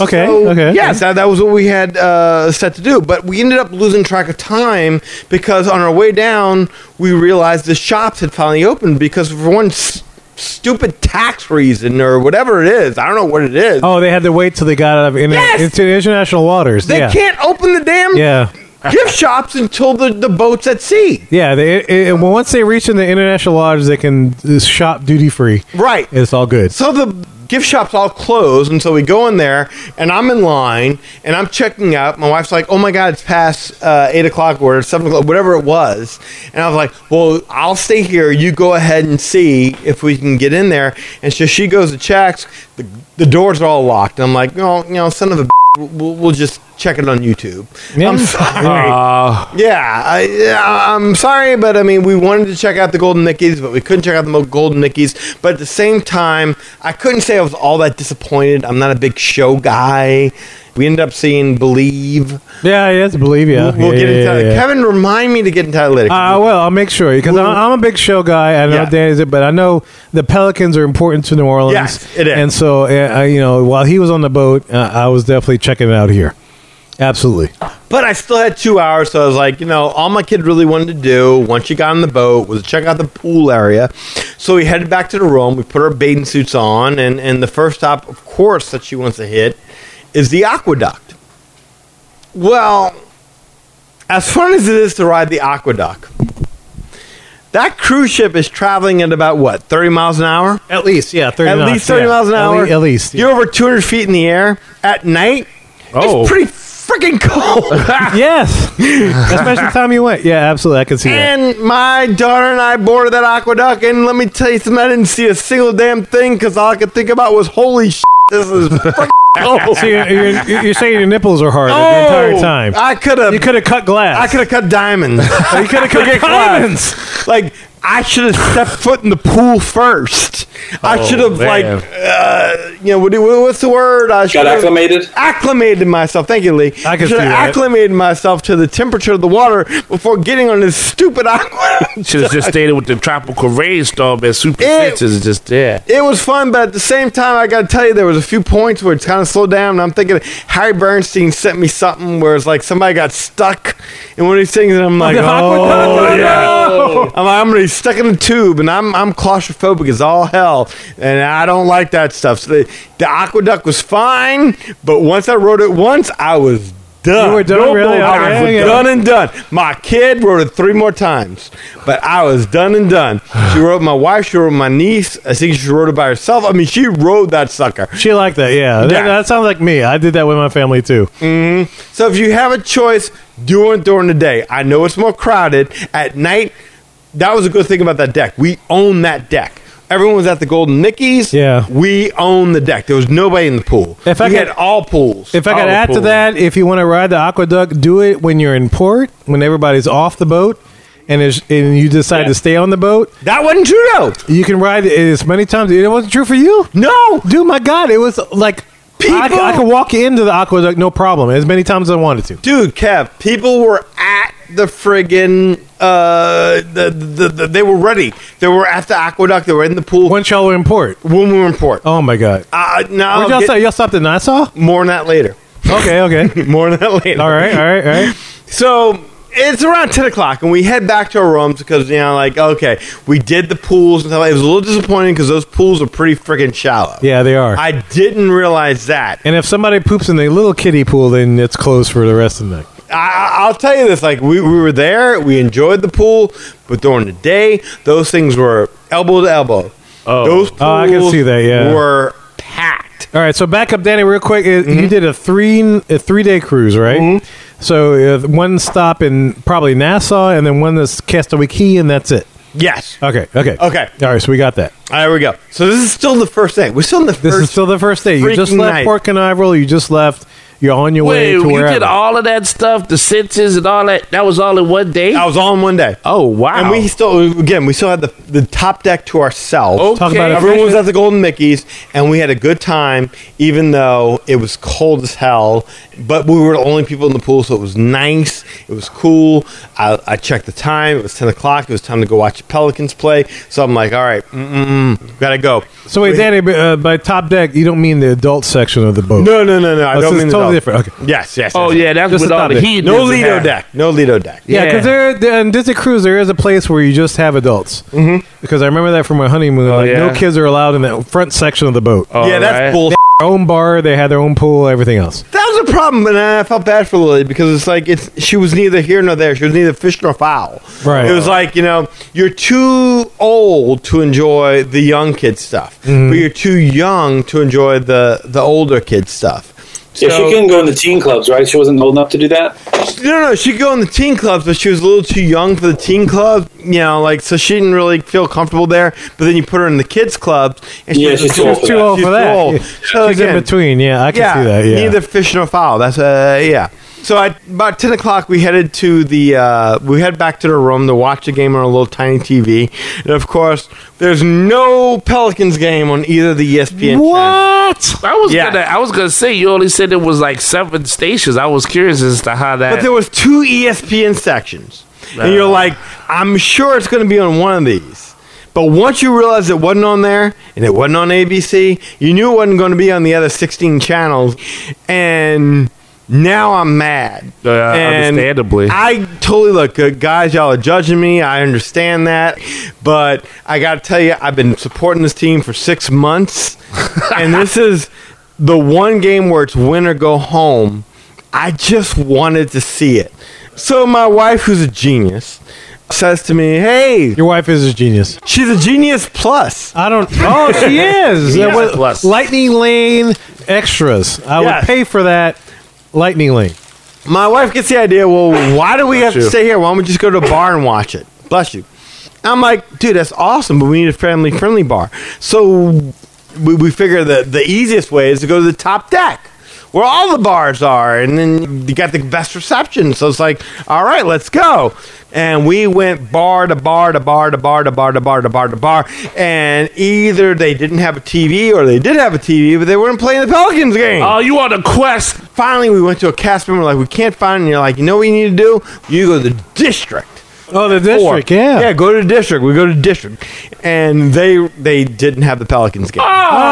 B: Okay, okay.
C: Yes, that, that was what we had uh, set to do. But we ended up losing track of time because on our way down, we realized the shops had finally opened because for one s- stupid tax reason or whatever it is, I don't know what it is.
B: oh, they had to wait till they got out of inter-
C: Yes!
B: into international waters.
C: they
B: yeah.
C: can't open the damn
B: Yeah.
C: gift shops until the, the boat's at sea.
B: Yeah, they it, it, well, once they reach in the international waters, they can uh, shop duty free.
C: Right.
B: It's all good.
C: So the gift shop's all closed, and so we go in there, and I'm in line, and I'm checking out. My wife's like, "Oh my god, it's past uh, eight o'clock or seven o'clock, whatever it was." And I was like, "Well, I'll stay here. You go ahead and see if we can get in there." And so she goes to checks. The, the doors are all locked. And I'm like, "No, you know, son of a." b- We'll, we'll just check it on YouTube.
B: Yeah.
C: I'm sorry.
D: Uh,
C: Yeah, I, yeah, I'm sorry, but I mean, we wanted to check out the Golden Nickies, but we couldn't check out the Mo- Golden Nickies. But at the same time, I couldn't say I was all that disappointed. I'm not a big show guy. We ended up seeing Believe.
B: Yeah, yeah, it's believe yeah.
C: We'll, we'll
B: yeah,
C: get
B: yeah,
C: into that.
B: yeah, yeah.
C: Kevin, remind me to get into that later.
B: I will. Uh, I'll make sure because I'm a big show guy. I know
C: Yeah.
B: Danny's it, but I know the Pelicans are important to New Orleans.
C: Yes, it is.
B: And so, uh, I- you know, while he was on the boat, uh, I was definitely checking it out here. Absolutely.
C: But I still had two hours, so I was like, you know, all my kid really wanted to do once she got on the boat was check out the pool area. So we headed back to the room. We put our bathing suits on, and, and the first stop, of course, that she wants to hit is the aqueduct. Well, as fun as it is to ride the aqueduct, that cruise ship is traveling at about what, 30 miles an hour?
B: At least, yeah, thirty.
C: at
B: knots,
C: least 30
B: yeah.
C: miles an
B: At le-
C: hour.
B: At, least,
C: You're over 200 feet in the air at night.
D: Oh.
C: It's pretty freaking cold.
B: yes. Especially the time you went. Yeah, absolutely. I can see that.
C: And my daughter and I boarded that aqueduct, and let me tell you something, I didn't see a single damn thing because all I could think about was, holy shit, this is freaking cold.
B: So you're, you're, you're saying your nipples are hard the entire time.
C: Oh. I could have,
B: you could have cut glass.
C: I could have cut diamonds. you could have cut
B: diamonds.
C: Like I should have stepped foot in the pool first.
B: Oh,
C: I should have like,
D: man.
C: uh, you know, what, do- what's the word? I should
F: Got
C: have-
F: acclimated.
C: acclimated myself. Thank you, Lee.
B: I can
C: should
B: see
C: have
B: that.
C: acclimated myself to the temperature of the water before getting on this stupid aqueduct.
D: Should have just stayed with the tropical rainstorm and Super
C: Ew.
D: Six is just there.
C: it was fun, but at the same time, I gotta tell you, there was a few points where it's kind of slowed down. And I'm thinking Harry Bernstein sent me something where it's like somebody got stuck in one of these things, and I'm like, oh yeah, I'm, I'm gonna be stuck in a tube, and I'm I'm claustrophobic as all hell, and I don't like that stuff. So the, the aqueduct was fine, but once I rode it once, I was done.
B: You were done,
C: No
B: really?
C: more- I
B: Okay,
C: was
B: yeah.
C: done and done. My kid wrote it three more times, but I was done and done. She wrote my wife. She wrote my niece. I think she wrote it by herself. I mean, she wrote that sucker.
B: She liked that, yeah. That,
C: Yeah.
B: that sounds like me. I did that with my family too.
C: So if you have a choice, do it during the day. I know it's more crowded at night. That was a good thing about that deck. We own that deck. Everyone was at the Golden Nickies.
B: Yeah.
C: we own the deck. There was nobody in the pool.
B: If I
C: we
B: could-
C: had all pools.
B: If I
C: All
B: could
C: the
B: add to
C: pools.
B: that, if you want to ride the aqueduct, do it when you're in port, when everybody's off the boat, and there's- and you decide to stay on the boat.
C: that wasn't true though.
B: You can ride it as many times. It wasn't true for you,
C: No,
B: dude. My God, it was like I,
C: People-
B: I could walk into the aqueduct no problem as many times as I wanted to.
C: dude, Kev, people were at the friggin' uh, the, the, the they were ready. They were at the aqueduct. They were in the pool when,
B: Once y'all were in port.
C: we were in port.
B: Oh my God.
C: Uh, now
B: Where'd y'all, stop, y'all stopped at Nassau?
C: more on that later.
B: Okay, okay.
C: More on that later.
B: all right, all right, all right.
C: So it's around ten o'clock, and we head back to our rooms because you know, like, okay, we did the pools and stuff. It was a little disappointing because those pools are pretty friggin' shallow.
B: Yeah, they are.
C: I didn't realize that.
B: and if somebody poops in the little kiddie pool, then it's closed for the rest of the night.
C: I, I'll tell you this: like we, we were there, we enjoyed the pool, but during the day, those things were elbow to elbow. Oh, those pools
B: Oh, I can see that, yeah.
C: were packed.
B: All right, so back up, Danny, real quick. Uh,
C: Mm-hmm.
B: You did a three a three day cruise, right? So uh, one stop in probably Nassau, and then one that's Castaway Key, and that's it.
C: Yes.
B: Okay, okay,
C: Okay.
B: All right, so we got that.
C: All right, here we go. So this is still the first day. We're still in the
B: This
C: first.
B: is still the first day. You just
C: freaking
B: left
C: night.
B: Port Canaveral. You just left. You're on your
D: Wait,
B: way to
D: you
B: wherever.
D: did all of that stuff, the senses and all that. That was all in one day.
C: I was all in one day.
D: oh wow!
C: And we still, again, we still had the, the top deck to ourselves.
B: Talk about it.
C: Everyone was at the Golden Mickey's, and we had a good time, even though it was cold as hell. But we were the only people in the pool, so it was nice. It was cool. I, I checked the time. It was 10 o'clock. It was time to go watch the Pelicans play. So I'm like, all right, mm-mm, gotta go.
B: so wait, Danny, but, uh, by top deck, you don't mean the adult section of the boat?
C: No, no, no, no.
B: Oh,
C: I
B: so
C: don't
B: it's
C: mean
B: totally
C: the-
B: different. Okay.
C: Yes, yes.
D: oh
C: yes, yes.
D: yeah, that was
B: Just
D: with
B: the
D: all
B: top
D: the
B: deck.
D: heat.
C: No Lido deck. No Lido deck.
B: Yeah,
D: Yeah.
B: because there, there on Disney Cruise there is a place where you just have adults. Mm-hmm. Because I remember that from my honeymoon. like,
C: Oh,
D: yeah?
B: No kids are allowed in that front section of the boat.
C: yeah, that's
D: Alright.
C: bullshit.
B: Their own bar, they had their own pool, everything else.
C: That was a problem, and I felt bad for Lily because it's like it's she was neither here nor there. She was neither fish nor fowl.
B: Right.
C: It was like you know you're too old to enjoy the young kid stuff,
B: Mm-hmm.
C: but you're too young to enjoy the the older kid stuff. So,
F: if she couldn't go in the teen clubs, right? She wasn't old enough to do that.
C: no, no, she could go in the teen clubs, but she was a little too young for the teen club. You know, like so she didn't really feel comfortable there. But then you put her in the kids clubs, and she
F: Yeah,
C: was
F: she's too old for
B: Too old
C: She's
B: for
C: too
B: that.
C: old. So
B: She's in
C: again-
B: between. Yeah, I can see that. Yeah.
C: neither fish nor fowl. That's uh, yeah. So at about ten o'clock, we headed to the uh, we head back to the room to watch the game on a little tiny TV, and of course, there's no Pelicans game on either the E ESPN. channel.
D: What? I was
C: Yeah.
D: gonna. I was gonna say you only said it was like seven stations. I was curious as to how that.
C: But there was two E ESPN sections, and you're like, I'm sure it's going to be on one of these. But once you realized it wasn't on there and it wasn't on ABC, you knew it wasn't going to be on the other 16 channels, and now I'm mad.
D: Uh,
C: And
D: understandably.
C: I totally look good, guys. Y'all are judging me. I understand that, but I gotta tell you, I've been supporting this team for six months, and this is the one game where it's win or go home. I just wanted to see it. So my wife, who's a genius, says to me, "Hey,
B: Your wife is a genius.
C: she's a genius plus."
B: I don't. Oh, she is.
D: Yeah,
B: That was-
D: plus.
B: Lightning Lane extras. I
C: Yes.
B: would pay for that. Lightning Lane.
C: My wife gets the idea. Well, why do we have to stay here? Why don't we just go to a bar and watch it? Bless you. I'm like, dude, that's awesome, but we need a family friendly bar. So we, we figure that the easiest way is to go to the top deck where all the bars are, and then you got the best reception. So it's like, all right, let's go. And we went bar to bar to bar to bar to bar to bar to bar to bar, and either they didn't have a TV or they did have a TV, but they weren't playing the Pelicans game
D: oh, you on a quest?
C: finally we went to a cast member like we can't find it. and you're like you know what you need to do you go to the district
B: Oh, the
C: Or-
B: district. Yeah.
C: yeah go to the district we go to the district and they they didn't have the pelicans game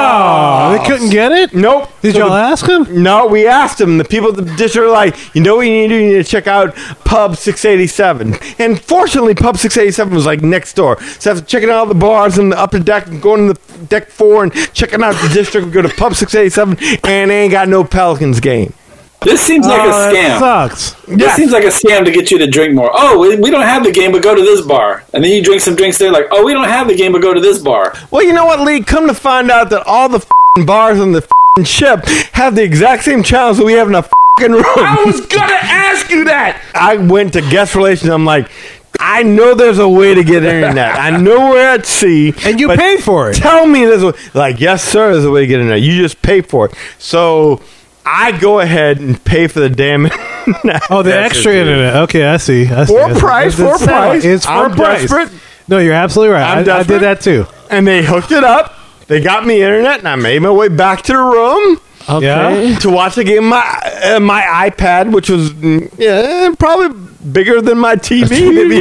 B: Oh, they couldn't get it.
C: nope
B: Did
C: So
B: y'all
C: the-
B: ask him?
C: no, we asked them. The people at the district are like, you know what you need to do? You need to check out Pub 687. And fortunately, Pub 687 was like next door. So after checking out all the bars and the upper deck and going to the deck four and checking out the district, we go to Pub 687 and they ain't got no Pelicans game.
F: This seems like a
B: Oh, that
F: scam.
B: sucks.
F: This seems like a scam to get you to drink more. Oh, we, we don't have the game, but go to this bar. And then you drink some drinks there, like, oh, we don't have the game, but go to this bar.
C: Well, you know what, Lee? Come to find out that all the f***ing bars on the f***ing ship have the exact same channels that we have in a f***ing room.
D: I was gonna ask you that.
C: I went to guest relations. I'm like, I know there's a way to get internet. I know we're at sea.
B: And you
C: but
B: paid for it.
C: Tell me there's a like, yes, sir, there's a way to get internet. You just pay for it. So I go ahead and pay for the damn internet.
B: Oh, the extra internet. Okay, I see. I see,
C: For
B: I see.
C: price,
B: It's-
C: for
B: it's-
C: price.
B: It's for
C: I'm
B: price.
C: desperate.
B: No, you're absolutely right.
C: I'm
B: I- I,
C: desperate.
B: did that too.
C: And they hooked it up. They got me internet, and I made my way back to the room.
B: Yeah.
C: to watch a game my uh, my iPad, which was mm, yeah, probably bigger than my TV. maybe.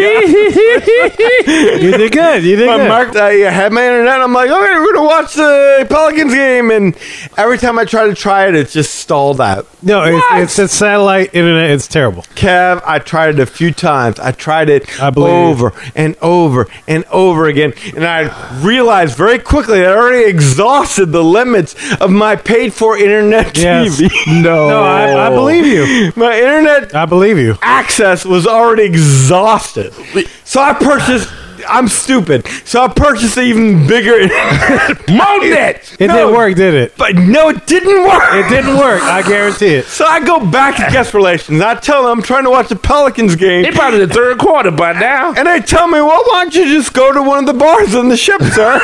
B: You did good. You did
C: I
B: good.
C: marked. I had my internet. and I'm like, okay, we're gonna watch the Pelicans game, and every time I try to try it, it's just stalled out.
B: no, it's, it's it's satellite internet. It's terrible.
C: Kev, I tried it a few times. I tried it
B: I believe you.
C: over and over and over again. And I realized very quickly I already exhausted the limits of my paid for internet
B: Yes.
C: TV. No.
B: No, I, I believe you.
C: My internet
B: I believe you.
C: access was already exhausted. So I purchased. I'm stupid. So I purchased an even bigger Monet.
B: It didn't work, did it?
C: But no, it didn't work.
B: It didn't work. I guarantee it.
C: So I go back to guest relations. I tell them I'm trying to watch the Pelicans game.
D: They probably the third quarter by now.
C: And they tell me, well, why don't you just go to one of the bars on the ship, sir? and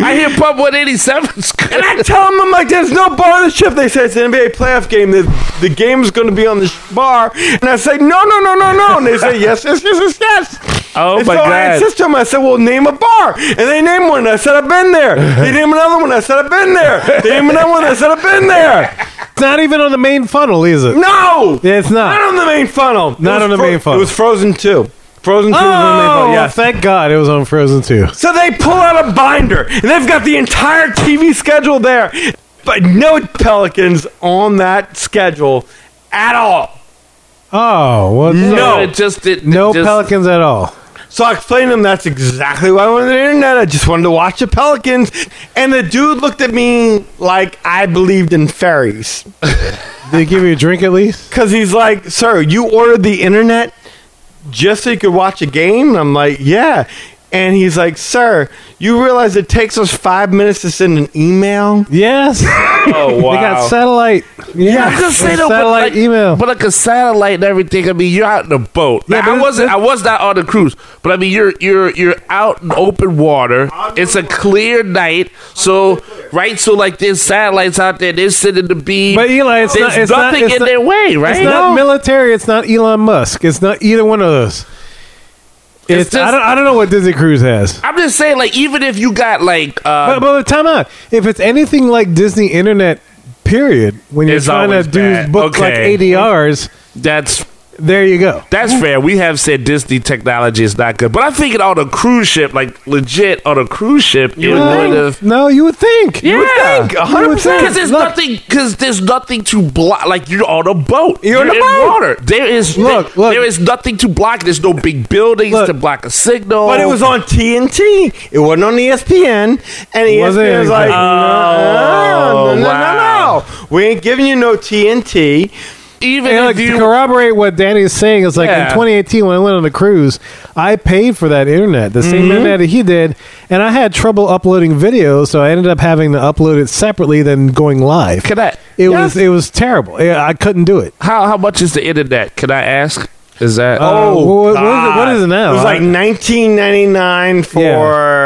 D: I hear Pub 187's good.
C: I tell them, I'm like, there's no bar on the ship. They say it's an NBA playoff game. The, the game's going to be on the sh- bar. And I say, no, no, no, no, no. And they say, yes, yes, yes, yes, yes.
D: Oh
C: and
D: my
C: so I
D: God.
C: insist to them, I said, well, name a bar. And they name one. And I said, I've been there. They name another one. I said, I've been there. They name another one. I said, I've been there.
B: It's not even on the main funnel, is it?
C: No!
B: Yeah, it's
C: Not
B: not.
C: on the main funnel. It
B: Not on
C: was
B: the main funnel.
C: It was Frozen 2. Frozen 2 was on the main
B: Oh,
C: funnel.
B: yeah.
C: Yes.
B: Thank God it was on Frozen 2.
C: So they pull out a binder, and they've got the entire TV schedule there, but no Pelicans on that schedule at all.
B: Oh, what? the-
C: No.
D: it just did.
B: No
D: just,
B: Pelicans at all.
C: So I explained to them that's exactly why I went on the internet. I just wanted to watch the Pelicans. And the dude looked at me like I believed in fairies.
B: Did they give you a drink at least?
C: Because he's like, sir, you ordered the internet just so you could watch a game? And I'm like, yeah. And he's like, sir, you realize it takes us five minutes to send an email?
B: Yes.
C: Oh, wow.
B: They got satellite. Yeah,
D: I'm just saying, though, but
B: satellite
D: like,
B: email.
D: but like a satellite and everything. I mean, you're out in a boat.
B: Yeah,
D: Now,
B: but
D: I wasn't. I was not on the cruise, but I mean, you're you're you're out in open water. It's a clear night, so right. So like, there's satellites out there. They're sitting the beam.
B: But Eli, it's
D: there's
B: not- it's not-
D: nothing
B: it's
D: in
B: not-
D: their way, right?
B: It's not military. It's not Elon Musk. It's not either one of those. It's, I,
D: just-
B: don't, I don't know what Disney Cruise has.
D: I'm just saying, like, even if you got like,
B: But,
D: uh,
B: but time out. If it's anything like Disney Internet, period, when you're
D: It's
B: trying to
D: always
B: do
D: bad.
B: books like
D: Okay.
B: ADRs,
D: that's
B: there you go.
D: That's fair. We have said Disney technology is not good, but I figured on a cruise ship, like legit on a cruise ship, it would have.
B: No, you would think. You would
D: Yeah.
B: think. 100%.
D: Because there's
B: Look,
D: nothing. Because there's nothing to block. Like you're on a boat.
B: You're on a boat.
D: water. There is
B: Look, look.
D: There is nothing to block. There's no big buildings
B: Look.
D: to block a signal.
B: Oh.
C: But it was on TNT. It wasn't on E ESPN. And E ESPN was
B: Wasn't it? Oh,
C: like, no, no,
D: Oh,
C: no,
D: wow.
C: no, no. We ain't giving you no TNT.
D: even
B: And
D: if
B: look, to
D: you.
B: corroborate what Danny is saying, it's like
D: Yeah.
B: in 2018 when I went on a cruise, I paid for that internet, the same internet that he did, and I had trouble uploading videos, so I ended up having to upload it separately than going live.
D: Can I?
B: It was it was terrible. Yeah, I couldn't do it.
D: How how much is the internet? Can I ask? Is that?
B: Uh, wha- what, is it, what is it now?
C: It was like
B: I-
C: 19.99 for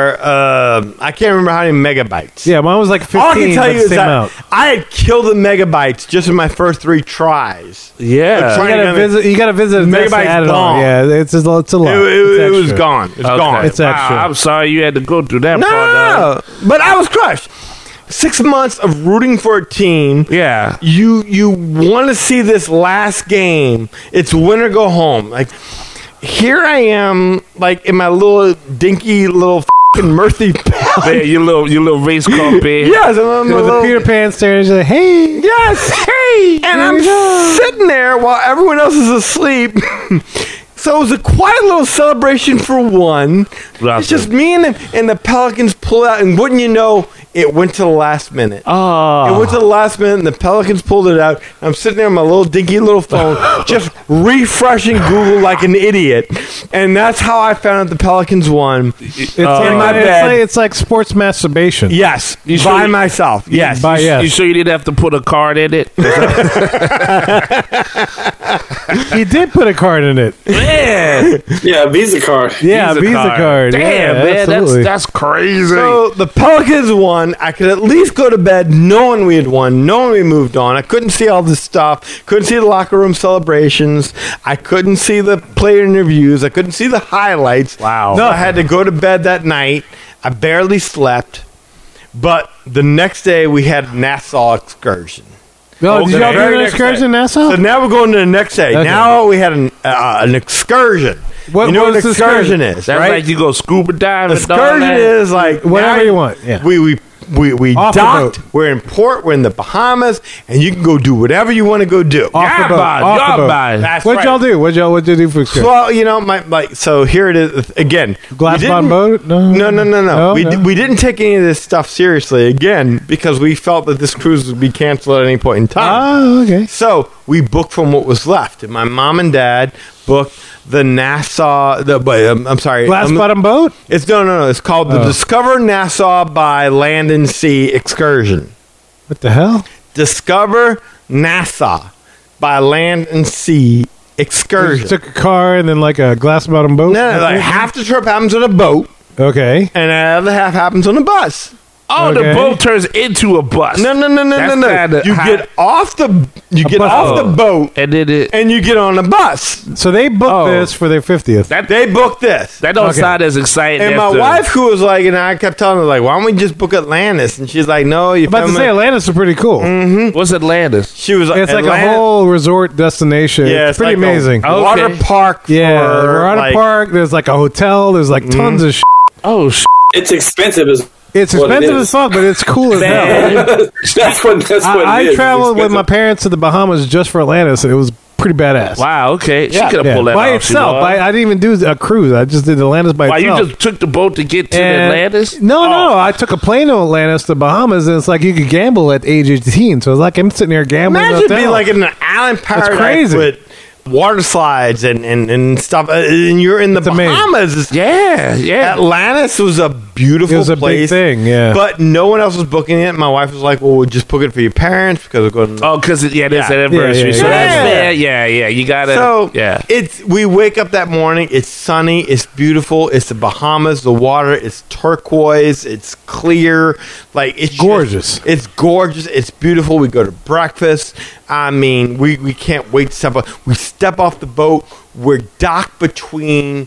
C: uh, I can't remember how many megabytes.
B: yeah, mine was like 15.
C: All I can tell
B: but
C: you is
B: same
C: that
B: amount.
C: I had killed the megabytes just in my first three tries.
D: yeah.
B: You gotta
C: Kinda-
B: visit. You gotta visit. a desk to
C: Megabyte's
B: add it on.
C: gone.
B: Yeah, it's a, it's a
C: It,
B: lot.
C: it-
B: It's
C: it was
B: extra.
C: gone. It's
D: Okay.
C: gone.
B: It's extra.
D: Wow, I'm sorry you had to go through that.
C: No,
D: part, uh,
C: no, no. But I was crushed. Six months of rooting for a team.
D: Yeah.
C: You you want to see this last game? It's win or go home. Like here I am, like in my little dinky little fing Murphy.
D: There, your little your little race car bed.
C: yes, I'm, I'm a
B: With
C: little,
B: the Peter Pan staring at you, like, hey,
C: Yes, hey, and I'm sitting there while everyone else is asleep. so it was a quiet little celebration for one. It's
D: Lovely.
C: just me and the, and the Pelicans pull out, and wouldn't you know, It went to the last minute. It
B: Uh,
D: Oh,
C: went to the last minute, and the Pelicans pulled it out. I'm sitting there on my little dinky little phone, just refreshing Google like an idiot, and that's how I found out the Pelicans won.
B: It's, like,
C: Oh, my
B: it's
C: bad.
B: like- it's like sports masturbation.
C: Yes,
D: You
C: by
D: sure-
C: myself. Yes,
B: By
D: you
B: yes,
D: sure you didn't have to put a card in it?
B: he did put a card in it.
D: man,
F: Yeah, Visa card.
B: Yeah, Visa, card.
D: Damn,
B: Yeah,
D: man,
B: absolutely.
D: that's that's crazy.
C: So the Pelicans won. I could at least go to bed knowing we had won, knowing we moved on. I couldn't see all this stuff. Couldn't see the locker room celebrations. I couldn't see the player interviews. I couldn't see the highlights. Wow. No, I had to go to bed that night. I barely slept. But the next day we had Nassau excursion.
B: No, did
C: Okay.
B: y'all do
C: Very
B: an
C: next
B: excursion in Nassau?
C: So now we're going to the next day.
B: Okay.
C: Now we had an uh, an excursion.
B: What-
C: you know
B: what
C: what
B: was
C: an
B: the
C: excursion
B: excursion?
C: is,
D: that's
C: right?
D: like you go scuba diving. and all
C: excursion
D: that.
C: is like
B: Whatever
C: now
B: you want, yeah.
C: We we we we
B: Off the
C: docked.
B: boat.
C: We're in port. We're in the Bahamas, and you can go do whatever you want to go do.
B: Off the
D: Yeah,
B: boat.
D: bud,
B: Off
D: yeah,
B: the boat.
D: bud.
C: That's
B: What'd
C: right.
B: y'all do? What'd y'all, what'd you do for excursion?
C: Well, you know, my like so here it is again. we
B: Glass
C: didn't-
B: bottom boat? No.
C: No, no, no, no.
B: No,
C: we
B: no.
C: di- we didn't take any of this stuff seriously again because we felt that this cruise would be canceled at any point in time.
B: Oh, okay.
C: So we booked from what was left, and my mom and dad booked the Nassau. The but, um, I'm sorry,
B: Glass
C: um,
B: bottom boat?
C: It's no, no, no. It's called the
B: Oh.
C: Discover Nassau by Land and Sea Excursion.
B: What the hell?
C: Discover Nassau by Land and Sea
B: You
C: Excursion.
B: just took a car and then like a glass bottom boat?
C: No, no, like half the trip happens on a boat,
B: Okay.
C: and the other half happens on a bus.
D: Oh,
B: Okay.
D: the boat turns into a bus.
C: No, no, no, no,
D: That's
C: no, no.
D: kinda
C: You
D: hot.
C: get off the you get
B: bus. Oh.
C: off the boat,
D: and then it
C: and you get on a bus.
B: So they booked
D: Oh.
B: this for their 50th.
D: that
C: They booked this.
D: that don't
B: Okay.
D: sound as exciting.
C: and my
D: after-
C: wife, who was like, and I kept telling her, like, why don't we just book Atlantis? And she's like, no, you're
B: I'm about to say Atlantis is pretty cool.
D: what's Atlantis?
C: She was like,
B: It's like
C: Atlantis-
B: a whole resort destination.
C: Yeah,
B: it's pretty
C: like a
B: amazing.
D: Okay.
C: Water park.
B: yeah,
C: for,
B: we're at a
C: like- Mm-hmm.
B: park. There's like a hotel. There's like tons of. Sh-
D: Oh, sh-
F: It's expensive as
B: it's
F: What it
B: expensive
F: is.
B: as fuck, but it's cool as hell.
F: that's what that's what it
B: I, I
F: is. It's
B: traveled with my
F: expensive.
B: parents to the Bahamas just for Atlantis, and it was pretty badass.
D: wow. Okay, she could have
B: Yeah.
D: pulled that
B: by
D: off. She
B: itself.
D: was.
B: I, I didn't even do a cruise. I just did Atlantis by
D: Why
B: itself.
D: you just took the boat to get to
B: And-
D: Atlantis?
B: No, no,
C: Oh.
B: no. I took a plane to Atlantis, the Bahamas, and it's like you could gamble at age 18. So it's like I'm sitting here gambling.
C: Imagine
B: hotel.
C: being like in an island paradise
B: crazy.
C: with water slides and, and, and stuff, uh, and you're in the
B: amazing.
C: Bahamas. It's-
D: Yeah, yeah.
C: Atlantis was a beautiful
B: It was a big
C: place,
B: thing, yeah.
C: But no one else was booking it. My wife was like, "Well, we'll just book it for your parents because we're going." To-
D: Oh, because yeah, that's
C: Yeah.
D: an anniversary.
B: Yeah, yeah,
D: so
C: yeah.
D: that's
C: Yeah.
D: fair. Yeah, yeah. You gotta.
C: so
D: yeah.
C: it's we wake up that morning. It's sunny. It's beautiful. It's the Bahamas. The water is turquoise. It's clear. Like it's just-
B: Gorgeous.
C: it's gorgeous. It's beautiful. We go to breakfast. I mean, we we can't wait to step off. We step off the boat. We're docked between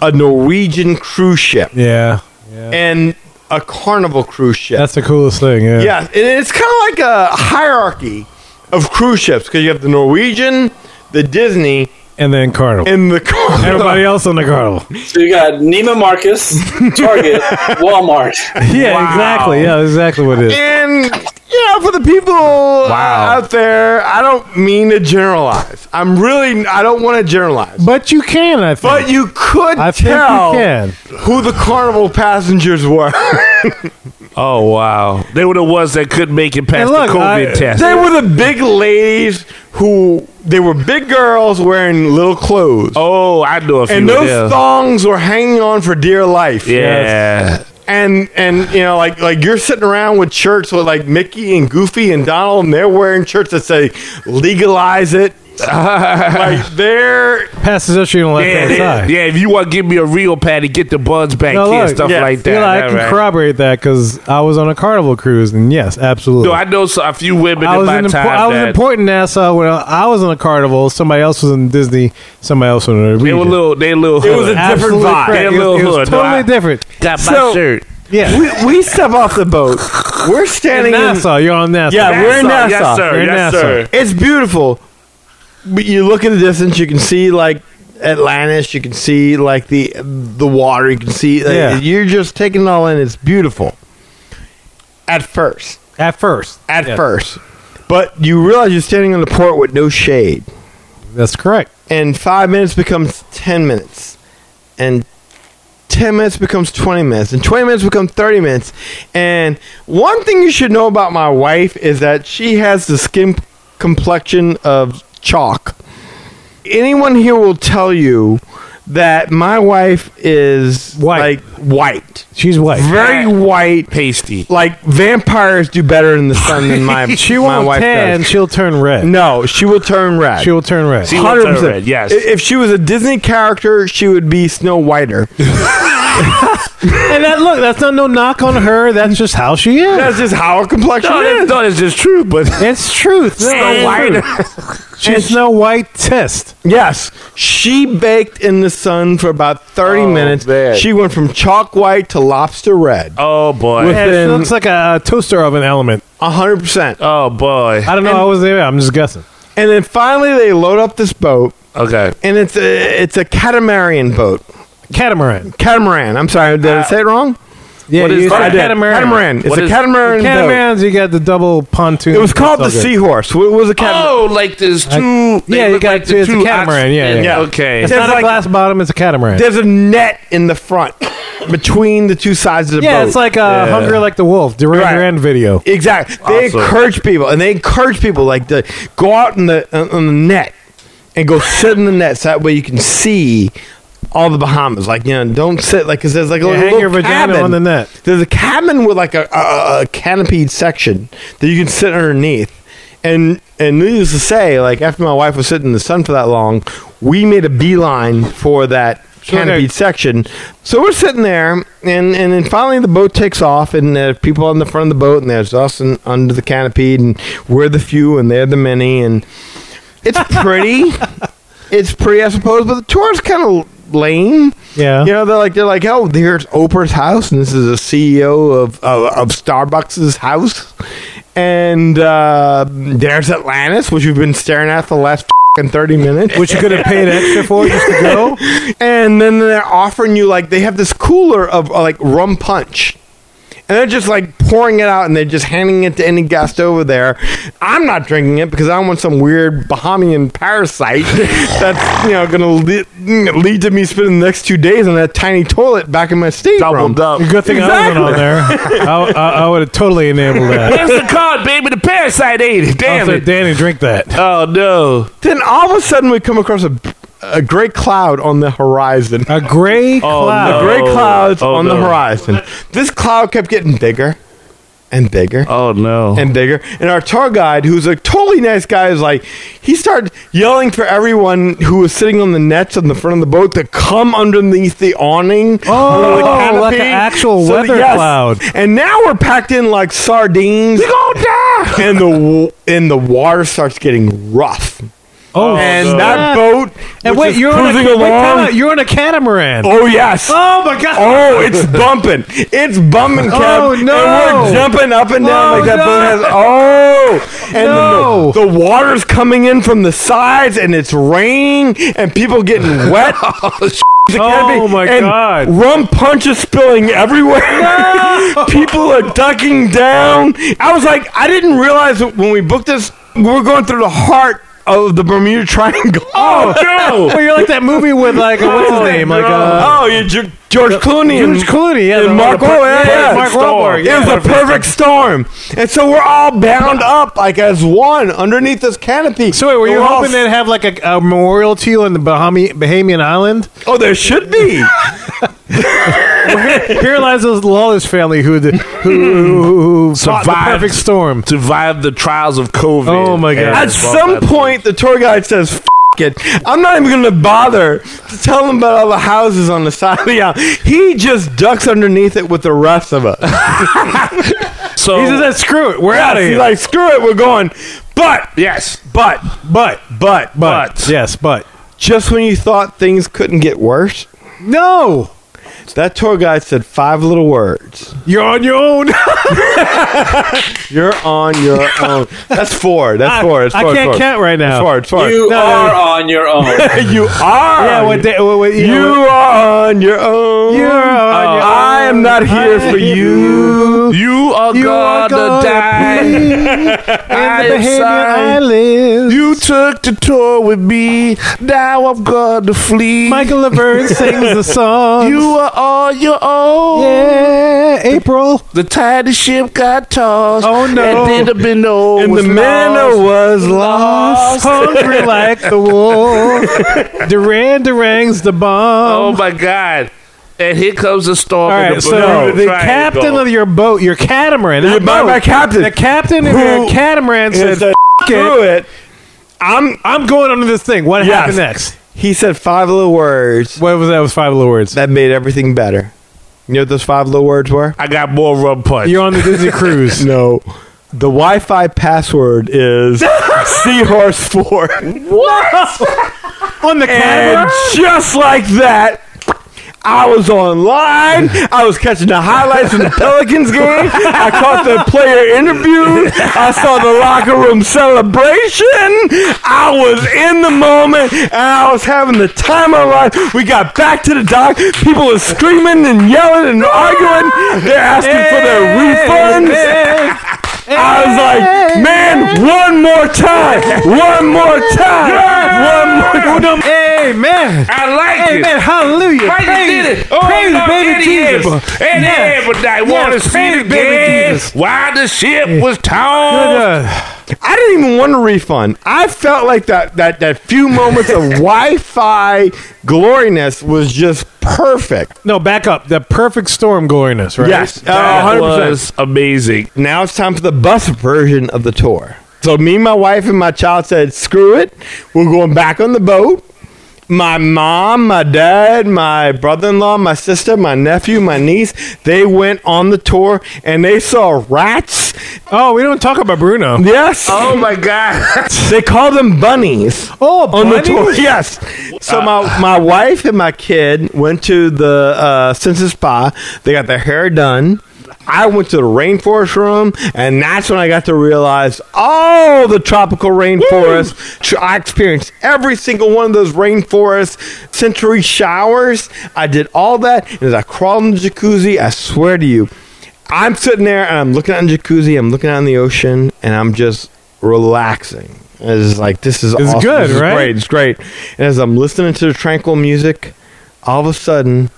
C: a Norwegian cruise ship
B: yeah, yeah.
C: and a Carnival cruise ship.
B: That's the coolest thing. Yeah.
C: Yeah, and it's kind of like a hierarchy of cruise ships because you have the Norwegian, the Disney,
B: And then Carnival.
C: and the Carnival.
B: Everybody else on the Carnival.
F: So you got Neiman Marcus, Target, Walmart.
B: Yeah,
D: Wow.
B: exactly. Yeah, that's exactly what it is.
C: And yeah, for the people uh, out there, I don't mean to generalize. I'm really, I don't want to generalize.
B: But you can, I think.
C: But you could
B: I think
C: tell
B: you can.
C: who the Carnival passengers were.
D: Oh wow. They were the ones that couldn't make it
B: And
D: past
B: look,
D: the COVID
B: I-
D: test.
C: they were the big ladies who, they were big girls wearing little clothes.
D: oh, I know a few.
C: and
D: of
C: those
D: them.
C: thongs were hanging on for dear life.
D: yeah.
C: and and you know like like you're sitting around with shirts with like Mickey and Goofy and Donald and they're wearing shirts that say legalize it like they're
B: Passes us you on the left
D: Yeah,
B: hand
D: they-
B: side.
D: yeah, if you want to give me a real patty, get the buns back
B: No,
D: here and
B: look,
D: stuff
C: yeah,
D: like that.
B: Eli, I
D: All
B: can
D: right.
B: corroborate that because I was on a Carnival cruise, and yes, absolutely.
D: No, I know so- a few women
B: I
D: in
B: was
D: my
B: in, impo-
D: time.
B: I was in
D: that-
B: Port Nassau when I, I was on a Carnival. Somebody else was in Disney. Somebody else was in a
D: They were little. They little. It
C: was a different vibe.
D: They a
B: It
D: little
B: was, it was
D: hood. No,
B: totally
D: I
B: different.
D: Got my
C: So-
D: shirt.
B: Yeah.
C: we, we step off the boat we're
B: in
C: standing in,
B: Nassau. You're on Nassau.
C: Yeah, we're in
D: Nassau,
C: Nassau.
D: Yes, sir.
B: We're in
D: yes, sir.
C: it's beautiful but you look in the distance you can see like Atlantis you can see like the the water you can see like,
B: Yeah.
C: you're just taking it all in it's beautiful at first
B: At first.
C: at
B: Yes.
C: first but you realize you're standing on the port with no shade
B: That's correct.
C: and five minutes becomes ten minutes, and 10 minutes becomes 20 minutes, and 20 minutes become 30 minutes. And one thing you should know about my wife is that she has the skin complexion of chalk. Anyone here will tell you that my wife is
B: White.
C: like white,
B: She's white.
C: very white.
D: Pasty.
C: Like vampires do better in the sun than my
B: She
C: my
B: won't
C: wife
B: tan.
C: does.
B: She'll turn red.
C: No, she will turn red.
B: She will turn red.
D: She will turn red, yes.
C: I- If she was a Disney character, she would be Snow Whiter.
B: and that look, that's not no knock on her. That's just how she is.
C: That's just how her complexion
D: No,
C: is.
D: that's, no, that's just true, but
B: it's truth.
D: Snow White.
B: She's no white test.
C: Yes, she baked in the sun for about 30
D: Oh,
C: minutes.
H: man.
C: She went from chalk white to lobster red.
D: Oh boy.
B: Yeah, she
C: Within-
B: looks like a toaster oven element.
C: 100%.
D: Oh boy.
B: I don't know. I was there. I'm just guessing.
C: And then finally they load up this boat
D: Okay.
C: and it's a, it's a catamaran boat.
B: Catamaran.
C: Catamaran. I'm sorry, did I say it wrong?
B: Yeah,
D: is
B: you
D: that?
B: said
D: I did.
B: catamaran.
C: Catamaran. It's
D: Uh, What
C: a
D: is-
C: catamaran boat.
B: Catamarans. You got the double pontoon.
C: It was called the
B: That's all good.
C: Seahorse. It was a catamaran.
D: Oh, like there's two. they
B: yeah, you
D: look
B: got
D: like
B: two-
D: the
B: it's a
D: two
B: catamaran,
D: ox-
B: yeah, yeah.
D: yeah. Okay.
B: It's
C: There's
B: not a
C: like-
B: glass bottom. It's a catamaran.
C: There's a net in the front between the two sides of the boat.
B: Yeah, it's like uh, Hungry Like the Wolf, Duran
C: Right.
B: Duran video.
C: Exactly. They
D: Awesome.
C: encourage people, and they encourage people like to go out in the uh, on on the net and go sit in the net, so that way you can see all the Bahamas. Like you know, don't sit like because there's like a
B: Yeah,
C: little,
B: hang your
C: little
B: vagina
C: cabin.
B: on the net.
C: There's a cabin with like a, a, a canopied section that you can sit underneath. And and needless to say, like after my wife was sitting in the sun for that long, we made a beeline for that
B: like
C: canopied
B: a-
C: section. So we're sitting there, and, and then finally the boat takes off, and there's people on the front of the boat, and there's us and under the canopy, and we're the few, and they're the many, and it's pretty. it's pretty, I suppose, but the tour's kind of lame.
B: Yeah.
C: You know, they're like, they're like, oh, here's Oprah's house, and this is the CEO of of, of Starbucks' house, and uh, there's Atlantis, which we've been staring at for the last fing thirty minutes.
B: Which you could have paid extra for just to go.
C: and then they're offering you like they have this cooler of uh, like rum punch. And they're just like pouring it out and they're just handing it to any guest over there. I'm not drinking it because I don't want some weird Bahamian parasite that's, you know, going to le- lead to me spending the next two days on that tiny toilet back in my stateroom.
D: Doubled up.
B: Good thing I wasn't on there. I, I, I would have totally enabled that.
D: Where's the card, baby? The parasite ate it. Damn
B: Also,
D: it.
B: Danny, drink that.
D: Oh no.
C: Then all of a sudden we come across a, a great cloud on the horizon.
B: A gray
C: A
B: cloud.
D: no.
C: great cloud
D: Oh,
C: on the
D: no.
C: horizon. This cloud kept getting bigger and bigger.
D: Oh no.
C: and bigger. And our tour guide, who's a totally nice guy, is like, he started yelling for everyone who was sitting on the nets on the front of the boat to come underneath the awning.
B: Oh,
C: under the
B: like
C: canopy,
B: an actual weather cloud.
C: And now we're packed in like sardines. We gonna die. And the wa- and the water starts getting rough.
B: Oh,
C: and
B: shit.
C: that boat.
B: And
C: which
B: wait,
C: is
B: you're on, a,
C: cruising
B: wait,
C: along.
B: time out, you're on a catamaran.
C: Oh yes.
B: Oh, my God.
C: Oh, it's bumping. It's bumping, Kev.
B: Oh, no.
C: And we're jumping up and down
B: Oh,
C: like that
B: no.
C: boat has. Oh, and
B: No.
C: the, the water's coming in from the sides, and it's raining, and people getting wet. The
B: Oh, my
C: and
B: God.
C: Rum punch is spilling everywhere. People are ducking down. I was like, I didn't realize that when we booked this, we were going through the heart of the Bermuda Triangle. Oh,
B: Well, you're like that movie with like what's his name? Like uh,
C: oh, you Ge- George Clooney and-
B: George Clooney. Yeah, the-
C: and Mark
B: the-
C: Wahlberg.
B: yeah, Mark Wahlberg. Yeah.
C: It was a perfect storm, and so we're all bound up like as one underneath this canopy.
B: So wait, were
C: And
B: you
C: we're all
B: hoping they'd have like a, a memorial to you on the Bahami, Bahamian island?
C: Oh, there should be.
B: Here lies the Lawless family who the, who, who, who, who fought the
D: Survived.
B: perfect storm.
D: Survived the trials of COVID.
B: Oh, my God.
D: And
C: At
B: That's
C: some point, the tour guide says, F- it. I'm not even going to bother to tell him about all the houses on the side of the island. He just ducks underneath it with the rest of us.
D: So
B: He says, "Screw it, we're out of
C: He's
B: here."
C: like, screw it, we're going. But,
D: yes.
C: but,
B: but,
C: but,
B: but,
D: But.
B: yes, but
C: just when you thought things couldn't get worse,
B: no,
C: that tour guide said five little words.
B: you're on your own.
C: You're on your own. That's four. That's four. That's
B: I
C: four.
B: can't
C: four.
B: count right now.
C: That's four. It's four.
F: You
B: No,
F: are on your own.
C: you are.
B: Yeah, what day, what, what, you,
C: you
B: know,
C: are on your own. Uh,
B: You're on your
C: I am not here
B: I
C: for
B: am
C: you.
D: You are
B: you are
D: gonna
B: gonna
D: die.
B: bleed. and
D: I
B: the behavior I
D: sigh.
B: live.
D: You took the tour with me. Now I'm gonna flee.
B: Michael Laverne sings the song.
D: you are all your own.
B: yeah, April.
D: The tiny ship got tossed.
B: Oh, no.
D: And then the minnow
C: And
D: was
C: the manna
D: lost.
C: was
D: Lost.
C: lost.
B: Hungry like the wolf. Duran Duran's the
D: Oh
B: bomb.
D: my god! And here comes the storm.
B: All
D: in
B: right,
D: the
B: so
D: Bermuda
B: the
D: Triangle.
B: captain of your boat, your catamaran, not
C: my-
B: boat,
C: my captain.
B: the captain of your catamaran said,
C: said,
B: "F-
C: Screw
B: it.
C: it. I'm.
B: I'm going under this thing. What
C: Yes.
B: happened next?
C: He said five little words
B: What was that? Was five little words?
C: that made everything better. You know what those five little words were?
D: I got more rum punch.
B: You're on the Disney cruise.
C: No. The Wi-Fi password is Seahorse Four.
B: on the
C: And
B: catamaran.
C: just like that, I was online. I was catching the highlights from the Pelicans game. I caught the player interview. I saw the locker room celebration. I was in the moment and I was having the time of my life. We got back to the dock. People were screaming and yelling and arguing. They're asking for their refunds. I was like, man, one more time. One more time. One more time.
B: Amen.
D: I like it.
B: Amen. Hallelujah.
D: Why you
B: Praise-
D: did it? Oh,
B: praise
D: Lord,
B: baby
D: there he
B: Jesus.
D: is. And
B: Yes.
D: everybody
B: Yes,
D: want to see
B: praise
D: it
B: baby
D: again.
B: Jesus.
D: Why the ship was tossed.
B: Uh,
C: I didn't even want a refund. I felt like that that that few moments of Wi-Fi gloriness was just perfect.
B: No, back up. The perfect storm gloriness, right? Uh,
C: Yes,
D: That
C: hundred percent.
D: was amazing.
C: Now it's time for the bus version of the tour. So me, my wife, and my child said, "Screw it, we're going back on the boat." My mom, my dad, my brother-in-law, my sister, my nephew, my niece—they went on the tour and they saw rats.
B: Oh, we don't talk about Bruno.
C: Yes,
D: Oh my god!
C: they call them bunnies.
B: Oh,
C: on the
B: bunnies?
C: tour. Yes. So my my wife and my kid went to the uh, census spa. They got their hair done. I went to the rainforest room, and that's when I got to realize all the tropical rainforests. Tr- I experienced every single one of those rainforest century showers. I did all that, and as I crawled in the jacuzzi, I swear to you, I'm sitting there and I'm looking out in the jacuzzi, I'm looking out in the ocean, and I'm just relaxing. It's just like this is awesome.
B: good,
C: This is
B: right?
C: Great, it's great. And as I'm listening to the tranquil music, all of a sudden,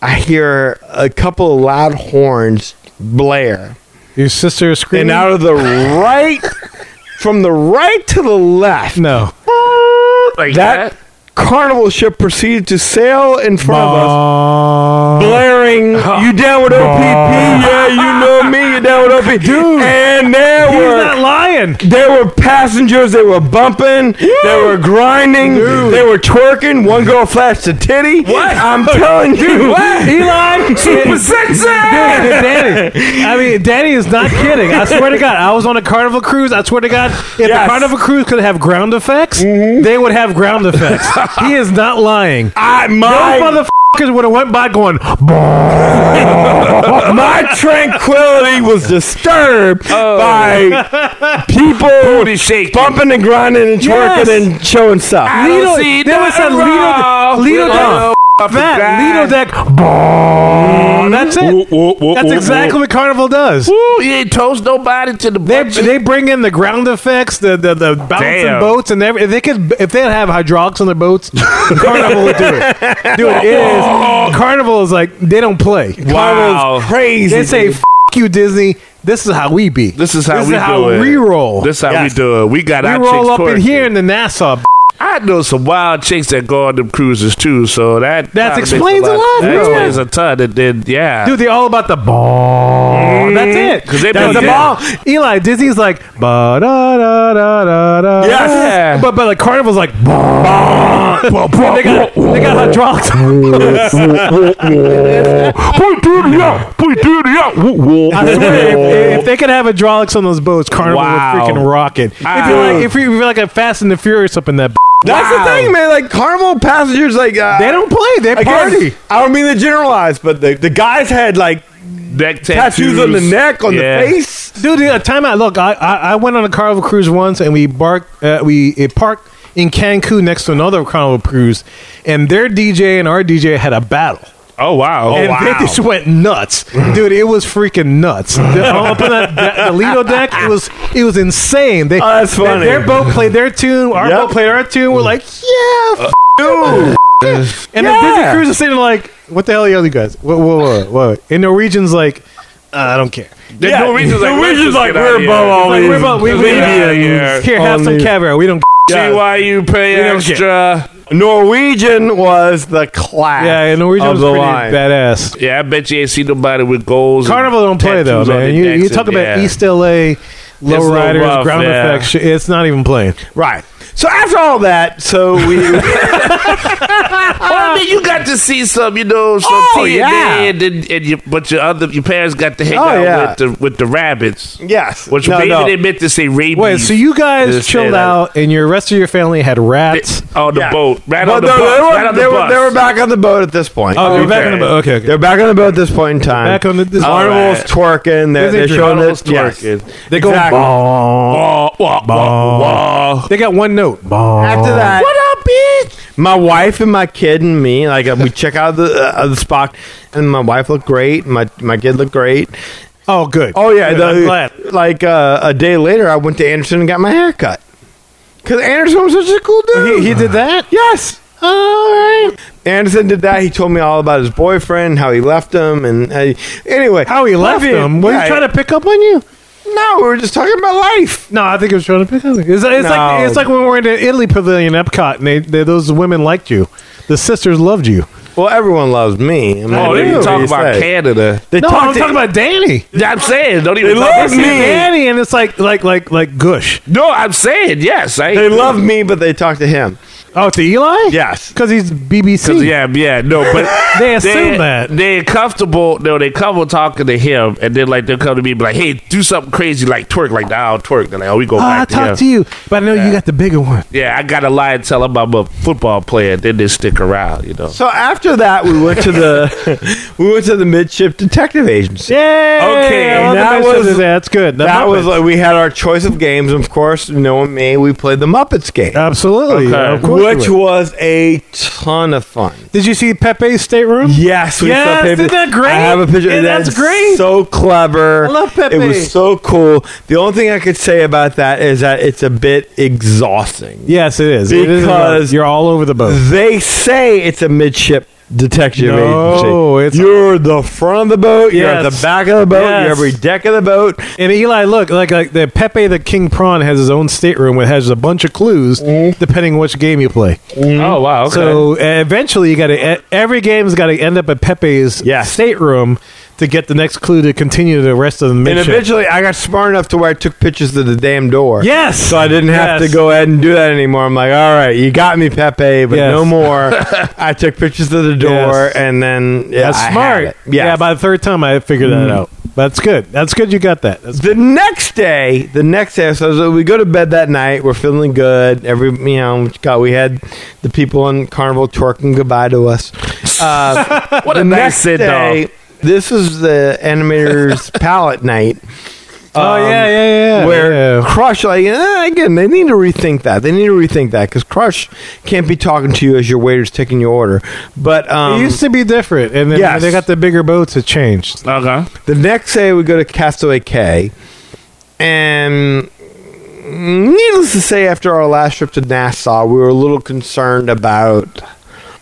C: I hear a couple of loud horns blare,
B: Your sister is screaming.
C: and out of the right, from the right to the left,
B: no.
D: Like
C: that,
D: that.
C: carnival ship proceeded to sail in front of us.
B: Uh,
C: blaring, you down with OPP? Yeah, you know me, you down with OPP. Dude. And there
B: he's
C: were
B: not lying.
C: there were passengers, they were bumping, they were grinding, they were twerking. One girl flashed a titty. What? I'm telling you. What? Elon, super
B: Dude, Danny, I mean, Danny is not kidding. I swear to God, I was on a carnival cruise. I swear to God, if the
C: Yes.
B: carnival cruise could have ground effects, they would have ground effects. he is not lying.
C: I,
B: Those
C: my,
B: motherfuckers would have went by going,
C: my tranquility was disturbed by
D: Oh. Booty
C: people
D: shaking.
C: bumping and grinding and twerking
B: Yes.
C: and showing stuff.
D: I don't see
B: there was a
D: nothing wrong
B: Lido, Lido
D: with
B: deck.
D: a
B: F- That Lido
D: guy.
B: deck. That's it. That's exactly what Carnival does.
D: Ooh, you ain't toast nobody to the
B: They,
D: bunch.
B: they bring in the ground effects, the the, the bouncing
D: Damn.
B: boats, and every, if they could if they have hydraulics on their boats, Carnival would do it. Dude, it is Carnival is like they don't play.
D: Wow.
C: Carnival's crazy.
B: They say F- you Disney. This is how we be.
D: This is how
B: this
D: we
B: is how
D: do it.
B: we roll.
D: This how
C: Yes.
D: we do it. We got
B: we
D: our
B: roll
D: chicks
B: up in
D: twerking.
B: here in the Nassau.
D: I know some wild chicks that go on them cruises too, so that kinda makes
B: explains a lot,
D: That
B: yeah.
D: explains a ton. And then yeah,
B: Dude, they're all about the ball. That's it.
D: Mm-hmm. 'Cause they
B: That's
D: built
B: the
D: it.
B: ball. Eli Disney's like ba da da da da da.
C: Yes.
B: Yeah. But but like Carnival's like bah. they got they got hydraulics. I swear, if, if they could have hydraulics on those boats, Carnival
D: Wow.
B: would freaking rock it. If you like, if you feel like a Fast and the Furious up in that, b-
C: That's
D: Wow.
C: the thing, man. Like carnival passengers, like uh,
B: they don't play. They
C: I guess-
B: party.
C: I don't mean to generalize, but the, the guys had like
D: neck tattoos,
C: tattoos on the neck, on
D: Yeah.
C: the face.
B: Dude, yeah, time out. Look, I, I I went on a carnival cruise once, and we barked, uh, we it parked in Cancun next to another carnival cruise, and their DJ and our DJ had a battle.
D: Oh wow!
B: and they just went nuts, dude. It was freaking nuts. The- Up in that that- the Lido deck, it was it was insane. They,
C: Oh, that's
B: their-
C: funny.
B: Their, boat played their tune, our
C: Yep.
B: boat played our tune. We're like, yeah, f-
C: Dude.
B: and then Disney
C: yeah.
B: Cruise is sitting like, what the hell are you other guys? Whoa, whoa, whoa, whoa! And Norwegian's like, uh, I don't care.
D: There's no reason like,
C: Norwegian's
D: let's just
C: like,
D: get out
C: we're
D: of here.
C: above all
B: Like,
C: these.
B: we're about, we, we,
D: leave it out of
B: here.
D: here.
B: have some
C: Only-
B: caviar. We don't.
D: See why you pay
B: don't
D: extra.
C: Norwegian was the class.
B: Yeah, and Norwegian
C: of
B: was
C: the
B: pretty
C: line.
B: badass.
D: Yeah, I bet you ain't seen nobody with goals. and
B: Carnival don't play though,
D: tattoos on
B: man.
D: their
B: You, you
D: necks
B: talk
D: and-
B: about
D: yeah.
B: East LA.
D: a little
B: Lowriders,
D: rough,
B: ground
D: yeah.
B: effects. shit, It's not even playing.
C: Right. So after all that, so we
D: I mean, you got to see some, you know, some
C: Ah. Oh,
D: tea
C: yeah.
D: and, then- and, and you, but your other your parents got to hang
C: Oh,
D: out
C: yeah.
D: with the with the rabbits,
C: yes,
D: which
C: no,
D: maybe
C: no.
D: they meant to say rabies.
B: Wait, so you guys
D: Just say
B: chilled
D: that.
B: out, and your rest of your family had rats.
D: on the
C: Yeah.
D: boat, right
C: Well,
D: on the
C: they,
D: bus,
C: they were,
D: right on the
C: they, were,
D: bus.
C: they were back on the boat at this point.
B: Oh, they're back
D: okay.
B: on the boat. Okay, okay.
C: They're back on the boat at this point in time.
B: Back on the this
C: Carnival's
D: Alright.
C: twerking. They're,
B: Disney
C: they're showing
D: Carnival's
C: it. Yes.
D: twerking.
C: They go exactly.
D: Wah, wah, wah, wah.
B: They got one note.
C: After that,
D: What up, bitch?
C: my wife and my kid and me, like uh, we check out the uh, uh, the spot, and my wife looked great. My my kid looked great.
B: Oh, good.
C: Oh yeah,
B: Good,
C: the-
B: I'm glad.
C: Like uh, a day later, I went to Anderson and got my hair cut. Cause Anderson was such a cool dude.
B: He, he did that.
C: Yes. All right. Anderson did that. He told me all about his boyfriend, how he left him, and uh, anyway,
B: How he left
C: Love you.
B: them? Were
C: Yeah,
B: you trying to pick up on you?
C: No, we were just talking about life.
B: No, I think it was trying to pick up. It's, it's like
C: No.
B: it's like when we were in the Italy Pavilion, in Epcot, and they, they, those women liked you. The sisters loved you.
C: Well, everyone loves me. I mean,
D: Oh,
C: what
D: they
C: do you
D: talk about
C: say?
D: Canada.
C: They
B: No,
C: talked
B: I'm
C: to-
B: talking about Danny.
D: I'm saying, don't even.
C: They
D: talk-
C: love
D: I'm saying-
C: me.
B: Danny, and it's like like like like Gush.
D: No, I'm saying yes. I
C: They love me, but they talk to him.
B: Oh, to Eli?
C: Yes.
B: because he's BBC.
D: Yeah, yeah, no, but
B: They assume
D: they-
B: that.
D: they're comfortable. No, they comfortable talking to him, and then like they'll come to me, and be like, "Hey, do something crazy, like twerk, like nah, I'll twerk." They're like, "Oh, we go
B: Oh, I
C: Ah,
D: back to him."
B: talked to you, but I know you got the bigger one.
D: yeah, I gotta lie and tell him I'm a football player. Then they stick around, you know.
C: So after that, we went to the we went to the midship detective agency.
B: Yeah.
D: Okay,
B: that
C: that
B: was
C: was-
B: that's good. The
C: That was
B: Muppets.
C: like we had our choice of games. Of course, knowing me, we played the Muppets game,
B: absolutely.
D: Okay.
B: Yeah, of course
C: which
B: you would.
C: was a ton of fun.
B: Did you see Pepe's stateroom?
C: Yes, we
B: Yes,
C: saw Pepe.
B: isn't that great?
C: I have a picture.
B: Yeah,
C: That
B: that's
C: is
B: great.
C: So clever.
B: I love Pepe.
C: It was so cool. The only thing I could say about that is that it's a bit exhausting.
B: Yes, it is. It is a boat.
C: Because-
B: you're all over the boat.
C: They say it's a midship detective
B: No, it's-
C: agency. you're the front of the boat. You're at
B: Yes.
C: the back of the boat.
B: Yes.
C: You're every deck of the boat.
B: And Eli, look, like like the Pepe the King Prawn has his own stateroom which has a bunch of clues depending which game you play.
D: Oh wow,
B: Mm-hmm.
D: okay.
B: So uh, eventually, you got to every game's got to end up at Pepe's
C: Yes.
B: stateroom to get the next clue to continue the rest of the
C: And
B: mission.
C: eventually, I got smart enough to where I took pictures of the damn door.
B: yes,
C: So I didn't have
B: Yes.
C: to go ahead and do that anymore. I'm like, all right, you got me, Pepe, but
B: Yes.
C: no more. I took pictures of the door,
B: Yes.
C: and then yeah,
B: That's
C: I had
B: smart.
C: it. Mm.
B: Yeah.
C: Yeah.
B: by the third time I figured that out. That's good. That's good. You got that. That's
C: the next day, the next day, so so we go to bed that night. We're feeling good. Every you know, God, we had the people on Carnival twerking goodbye to us. Uh,
D: what a
C: the
D: nice
C: next
D: sit
C: day,
D: down.
C: this is the animators' palette night.
B: oh yeah, yeah, yeah.
C: where
B: yeah.
C: Crush, like eh, again, they need to rethink that. They need to rethink that because Crush can't be talking to you as your waiter's taking your order. But um,
B: it used to be different, and then
C: yes.
B: when they got the bigger boats. It changed.
D: Okay.
C: the next day we go to Castaway Cay, and needless to say, after our last trip to Nassau, we were a little concerned about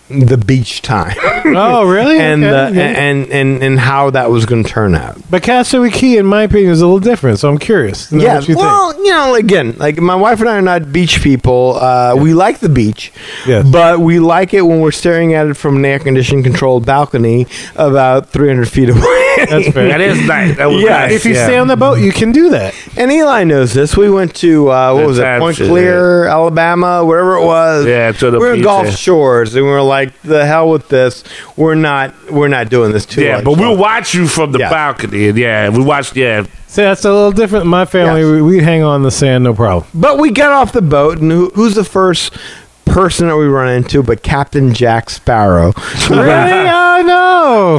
C: the beach time
B: oh really?
C: and
B: Okay,
C: the,
B: yeah.
C: and and and how that was going to turn out.
B: but Castaway Key, in my opinion, is a little different. So I'm curious. to know
C: Yeah,
B: what you
C: well,
B: think.
C: you know, again, like my wife and I are not beach people. Uh, We like the beach,
B: Yes.
C: but we like it when we're staring at it from an air-conditioned, controlled balcony about 300 feet away.
B: That's fair.
D: That is nice. That was
C: Yeah,
D: nice.
B: if you
D: yeah.
B: stay on the boat, you can do that.
C: and Eli knows this. We went to uh, what
D: The
C: was it,
D: time
C: Point
D: shit.
C: Clear, Alabama, whatever it was.
D: Yeah, to the
C: we were in
D: beach,
C: Gulf
D: yeah.
C: Shores, and we were like, "The hell with this! We're not, we're not doing this too."
D: yeah,
C: much.
D: but we'll watch you from the
C: Yeah.
D: balcony. and Yeah, we watched. Yeah,
B: See, that's a little different. My family,
C: Yes.
B: we, we hang on the sand, no problem.
C: But we got off the boat, and who, who's the first person that we run into? But Captain Jack Sparrow.
B: Oh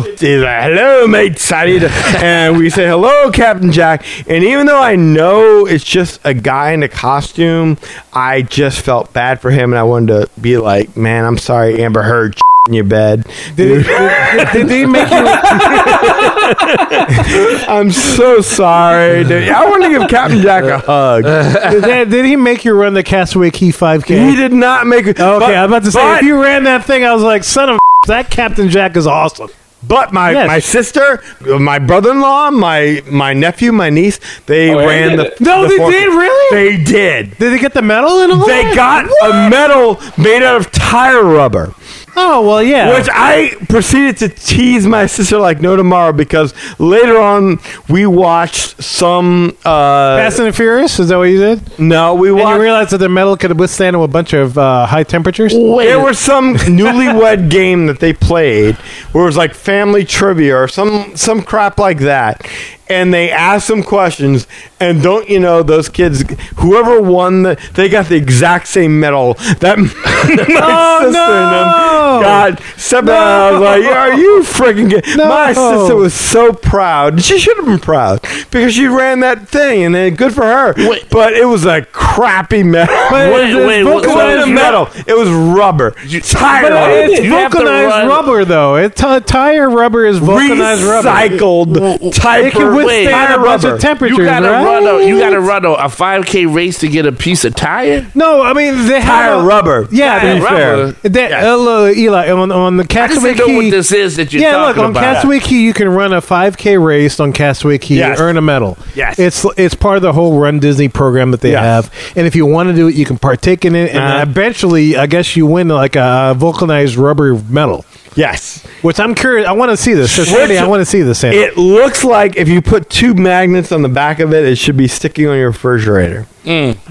B: no!
C: He's like, hello, mates. I need to-" and we say, hello, Captain Jack. And even though I know it's just a guy in a costume, I just felt bad for him. And I wanted to be like, man, I'm sorry, Amber Heard. in your bed.
B: Did, did- did they make you?
C: I'm so sorry, dude. I want to give Captain Jack a hug.
B: Did, they- did he make you run the Castaway Key 5K?
C: He did not make it.
B: Okay, I'm about to say
C: but,
B: if you ran that thing, I was like, son of a, that Captain Jack is awesome.
C: but my
B: Yes.
C: my sister, my brother-in-law, my my nephew, my niece, they
F: Oh, they
C: ran
F: did
C: the
F: it.
B: No,
C: the
B: they
C: four-
B: did really.
C: They did.
B: did they get the medal and all?
C: They
B: that?
C: got a medal made out of tire rubber.
B: Oh well, yeah.
C: Which I proceeded to tease my sister like no tomorrow because later on we watched some. Uh,
B: Fast and the Furious is that what you did?
C: no, we
B: And you
C: watched.
B: realized that the metal could withstand a bunch of uh, high temperatures.
C: There was some newlywed game that they played where it was like family trivia or some some crap like that, and they asked some questions. And don't you know those kids? Whoever won, the, they got the exact same medal. That my
D: Oh,
C: sister
B: no!
C: and them got separate. I was like, "Are you freaking kidding?" My
B: No.
C: sister was so proud. She should have been proud because she ran that thing, and then good for her.
D: Wait.
C: But it was a crappy medal.
D: Wait, wait, what-
C: It wasn't
D: so
C: a
D: you-
C: medal. It was rubber. tire
B: But
C: rubber.
B: it's
D: You have to
B: vulcanized
D: run-
B: rubber, though. It t- tire rubber is vulcanized rubber.
C: Recycled type
B: It can
C: of
D: wait,
B: withstand
C: tire
B: a bunch
C: rubber.
B: of temperatures,
D: You gotta
B: right?
D: run a you gotta run a, a 5K race to get a piece of tire.
B: No, I mean they have
C: Tire
B: a-
C: rubber.
B: Yeah,
D: Tire
B: they-
D: rubber.
B: That, hello, Eli, on on the
D: I just
B: Castaway
D: didn't know
B: Key.
D: what this is that you're
B: yeah, look
D: talking
B: on
D: about.
B: Castaway Key, you can run a 5K race on Castaway Key
C: Yes.
B: and earn a medal.
C: Yes.
B: it's it's part of the whole Run Disney program that they
C: Yes.
B: have, and if you want to do it, you can partake in it, and
C: Uh-huh.
B: eventually, I guess you win like a vulcanized rubber medal.
C: Yes.
B: Which I'm curious. I want to see this. So, Sandy, I want to see this. Sandy.
C: It looks like if you put two magnets on the back of it, it should be sticking on your refrigerator.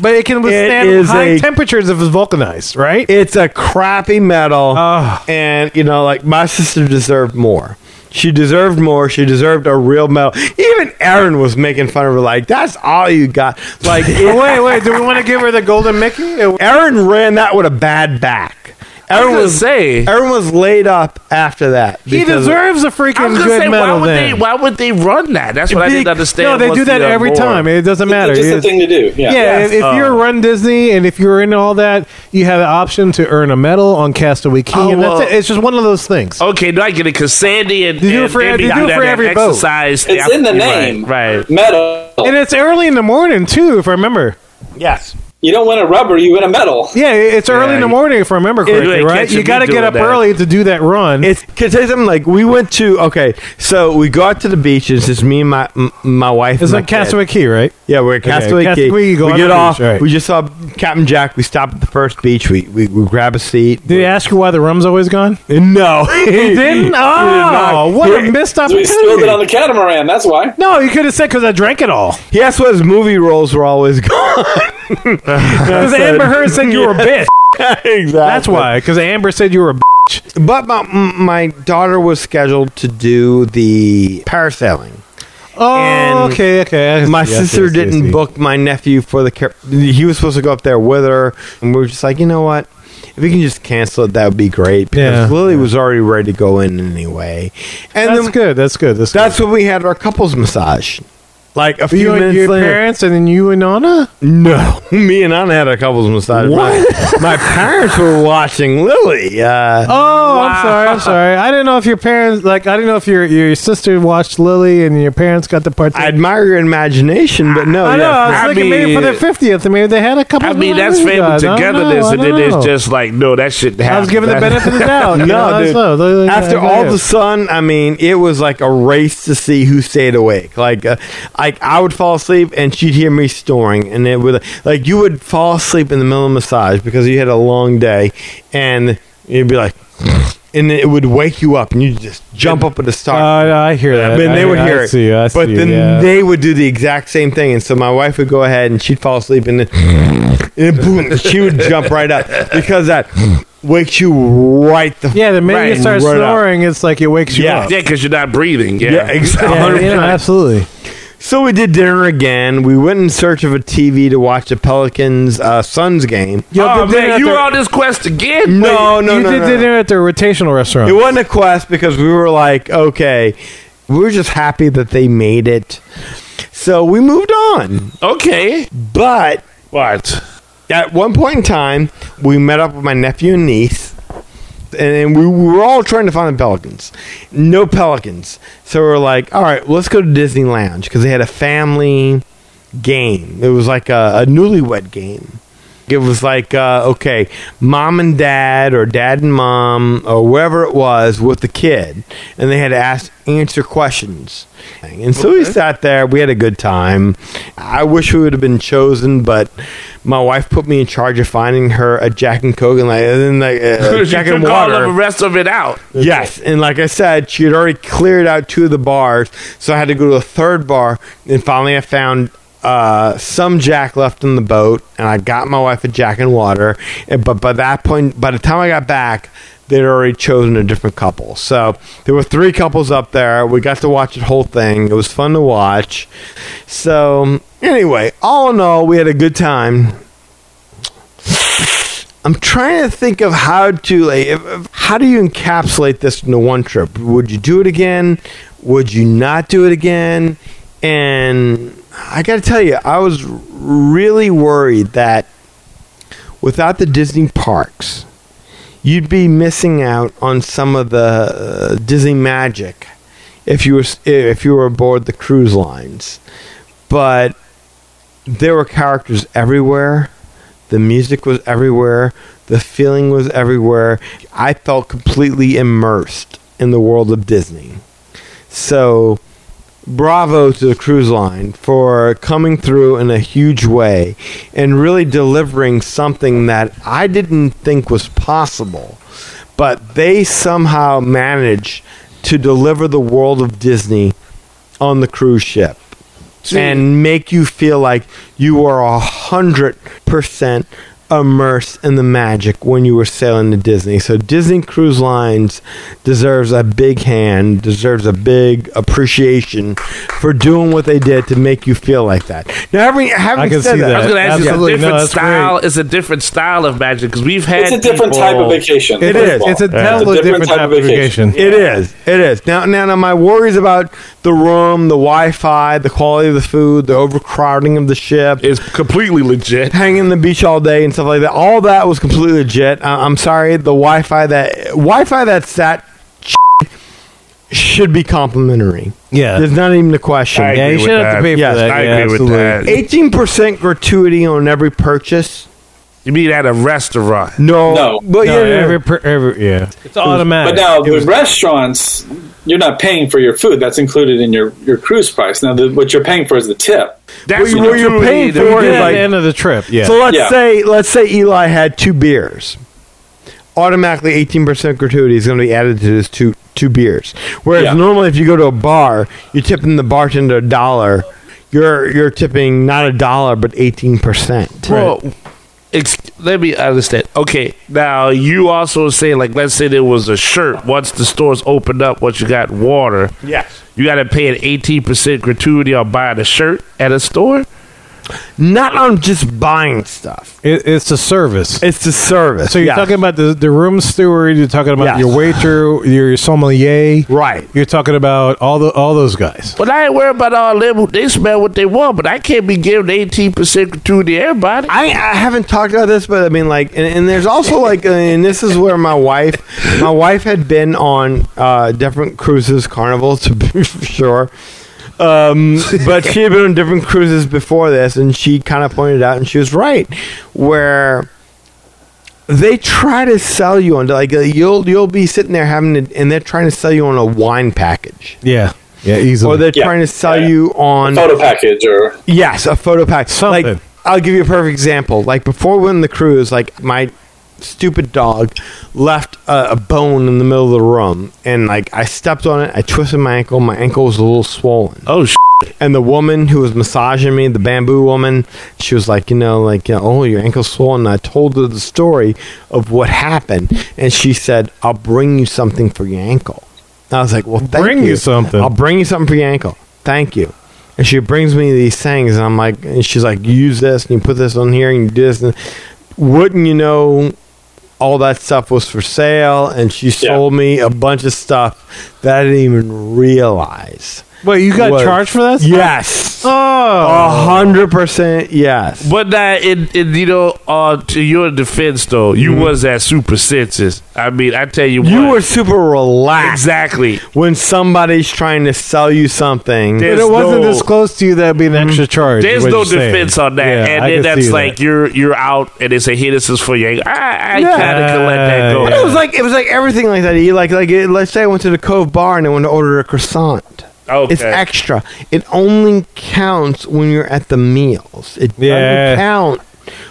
B: but it can withstand
C: is
B: high
C: a-
B: temperatures if it's vulcanized, right?
C: It's a crappy medal,
B: Ugh.
C: and you know, like my sister deserved more. She deserved more. She deserved a real medal. Even Aaron was making fun of her, like, "That's all you got." Like, it-
B: wait, wait. Do we want to give her the golden Mickey? It-
C: Aaron ran that with a bad back.
D: I
C: Aaron
D: was gonna
C: was
D: say.
C: Aaron was laid up after that.
B: He
C: because-
B: deserves a
D: I
B: freaking
D: was gonna
B: good
D: say, why
B: medal.
D: would
B: Then.
D: they? Why would they run that? That's what I didn't understand.
B: no, they
D: once
B: do that
D: the, uh,
B: every
D: war.
B: time. It doesn't matter.
F: It's just the
B: It's-
F: thing to do. Yeah.
B: yeah, if- if you're Run Disney and if you're into all that, you have the option to earn a medal on Castaway Key,
D: Oh,
B: and that's
D: well.
B: it. It's just one of those things.
D: Okay, no, I get it. Because Sandy and
B: They do it
D: and
B: for-
D: Andy
B: they do it
D: that
B: for every boat.
D: exercise.
F: It's
D: thing.
F: in the
D: Right,
F: name.
D: right?
F: Metal.
B: And it's early in the morning too, if I remember.
C: Yes.
F: You don't win a rubber, you win a medal.
B: Yeah, it's early in the
D: you-
B: morning, if I remember correctly.
D: ain't
B: right?
D: catching
B: You
D: me
B: got to get
D: doing
B: up
D: that.
B: early to do that run.
C: It's can I tell you something? Like we went to okay, so we go out to the beach. It's just me and my m- my wife.
B: It's
C: and my
B: like
C: kid.
B: Castaway Key, right?
C: Yeah, we're at
B: Okay,
C: Castaway
B: Castaway
C: Key.
B: Key, you go
C: we
B: on
C: get
B: the
C: off.
B: beach, right.
C: We just saw Captain Jack. We stop at the first beach. We we, we grab a seat.
B: Did he ask you why the rum's always gone?
C: no, he
B: Didn't? Oh,
C: not.
B: what a
C: He-
B: missed
F: So we
B: opportunity.
F: spilled it on the catamaran, that's why.
B: no, you could have said because I drank it all.
C: He asked what his movie roles were always gone.
B: Because Amber Heard said you were a bitch.
C: exactly.
B: That's why. Because Amber said you were a bitch.
C: But my my daughter was scheduled to do the parasailing.
B: Oh,
C: And
B: okay, okay. I
C: my
B: see, I see,
C: sister
B: I see, I
C: didn't
B: see.
C: book my nephew for the car- he was supposed to go up there with her and we were just like you know what if we can just cancel it that would be great because
B: Yeah.
C: lily was already ready to go in anyway and
B: That's
C: then
B: good. That's good. That's,
C: that's when we had our couples massage like a
B: good.
C: few
B: you and
C: minutes
B: your
C: later
B: parents, and then you and Anna.
C: no me and anna had a couples massage what? My, my parents were watching lily uh,
B: Oh, I'm sorry. I'm sorry. I didn't know if your parents like. I didn't know if your your sister watched Lily and your parents got to
C: i
B: partake.
C: admire your imagination but no
B: I know.
C: yes,
B: Oh, I was
D: I
B: looking maybe for
D: mean-
B: their fiftieth, and maybe they had a couple.
D: I
B: of
D: mean, that's
B: movies,
D: family
B: guys. I don't
D: togetherness,
B: know, I
D: and then
B: don't know.
D: it's just like, no, that shouldn't happen.
B: I was giving the benefit of the doubt. you know,
C: No,
B: I
C: dude.
B: don't know.
C: After
B: Yeah, Uh,
C: all
B: yeah.
C: the sun, I mean, it was like a race to see who stayed awake. Like, uh, I, I would fall asleep and she'd hear me snoring, and it would like you would fall asleep in the middle of massage because you had a long day, and you'd be like, and it would wake you up, and you just jump up at the start.
B: Uh, no, I hear that.
C: I mean, they
B: I-
C: would
B: I
C: hear it,
B: see you, I
C: but
B: see you,
C: then
B: yeah.
C: they would do the exact same thing, and so my wife would go ahead and she'd fall asleep, and then and boom, she would jump right up because that wakes you right the
B: yeah, the minute
C: right
B: you start
C: right up.
B: snoring, it's like it wakes you
C: Yeah.
B: up.
D: Yeah, because you're not breathing. Yeah,
C: Yeah, exactly.
B: Yeah, yeah,
C: 100%.
B: absolutely.
C: So we did dinner again. We went in search of a TV to watch the Pelicans uh, Suns game.
B: Yo,
D: Oh,
B: did they
D: man,
B: have
D: you
B: to-
D: were on this quest again?
C: No, Oh, no,
B: you
C: no,
B: did
C: no,
B: dinner at the rotational restaurant.
C: It wasn't a quest because we were like, okay, we were just happy that they made it. So we moved on.
D: Okay.
C: But
D: What?
C: at one point in time, we met up with my nephew and niece, and, and we were all trying to find the pelicans. No pelicans. So we're like, all right, let's go to Disney Lounge because they had a family game. It was like a, a newlywed game. It was like, uh, okay, mom and dad, or dad and mom, or wherever it was, with the kid, and they had to ask answer questions. And so we sat there. We had a good time. I wish we would have been chosen, but my wife put me in charge of finding her a Jack and Coke and like, and then like uh,
D: She
C: Jack
D: took
C: and
D: all
C: water.
D: of the rest of it out.
C: Yes, and like I said, she had already cleared out two of the bars, so I had to go to a third bar, and finally I found uh, some Jack left in the boat, and I got my wife a Jack and water. And, but by that point, by the time I got back, they'd already chosen a different couple. So there were three couples up there. We got to watch the whole thing. It was fun to watch. So anyway, all in all, we had a good time. I'm trying to think of how to like if- if- how do you encapsulate this into one trip? Would you do it again? Would you not do it again? And I got to tell you, I was really worried that without the Disney parks, you'd be missing out on some of the uh, Disney magic if you were s- if you were aboard the cruise lines. But there were characters everywhere. The music was everywhere. The feeling was everywhere. I felt completely immersed in the world of Disney. So, bravo to the cruise line for coming through in a huge way and really delivering something that I didn't think was possible. But they somehow managed to deliver the world of Disney on the cruise ship and make you feel like you are a hundred percent immersed in the magic when you were sailing to Disney. So Disney Cruise Lines deserves a big hand, deserves a big appreciation for doing what they did to make you feel like that. Now, having, having
B: I can
C: said
B: see
D: I
B: that.
D: was going to ask
B: Absolutely.
D: you,
B: No,
D: it's
B: that's
D: a different
B: great.
D: style. It's a different style of magic because we've had
F: It's a different type of
D: people-
F: vacation.
B: It
F: first
B: is.
F: of all.
B: It's a hell of a different type of vacation.
C: It is. It is. Now, now, now, my worries about the room, the Wi-Fi, the quality of the food, the overcrowding of the ship,
D: It's completely legit.
C: hanging on the beach all day and stuff like that. All that was completely legit. I- I'm sorry, the Wi-Fi that Wi-Fi that's that should be complimentary.
B: Yeah.
C: There's not even a question.
D: I
B: Yeah, you
D: agree with
B: should have to
D: that.
B: pay for
C: Yes,
B: that.
D: I
B: Yeah,
D: agree
B: absolutely.
D: with that.
C: Eighteen percent gratuity on every purchase.
D: You mean at a restaurant?
C: No,
F: No.
C: but
B: No,
C: yeah, yeah.
B: every, per, every yeah, it's automatic.
F: But now the restaurants, you're not paying for your food. That's included in your, your cruise price. Now, the, what you're paying for is the tip.
D: That's
C: Well,
D: what
C: well, you're paying
D: need.
C: for
B: yeah,
C: it,
B: at
C: like-
B: the end of the trip. Yeah,
C: So let's
F: Yeah.
C: say let's say Eli had two beers. Automatically, eighteen percent gratuity is going to be added to his two two beers. Whereas
F: Yeah.
C: normally, if you go to a bar, you're tipping the bartender a dollar. You're you're tipping not a dollar but eighteen percent.
D: Well, ex- let me understand. Okay, now you also say like, let's say there was a shirt. Once the stores opened up, once you got water,
C: Yes.
D: you got to pay an eighteen percent gratuity on buying a shirt at a store.
C: Not on just buying stuff.
B: it, it's a service.
C: It's the service.
B: So you're
C: Yes.
B: talking about the, the room steward. You're talking about
C: Yes.
B: your waiter, your sommelier.
C: right.
B: You're talking about all the all those guys.
D: But I ain't worried about all them. They smell what they want, but I can't be giving eighteen percent gratuity to everybody.
C: I, I haven't talked about this, but I mean, like, and, and there's also like, uh, and this is where my wife, my wife had been on uh, different cruises, carnival to be sure, um, but she had been on different cruises before this, and she kind of pointed out, and she was right, where they try to sell you on like uh, you'll you'll be sitting there having, to, and they're trying to sell you on a wine package,
B: Yeah, yeah, easily.
C: or they're
F: Mm-hmm. Yeah.
C: trying to sell
F: Yeah.
C: you
B: Mm.
C: on
F: Photo package or
C: Yes, a photo pack.
B: Something.
C: Like, I'll give you a perfect example. Like before we went on the cruise, like my stupid dog left a, a bone in the middle of the room, and like I stepped on it. I twisted my ankle. My ankle was a little swollen.
D: Oh, sh-
C: And the woman who was massaging me, the bamboo woman, she was like, you know, like, you know, oh, your ankle's swollen. And I told her the story of what happened, and she said, I'll bring you something for your ankle. And I was like, well, thank
B: Bring you something.
C: I'll bring you something for your ankle. Thank you. And she brings me these things, and I'm like, and she's like, you use this, and you put this on here, and you do this. And wouldn't you know, all that stuff was for sale, and she sold me a bunch of stuff that I didn't even realize.
B: Wait, you got
C: Was-
B: charged for this?
C: Yes.
B: Oh.
C: A hundred percent yes.
D: But that it, it you know, uh, to your defense though, you was at super senses. I mean, I tell you,
C: Mm-hmm. You
D: what,
C: were super relaxed
D: exactly.
C: when somebody's trying to sell you something.
D: There's
B: If it wasn't
D: no- Mm-hmm.
B: disclosed to you, that'd be an extra charge. is
D: There's
B: what
D: no
B: you're saying.
D: defense on that,
B: Yeah,
D: and
B: I
D: then
B: can see
D: that's
B: that.
D: like you're you're out, and they say, "Here, this is for you." I, I kind of can let that go.
C: But it was like it was like everything like that. You like like it, let's say I went to the Cove Bar and I went to order a croissant.
D: okay.
C: It's extra. It only counts when you're at the meals. It
B: Yeah.
C: doesn't count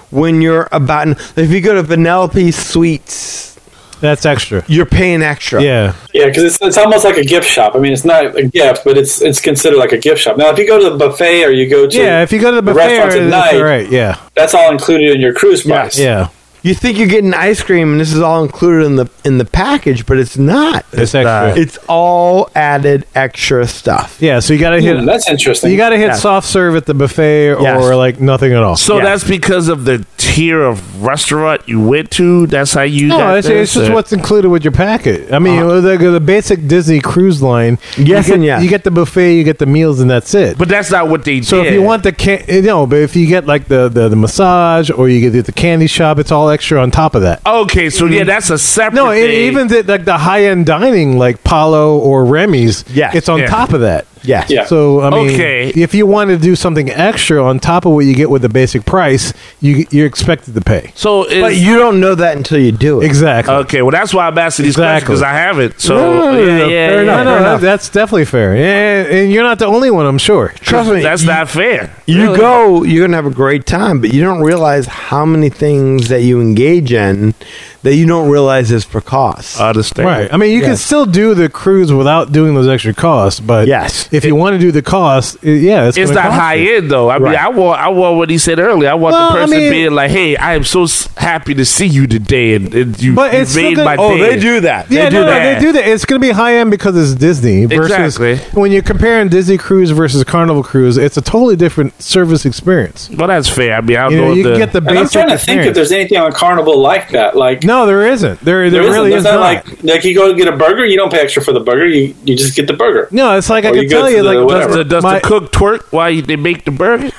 C: when you're about. If you go to Penelope Sweets,
B: That's extra.
C: you're paying extra.
B: Yeah.
F: Yeah, because it's, it's almost like a gift shop. I mean, it's not a gift, but it's it's considered like a gift shop. Now, if you go to the buffet or you go to
B: Yeah, if you go to the buffet,
F: restaurants at
B: it's
F: night,
B: all right. Yeah.
F: that's all included in your cruise price.
B: Yeah.
C: You think you're getting ice cream, and this is all included in the in the package, but it's not.
B: It's extra.
C: It's all added extra stuff.
B: Yeah, so you got to hit
F: Hmm, that's interesting.
B: you got to hit
C: Yeah.
B: soft serve at the buffet or
C: Yes.
B: like nothing at all.
D: so
C: yeah.
D: that's because of the tier of restaurant you went to. That's how you.
B: No,
D: got
B: it's, it's
D: this,
B: just
D: or-
B: what's included with your packet. I mean, the, the basic Disney cruise line.
C: Yes
B: you get,
C: and yes.
B: You get the buffet, you get the meals, and that's it.
D: But that's not what they
B: so
D: did.
B: if you want the can, you know, but if you get like the, the, the massage or you get the candy shop, it's all extra on top of that.
D: okay, so yeah, that's a separate.
B: Mm-hmm. No, it,
D: thing.
B: even the, like the high end dining, like Palo or Remy's,
C: Yes.
B: it's on
D: Yeah.
B: top of that.
C: Yes.
F: Yeah.
B: So I mean,
D: Okay.
B: if you want to do something extra on top of what you get with the basic price, you you're expected to pay.
D: so. It's,
C: But you don't know that until you do it.
B: Exactly.
D: okay? Well, that's why I'm asking these
B: Exactly.
D: questions because I haven't. So
B: No, no, no,
D: yeah,
B: no,
D: yeah,
B: fair
D: yeah.
B: enough,
D: No,
B: no,
D: no,
B: that- that's definitely fair. And, and you're not the only one, I'm sure.
C: Trust me.
D: that's not fair.
C: You
D: Really.
C: go, you're gonna have a great time, but you don't realize how many things that you engage in that you don't realize is for cost.
B: Uh,
D: I understand.
B: Right. I mean, you can
C: Yes.
B: still do the cruise without doing those extra costs, but
C: Yes.
B: if you want to do the cost, i- yeah, it's,
D: It's
B: gonna
D: not
B: cost
D: high
B: you.
D: end though. I mean,
C: Right.
D: I want I want what he said earlier. I want
B: Well, I
D: the person
B: mean-
D: being like, "Hey, I am so s- happy to see you today, and, and you,
B: But
D: you
B: it's still
D: made
B: good-
D: my
B: Oh,
D: day."
C: that.
B: Yeah,
D: do
B: no, no,
D: that.
B: they do that. It's going to be high end because it's Disney versus
D: Exactly.
B: when you're comparing Disney Cruise versus Carnival Cruise, it's a totally different service experience.
D: Well, that's fair. I mean, I don't
B: You
D: know.
B: know,
D: if
B: you
D: the,
B: can get the
F: And
B: basic
F: I'm trying to think if
B: experience.
F: there's anything on Carnival like that. Like
B: No, there isn't. There, there,
F: isn't.
B: really
F: There's
B: is
F: not
B: not.
F: Like, like you go get a burger, you don't pay extra for the burger. You you just get the burger.
B: no, it's like I
F: Or
B: can
F: you go
B: tell
F: to
B: you,
F: the
B: like
F: whatever.
D: does the, does
B: my-
D: the cook twerk while you- they make the burger?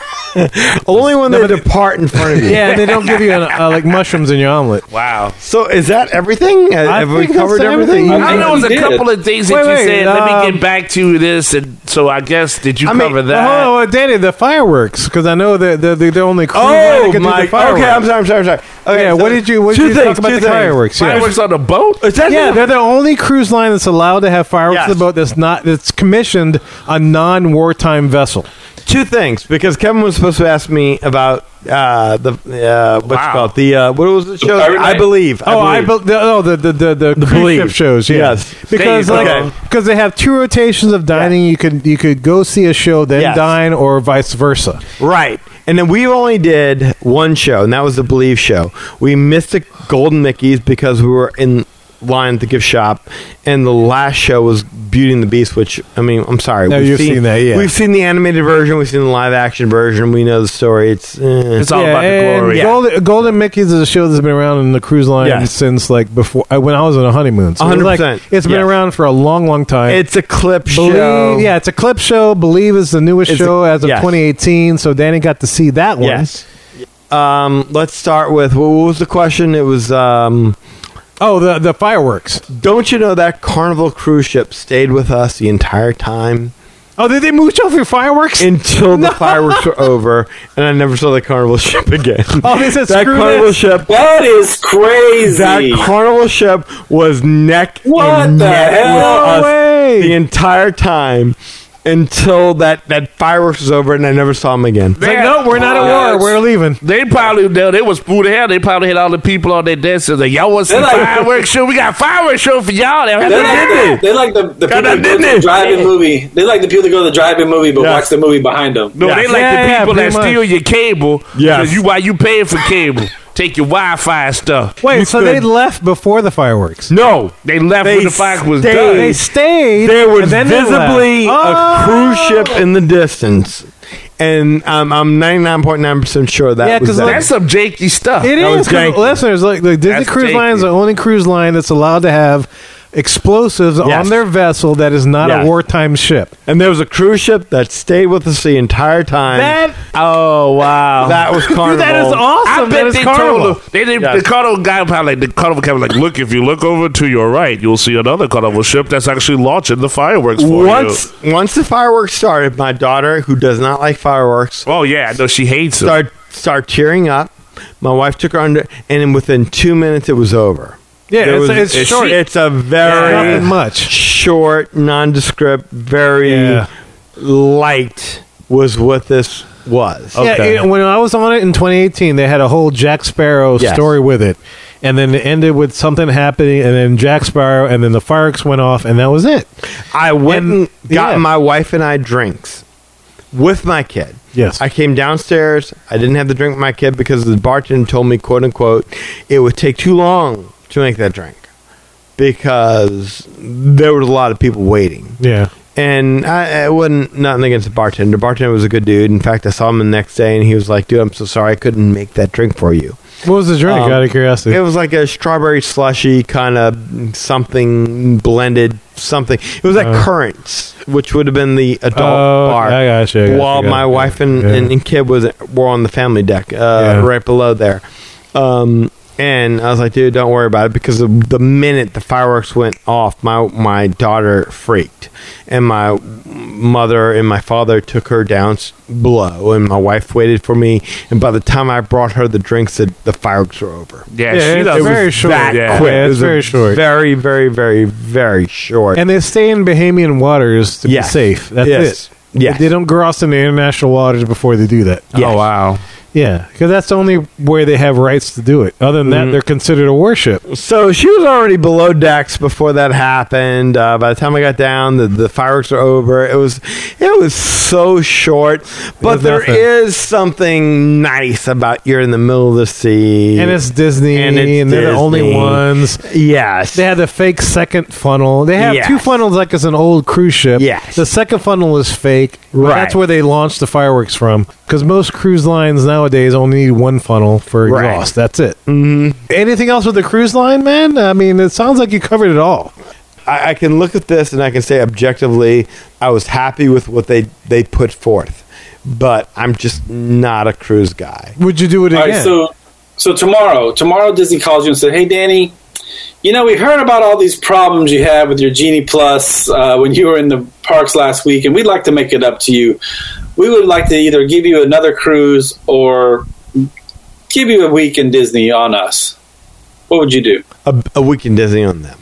C: Only when they depart in front of you.
B: yeah, and they don't give you an, uh, like mushrooms in your omelet.
D: Wow.
C: So is that everything? Uh, Have have we
B: think that's
C: covered everything?
B: everything.
D: I
F: think
D: know
F: you
D: it was a
F: did.
D: couple of things that
B: Wait,
D: you
B: wait,
D: said. Let me
B: um,
D: get back to this, and so I guess did you
C: I mean,
D: cover that?
B: Oh, well, Danny, the fireworks because I know that they're, they're the only cruise line that
C: Oh
B: can do
C: my!
B: the fireworks.
C: Okay, I'm sorry. I'm sorry. I'm sorry. Okay,
B: yeah,
C: so
B: what did you what
C: two
B: did you
C: things,
B: talk about
C: two
B: the
C: things.
B: fireworks? Yeah.
D: Fireworks on a boat?
C: Is that
B: Yeah,
C: yeah,
B: they're the only cruise line that's allowed to have fireworks
C: Yes.
B: on the boat that's not that's commissioned a non-wartime vessel.
C: two things because Kevin was supposed to ask me about uh, the uh, what's
D: Wow.
C: it called the uh, what was the show?
F: Pirate
C: I
F: Night?
C: believe.
B: Oh, I
C: believe.
B: bel the, oh the the the, the, cruise
C: believe.
B: ship shows. Yeah.
C: Yes.
B: because
D: There you
B: like
D: go.
B: because they have two rotations of dining. You could you could go see a show then
C: Yes.
B: dine or vice versa.
C: Right. And then we only did one show, and that was the Believe show. We missed the Golden Mickey's because we were in line at the gift shop, and the last show was Beauty and the Beast, which, I mean, I'm sorry.
B: No,
C: we've
B: you've seen that, yeah.
C: We've seen the animated version, we've seen the live action version, we know the story. It's, eh.
D: It's all about the
B: and
D: glory.
B: Golden, Golden Mickey's is a show that's been around in the cruise line
C: Yes.
B: since like before I, when I was on a honeymoon. So it's like-
C: 100%.
B: it's been
C: Yes.
B: around for a long, long time.
C: it's a clip
B: Believe,
C: show.
B: yeah, it's a clip show. Believe is the newest
C: It's a-
B: show as of
C: yes.
B: 2018. So Danny got to see that one.
C: Yes. Um, let's start with what was the question? It was um,
B: Oh, the the fireworks.
C: Don't you know that Carnival cruise ship stayed with us the entire time?
B: Oh, did they mooch off your fireworks?
C: until the fireworks were over, and I never saw the carnival ship again.
B: oh, they said
C: that
B: screw
C: carnival
B: this.
C: ship,
F: That is crazy.
C: that carnival ship was neck
F: What
C: and
F: the
C: neck
F: hell?
C: with us
B: No way.
C: the entire time until that that fireworks was over, and I never saw him again.
B: It's like, no, we're not at war.
F: Yes.
B: We're leaving.
D: They probably they, they was food hell. They probably had all the people on their dances like y'all want some
F: They're like-
D: fireworks show? We got fireworks show for y'all. They're
F: They
D: like,
F: like, the, they like the, the people that go to
D: Disney.
F: the drive-in movie. They like the people that go to the drive-in movie but
C: Yeah.
F: watch the movie behind them.
D: no, they like
B: Yeah, yeah,
D: the people that
B: pretty
D: steal your cable.
C: Yes.
D: because you why you paying for cable? Take your Wi-Fi stuff.
B: Wait, so they
C: could-
B: left before the fireworks.
C: No,
D: They left
C: They
D: when the fire was
C: stayed.
D: done.
B: They stayed.
C: there was
B: and then they
C: visibly
B: left.
C: a
B: Oh.
C: cruise ship in the distance, and um, I'm 99.9 percent sure that
B: Yeah,
C: was
B: 'cause
C: that.
D: That's some janky stuff.
B: It
C: That
B: is.
C: was janky.
B: Listeners, look, the Disney
D: That's
B: Cruise Line is
D: janky.
B: the only cruise line that's allowed to have explosives
C: Yes.
B: on their vessel that is not
C: Yes.
B: a wartime ship.
C: And there was a cruise ship that stayed with us the entire time.
D: That oh wow,
C: That was Carnival.
B: That is awesome.
D: I
B: That
D: bet
B: is
D: they
B: Carnival.
D: told him. They did,
C: Yes.
D: The Carnival guy probably the Carnival guy was like, look, if you look over to your right, you'll see another Carnival ship that's actually launching the fireworks for you.
C: Once once the fireworks started, my daughter, who does not like fireworks,
D: Oh yeah, I know she hates it.
C: start start tearing up. My wife took her under, and then within two minutes, it was over.
B: Yeah,
C: There
B: it's,
C: was-
B: it's short.
C: It's a very
B: Nothing much.
C: short, nondescript, very
B: Yeah.
C: light was what this was.
B: Yeah, you know, when I was on it in 2018, they had a whole Jack Sparrow
C: Yes.
B: story with it, and then it ended with something happening, and then Jack Sparrow, and then the fireworks went off, and that was it.
C: I went and,
B: And-
C: got
B: yeah.
C: my wife and I drinks with my kid.
B: Yes.
C: I came downstairs. I didn't have the drink with my kid because the bartender told me, quote unquote, it would take too long to make that drink because there was a lot of people waiting.
B: Yeah,
C: And I, I wasn't nothing against the bartender. The bartender was a good dude. In fact, I saw him the next day and he was like, dude, I'm so sorry I couldn't make that drink for you.
B: what was the drink?
C: Um,
B: Out of curiosity,
C: It was like a strawberry slushy kind of something blended something. It was like currants, which would have been the adult
B: Uh, Oh,
C: bar.
B: I gotcha, I gotcha,
C: while
B: gotcha.
C: my wife and,
B: Yeah.
C: and, and kid was were on the family deck, uh,
B: Yeah.
C: right below there. Um, and I was like, dude, don't worry about it because the, the minute the fireworks went off, my my daughter freaked, and my mother and my father took her down s- below, and my wife waited for me. And by the time I brought her the drinks, the, the fireworks were over.
D: yeah,
B: Yeah,
D: she
B: it's
D: does.
B: very short.
C: That
D: Yeah.
C: quick.
B: Yeah,
C: It
B: it's
C: was a
B: very short.
C: Very, very, very, very short.
B: and they stay in Bahamian waters to
C: Yes.
B: be safe. That's
C: Yes.
B: it.
C: Yes.
B: they don't cross into international waters before they do that.
C: Yes. Oh,
D: wow.
B: Yeah, because that's the only way they have rights to do it. Other than
C: Mm-hmm.
B: that, they're considered a warship.
C: So she was already below decks before that happened. Uh, by the time I got down, the, the fireworks were over. It was it was so short, but
B: was
C: there is
B: nothing.
C: something nice about you're in the middle of the sea.
B: And it's Disney,
C: And
B: and,
C: it's
B: they're the
C: Disney.
B: only ones.
C: yes,
B: They had the fake second funnel. They have
C: Yes.
B: two funnels like it's an old cruise ship.
C: Yes.
B: The second funnel is fake. but
C: Right.
B: That's where they launch the fireworks from. Because most cruise lines nowadays only need one funnel for
C: Right.
B: exhaust. That's it. Mm-hmm. Anything else with the cruise line, man? I mean, it sounds like you covered it all.
C: I, I can look at this and I can say objectively, I was happy with what they they put forth, but I'm just not a cruise guy.
B: Would you do it
F: All
B: again?
F: right, so so tomorrow, tomorrow Disney calls you and said, "Hey, Danny, you know we heard about all these problems you had with your Genie Plus uh, when you were in the parks last week, and we'd like to make it up to you. We would like to either give you another cruise or give you a week in Disney on us. What would you do?"
C: A, a week in Disney on them.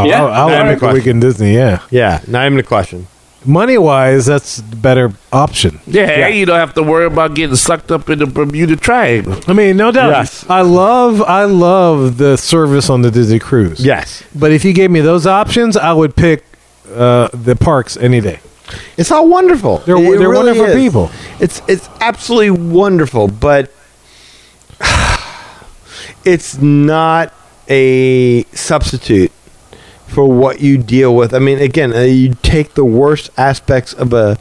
B: oh,
F: yeah,
B: I, I
F: all
B: would
F: right.
B: make a weekend Disney, yeah.
C: Yeah, not even a question.
B: Money wise, that's the better option.
D: Yeah, and you don't have to worry about getting sucked up in the Bermuda Triangle.
B: I mean, no doubt.
C: Yes.
B: I love I love the service on the Disney cruise.
C: Yes,
B: But if you gave me those options, I would pick uh, the parks any day.
C: it's all wonderful.
B: They're,
C: It
B: they're
C: really
B: wonderful
C: is.
B: people.
C: It's it's absolutely wonderful, but it's not a substitute for what you deal with. I mean, again, uh, you take the worst aspects of a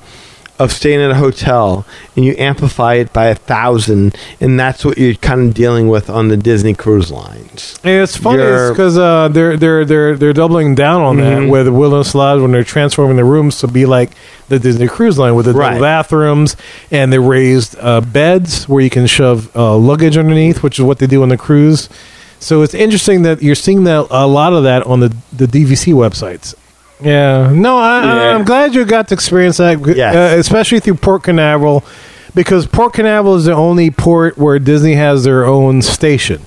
C: of staying at a hotel and you amplify it by a thousand, and that's what you're kind of dealing with on the Disney cruise lines.
B: And it's funny
C: You're- Mm-hmm.
B: because uh, they're they're they're they're doubling down on that with Wilderness Lodge when they're transforming the rooms to be like the Disney Cruise Line with the double
C: Right.
B: bathrooms and the raised uh, beds where you can shove uh, luggage underneath, which is what they do on the cruise. So it's interesting that you're seeing that a lot of that on the the DVC websites. Yeah, no, I, I-
F: Yeah.
B: I'm glad you got to experience that,
C: Yes.
B: uh, especially through Port Canaveral. Because Port Canaveral is the only port where Disney has their own station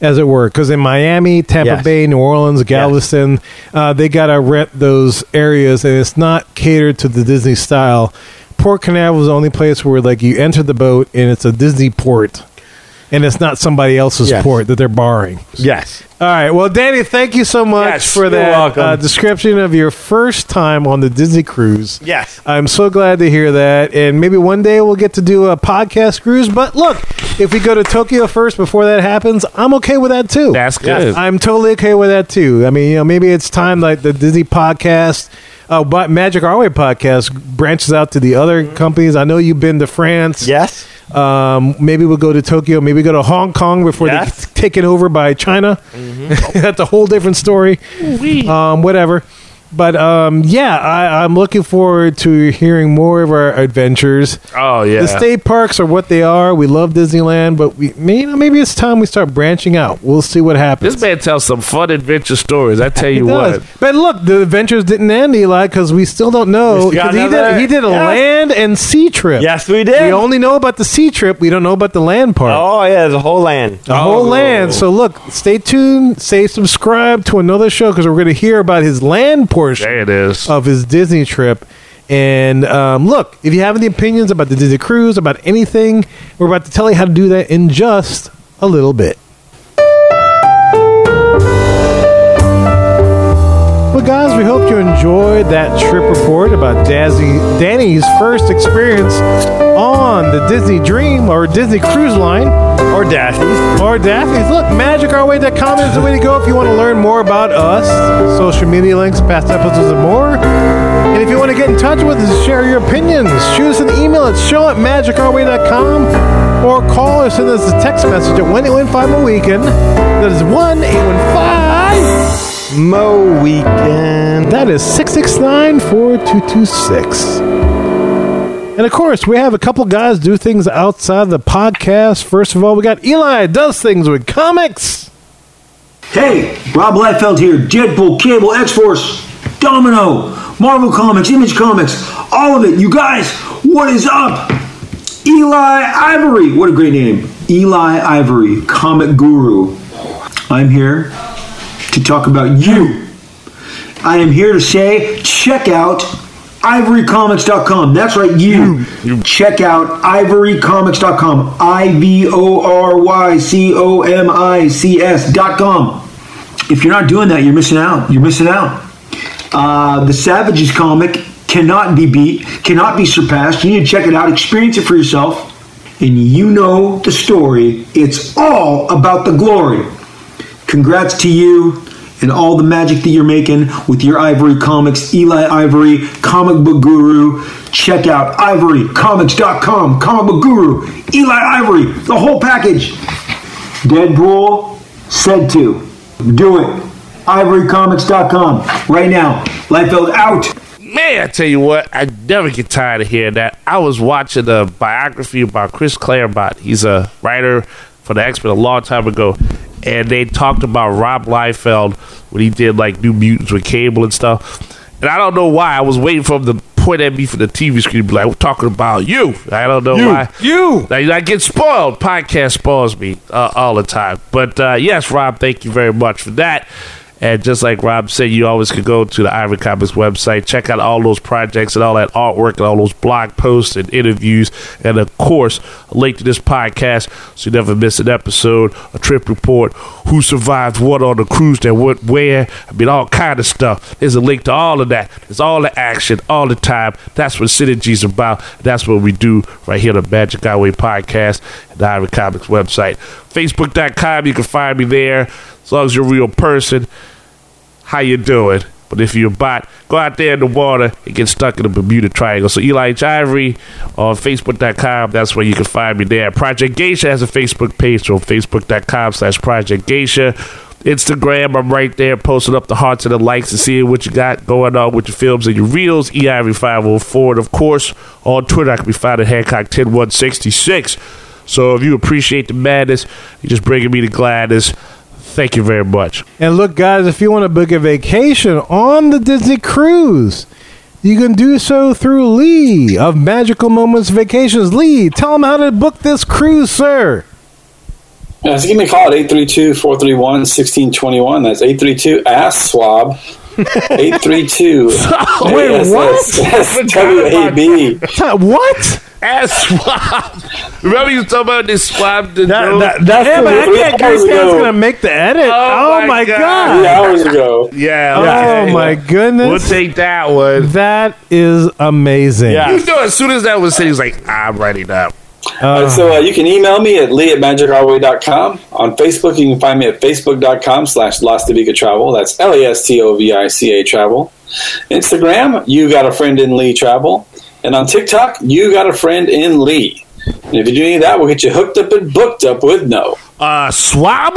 B: as it were. Because in Miami, Tampa
C: Yes.
B: Bay, New Orleans, Galveston, uh, they got to rent those areas, and it's not catered to the Disney style. Port Canaveral is the only place where like you enter the boat and it's a Disney port, and it's not somebody else's
C: Yes.
B: port that they're borrowing.
C: Yes,
B: All right. Well, Danny, thank you so much
D: Yes,
B: for
D: you're
B: that
D: welcome.
B: uh, description of your first time on the Disney cruise.
C: Yes.
B: I'm so glad to hear that. And maybe one day we'll get to do a podcast cruise. But look, if we go to Tokyo first before that happens, I'm okay with that too.
D: That's good.
B: I'm totally okay with that too. I mean, you know, maybe it's time like the Disney podcast, uh, but Magic Our Way podcast branches out to the other companies. I know you've been to France.
C: yes.
B: Um, maybe we'll go to Tokyo. Maybe go to Hong Kong before they
I: Yes. Mm-hmm.
B: get taken over by China. That's a whole different story. Um, whatever. But um, yeah, I, I'm looking forward to hearing more of our adventures.
D: Oh yeah.
B: The state parks are what they are. We love Disneyland, but we maybe, maybe it's time we start branching out. We'll see what happens.
D: this man tells some fun adventure stories. I tell
B: He
D: you
B: does.
D: what.
B: But look, the adventures didn't end, Eli, because we still don't know.
I: We still got
B: 'Cause he
I: another-
B: did he did a
I: Yes.
B: land and sea trip.
I: Yes, we did.
B: We only know about the sea trip. We don't know about the land part.
I: oh yeah, the whole land.
B: The whole land. So look, stay tuned, stay subscribed to another show because we're going to hear about his land portion
D: There it is.
B: of his Disney trip. And um, look, if you have any opinions about the Disney cruise, about anything, we're about to tell you how to do that in just a little bit. Well, guys, we hope you enjoyed that trip report about Dazzy, Danny's first experience on the Disney Dream or Disney Cruise Line
I: Or Daphne's.
B: or Daphne's. Look, magicourway.com is the way to go if you want to learn more about us, social media links, past episodes, and more. And if you want to get in touch with us, share your opinions, shoot us an email at show at magicourway.com or call or send us a text message at 1 815 a weekend. That is 1 815
I: Mo weekend.
B: That is 669 4226. And of course, we have a couple guys do things outside the podcast. First of all, we got Eli does things with comics.
J: Hey, Rob Liefeld here. Deadpool, Cable, X Force, Domino, Marvel Comics, Image Comics, all of it. You guys, what is up? Eli Ivory, what a great name. Eli Ivory, comic guru. I'm here to talk about you. I am here to say check out ivorycomics.com. That's right, you. Check out ivorycomics.com. I V O R Y C O M I C S.com. If you're not doing that, you're missing out. You're missing out. Uh, the Savages comic cannot be beat, cannot be surpassed. You need to check it out, experience it for yourself. And you know the story. It's all about the glory congrats to you and all the magic that you're making with your Ivory Comics, Eli Ivory, comic book guru. Check out ivorycomics.com, comic book guru, Eli Ivory, the whole package. Deadpool said to. Do it. Ivorycomics.com right now. Liefeld out.
D: Man, I tell you what, I never get tired of hearing that. I was watching a biography about Chris Claremont. He's a writer for the X Men a long time ago, and they talked about Rob Liefeld when he did like New Mutants with Cable and stuff. And I don't know why I was waiting for him to point at me from the TV screen, be like, "We're talking about you." I don't know why.
B: You.
D: Like, I get spoiled. Podcast spoils me uh, all the time. But uh, yes, Rob, thank you very much for that. And just like Rob said, you always could go to the Ivory Comics website, check out all those projects and all that artwork and all those blog posts and interviews, and of course, a link to this podcast so you never miss an episode, a trip report, who survived what on the cruise that went where. I mean, all kind of stuff. There's a link to all of that. There's all the action, all the time. That's what Synergy's about. That's what we do right here on the Magic Highway Podcast and the Ivory Comics website. Facebook.com, you can find me there. As long as you're a real person, how you doing? But if you're a bot, go out there in the water and get stuck in the Bermuda Triangle. So Eli H. Ivory on Facebook.com, that's where you can find me there. Project Geisha has a Facebook page, so Facebook.com slash Project Geisha. Instagram, I'm right there posting up the hearts and the likes and seeing what you got going on with your films and your reels. E EIV504. And of course, on Twitter, I can be found at Hancock10166. So if you appreciate the madness, you're just bringing me the gladness. Thank you very much.
B: And look, guys, if you want to book a vacation on the Disney cruise, you can do so through Lee of Magical Moments Vacations. Lee, tell him how to book this cruise, sir.
F: Yeah, Uh, so give me a call at 832 431 1621. That's 832 ass swab. 832
D: Wait, what?
F: WAB.
B: Ta- What?
D: ass swab. Remember you was talking about this swab? The
I: That,
D: joke?
I: that, that's
B: Yeah, but I
F: Three
B: can't
F: hours
B: guys
F: ago.
B: going to make the edit.
D: Oh
B: Oh,
D: my
B: my
D: God.
F: Three
B: God.
F: hours ago.
D: yeah.
B: Oh,
D: okay.
B: my goodness.
D: We'll take that one.
B: that is amazing.
I: Yeah.
D: You know, as soon as that was said, he was like, I'm writing up.
F: All right, so uh, you can email me at lee at magicourway.com. On Facebook, you can find me at facebook.com slash Las Tavica Travel. That's E L-A-S-T-O-V-I-C-A Travel. Instagram, you got a friend in Lee Travel. And on TikTok, you got a friend in Lee. And if you do any of that, we'll get you hooked up and booked up with no.
D: Uh,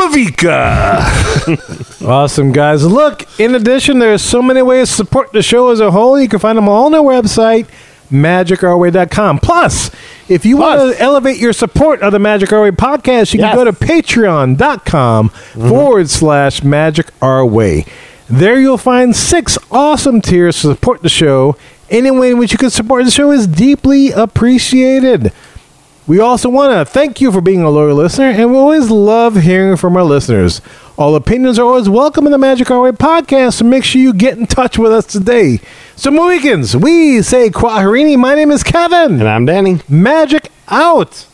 D: Swabavica.
B: Awesome, guys. Look, in addition, there's so many ways to support the show as a whole. You can find them all on our website, magicourway.com. Plus, if you want to elevate your support of the Magic Our Way podcast, you can go to patreon.com forward slash magic our way. There you'll find six awesome tiers to support the show. Any way in which you can support the show is deeply appreciated. We also want to thank you for being a loyal listener, and we always love hearing from our listeners. All opinions are always welcome in the Magic Our Way podcast, so make sure you get in touch with us today. So, Mohicans, we say Quaharini. My name is Kevin.
I: And I'm Danny.
B: Magic out.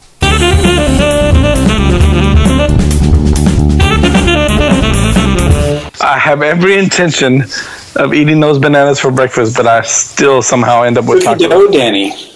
K: I have every intention of eating those bananas for breakfast, but I still somehow end up with
F: Cookie
K: Taco Bell.
F: dough, Danny.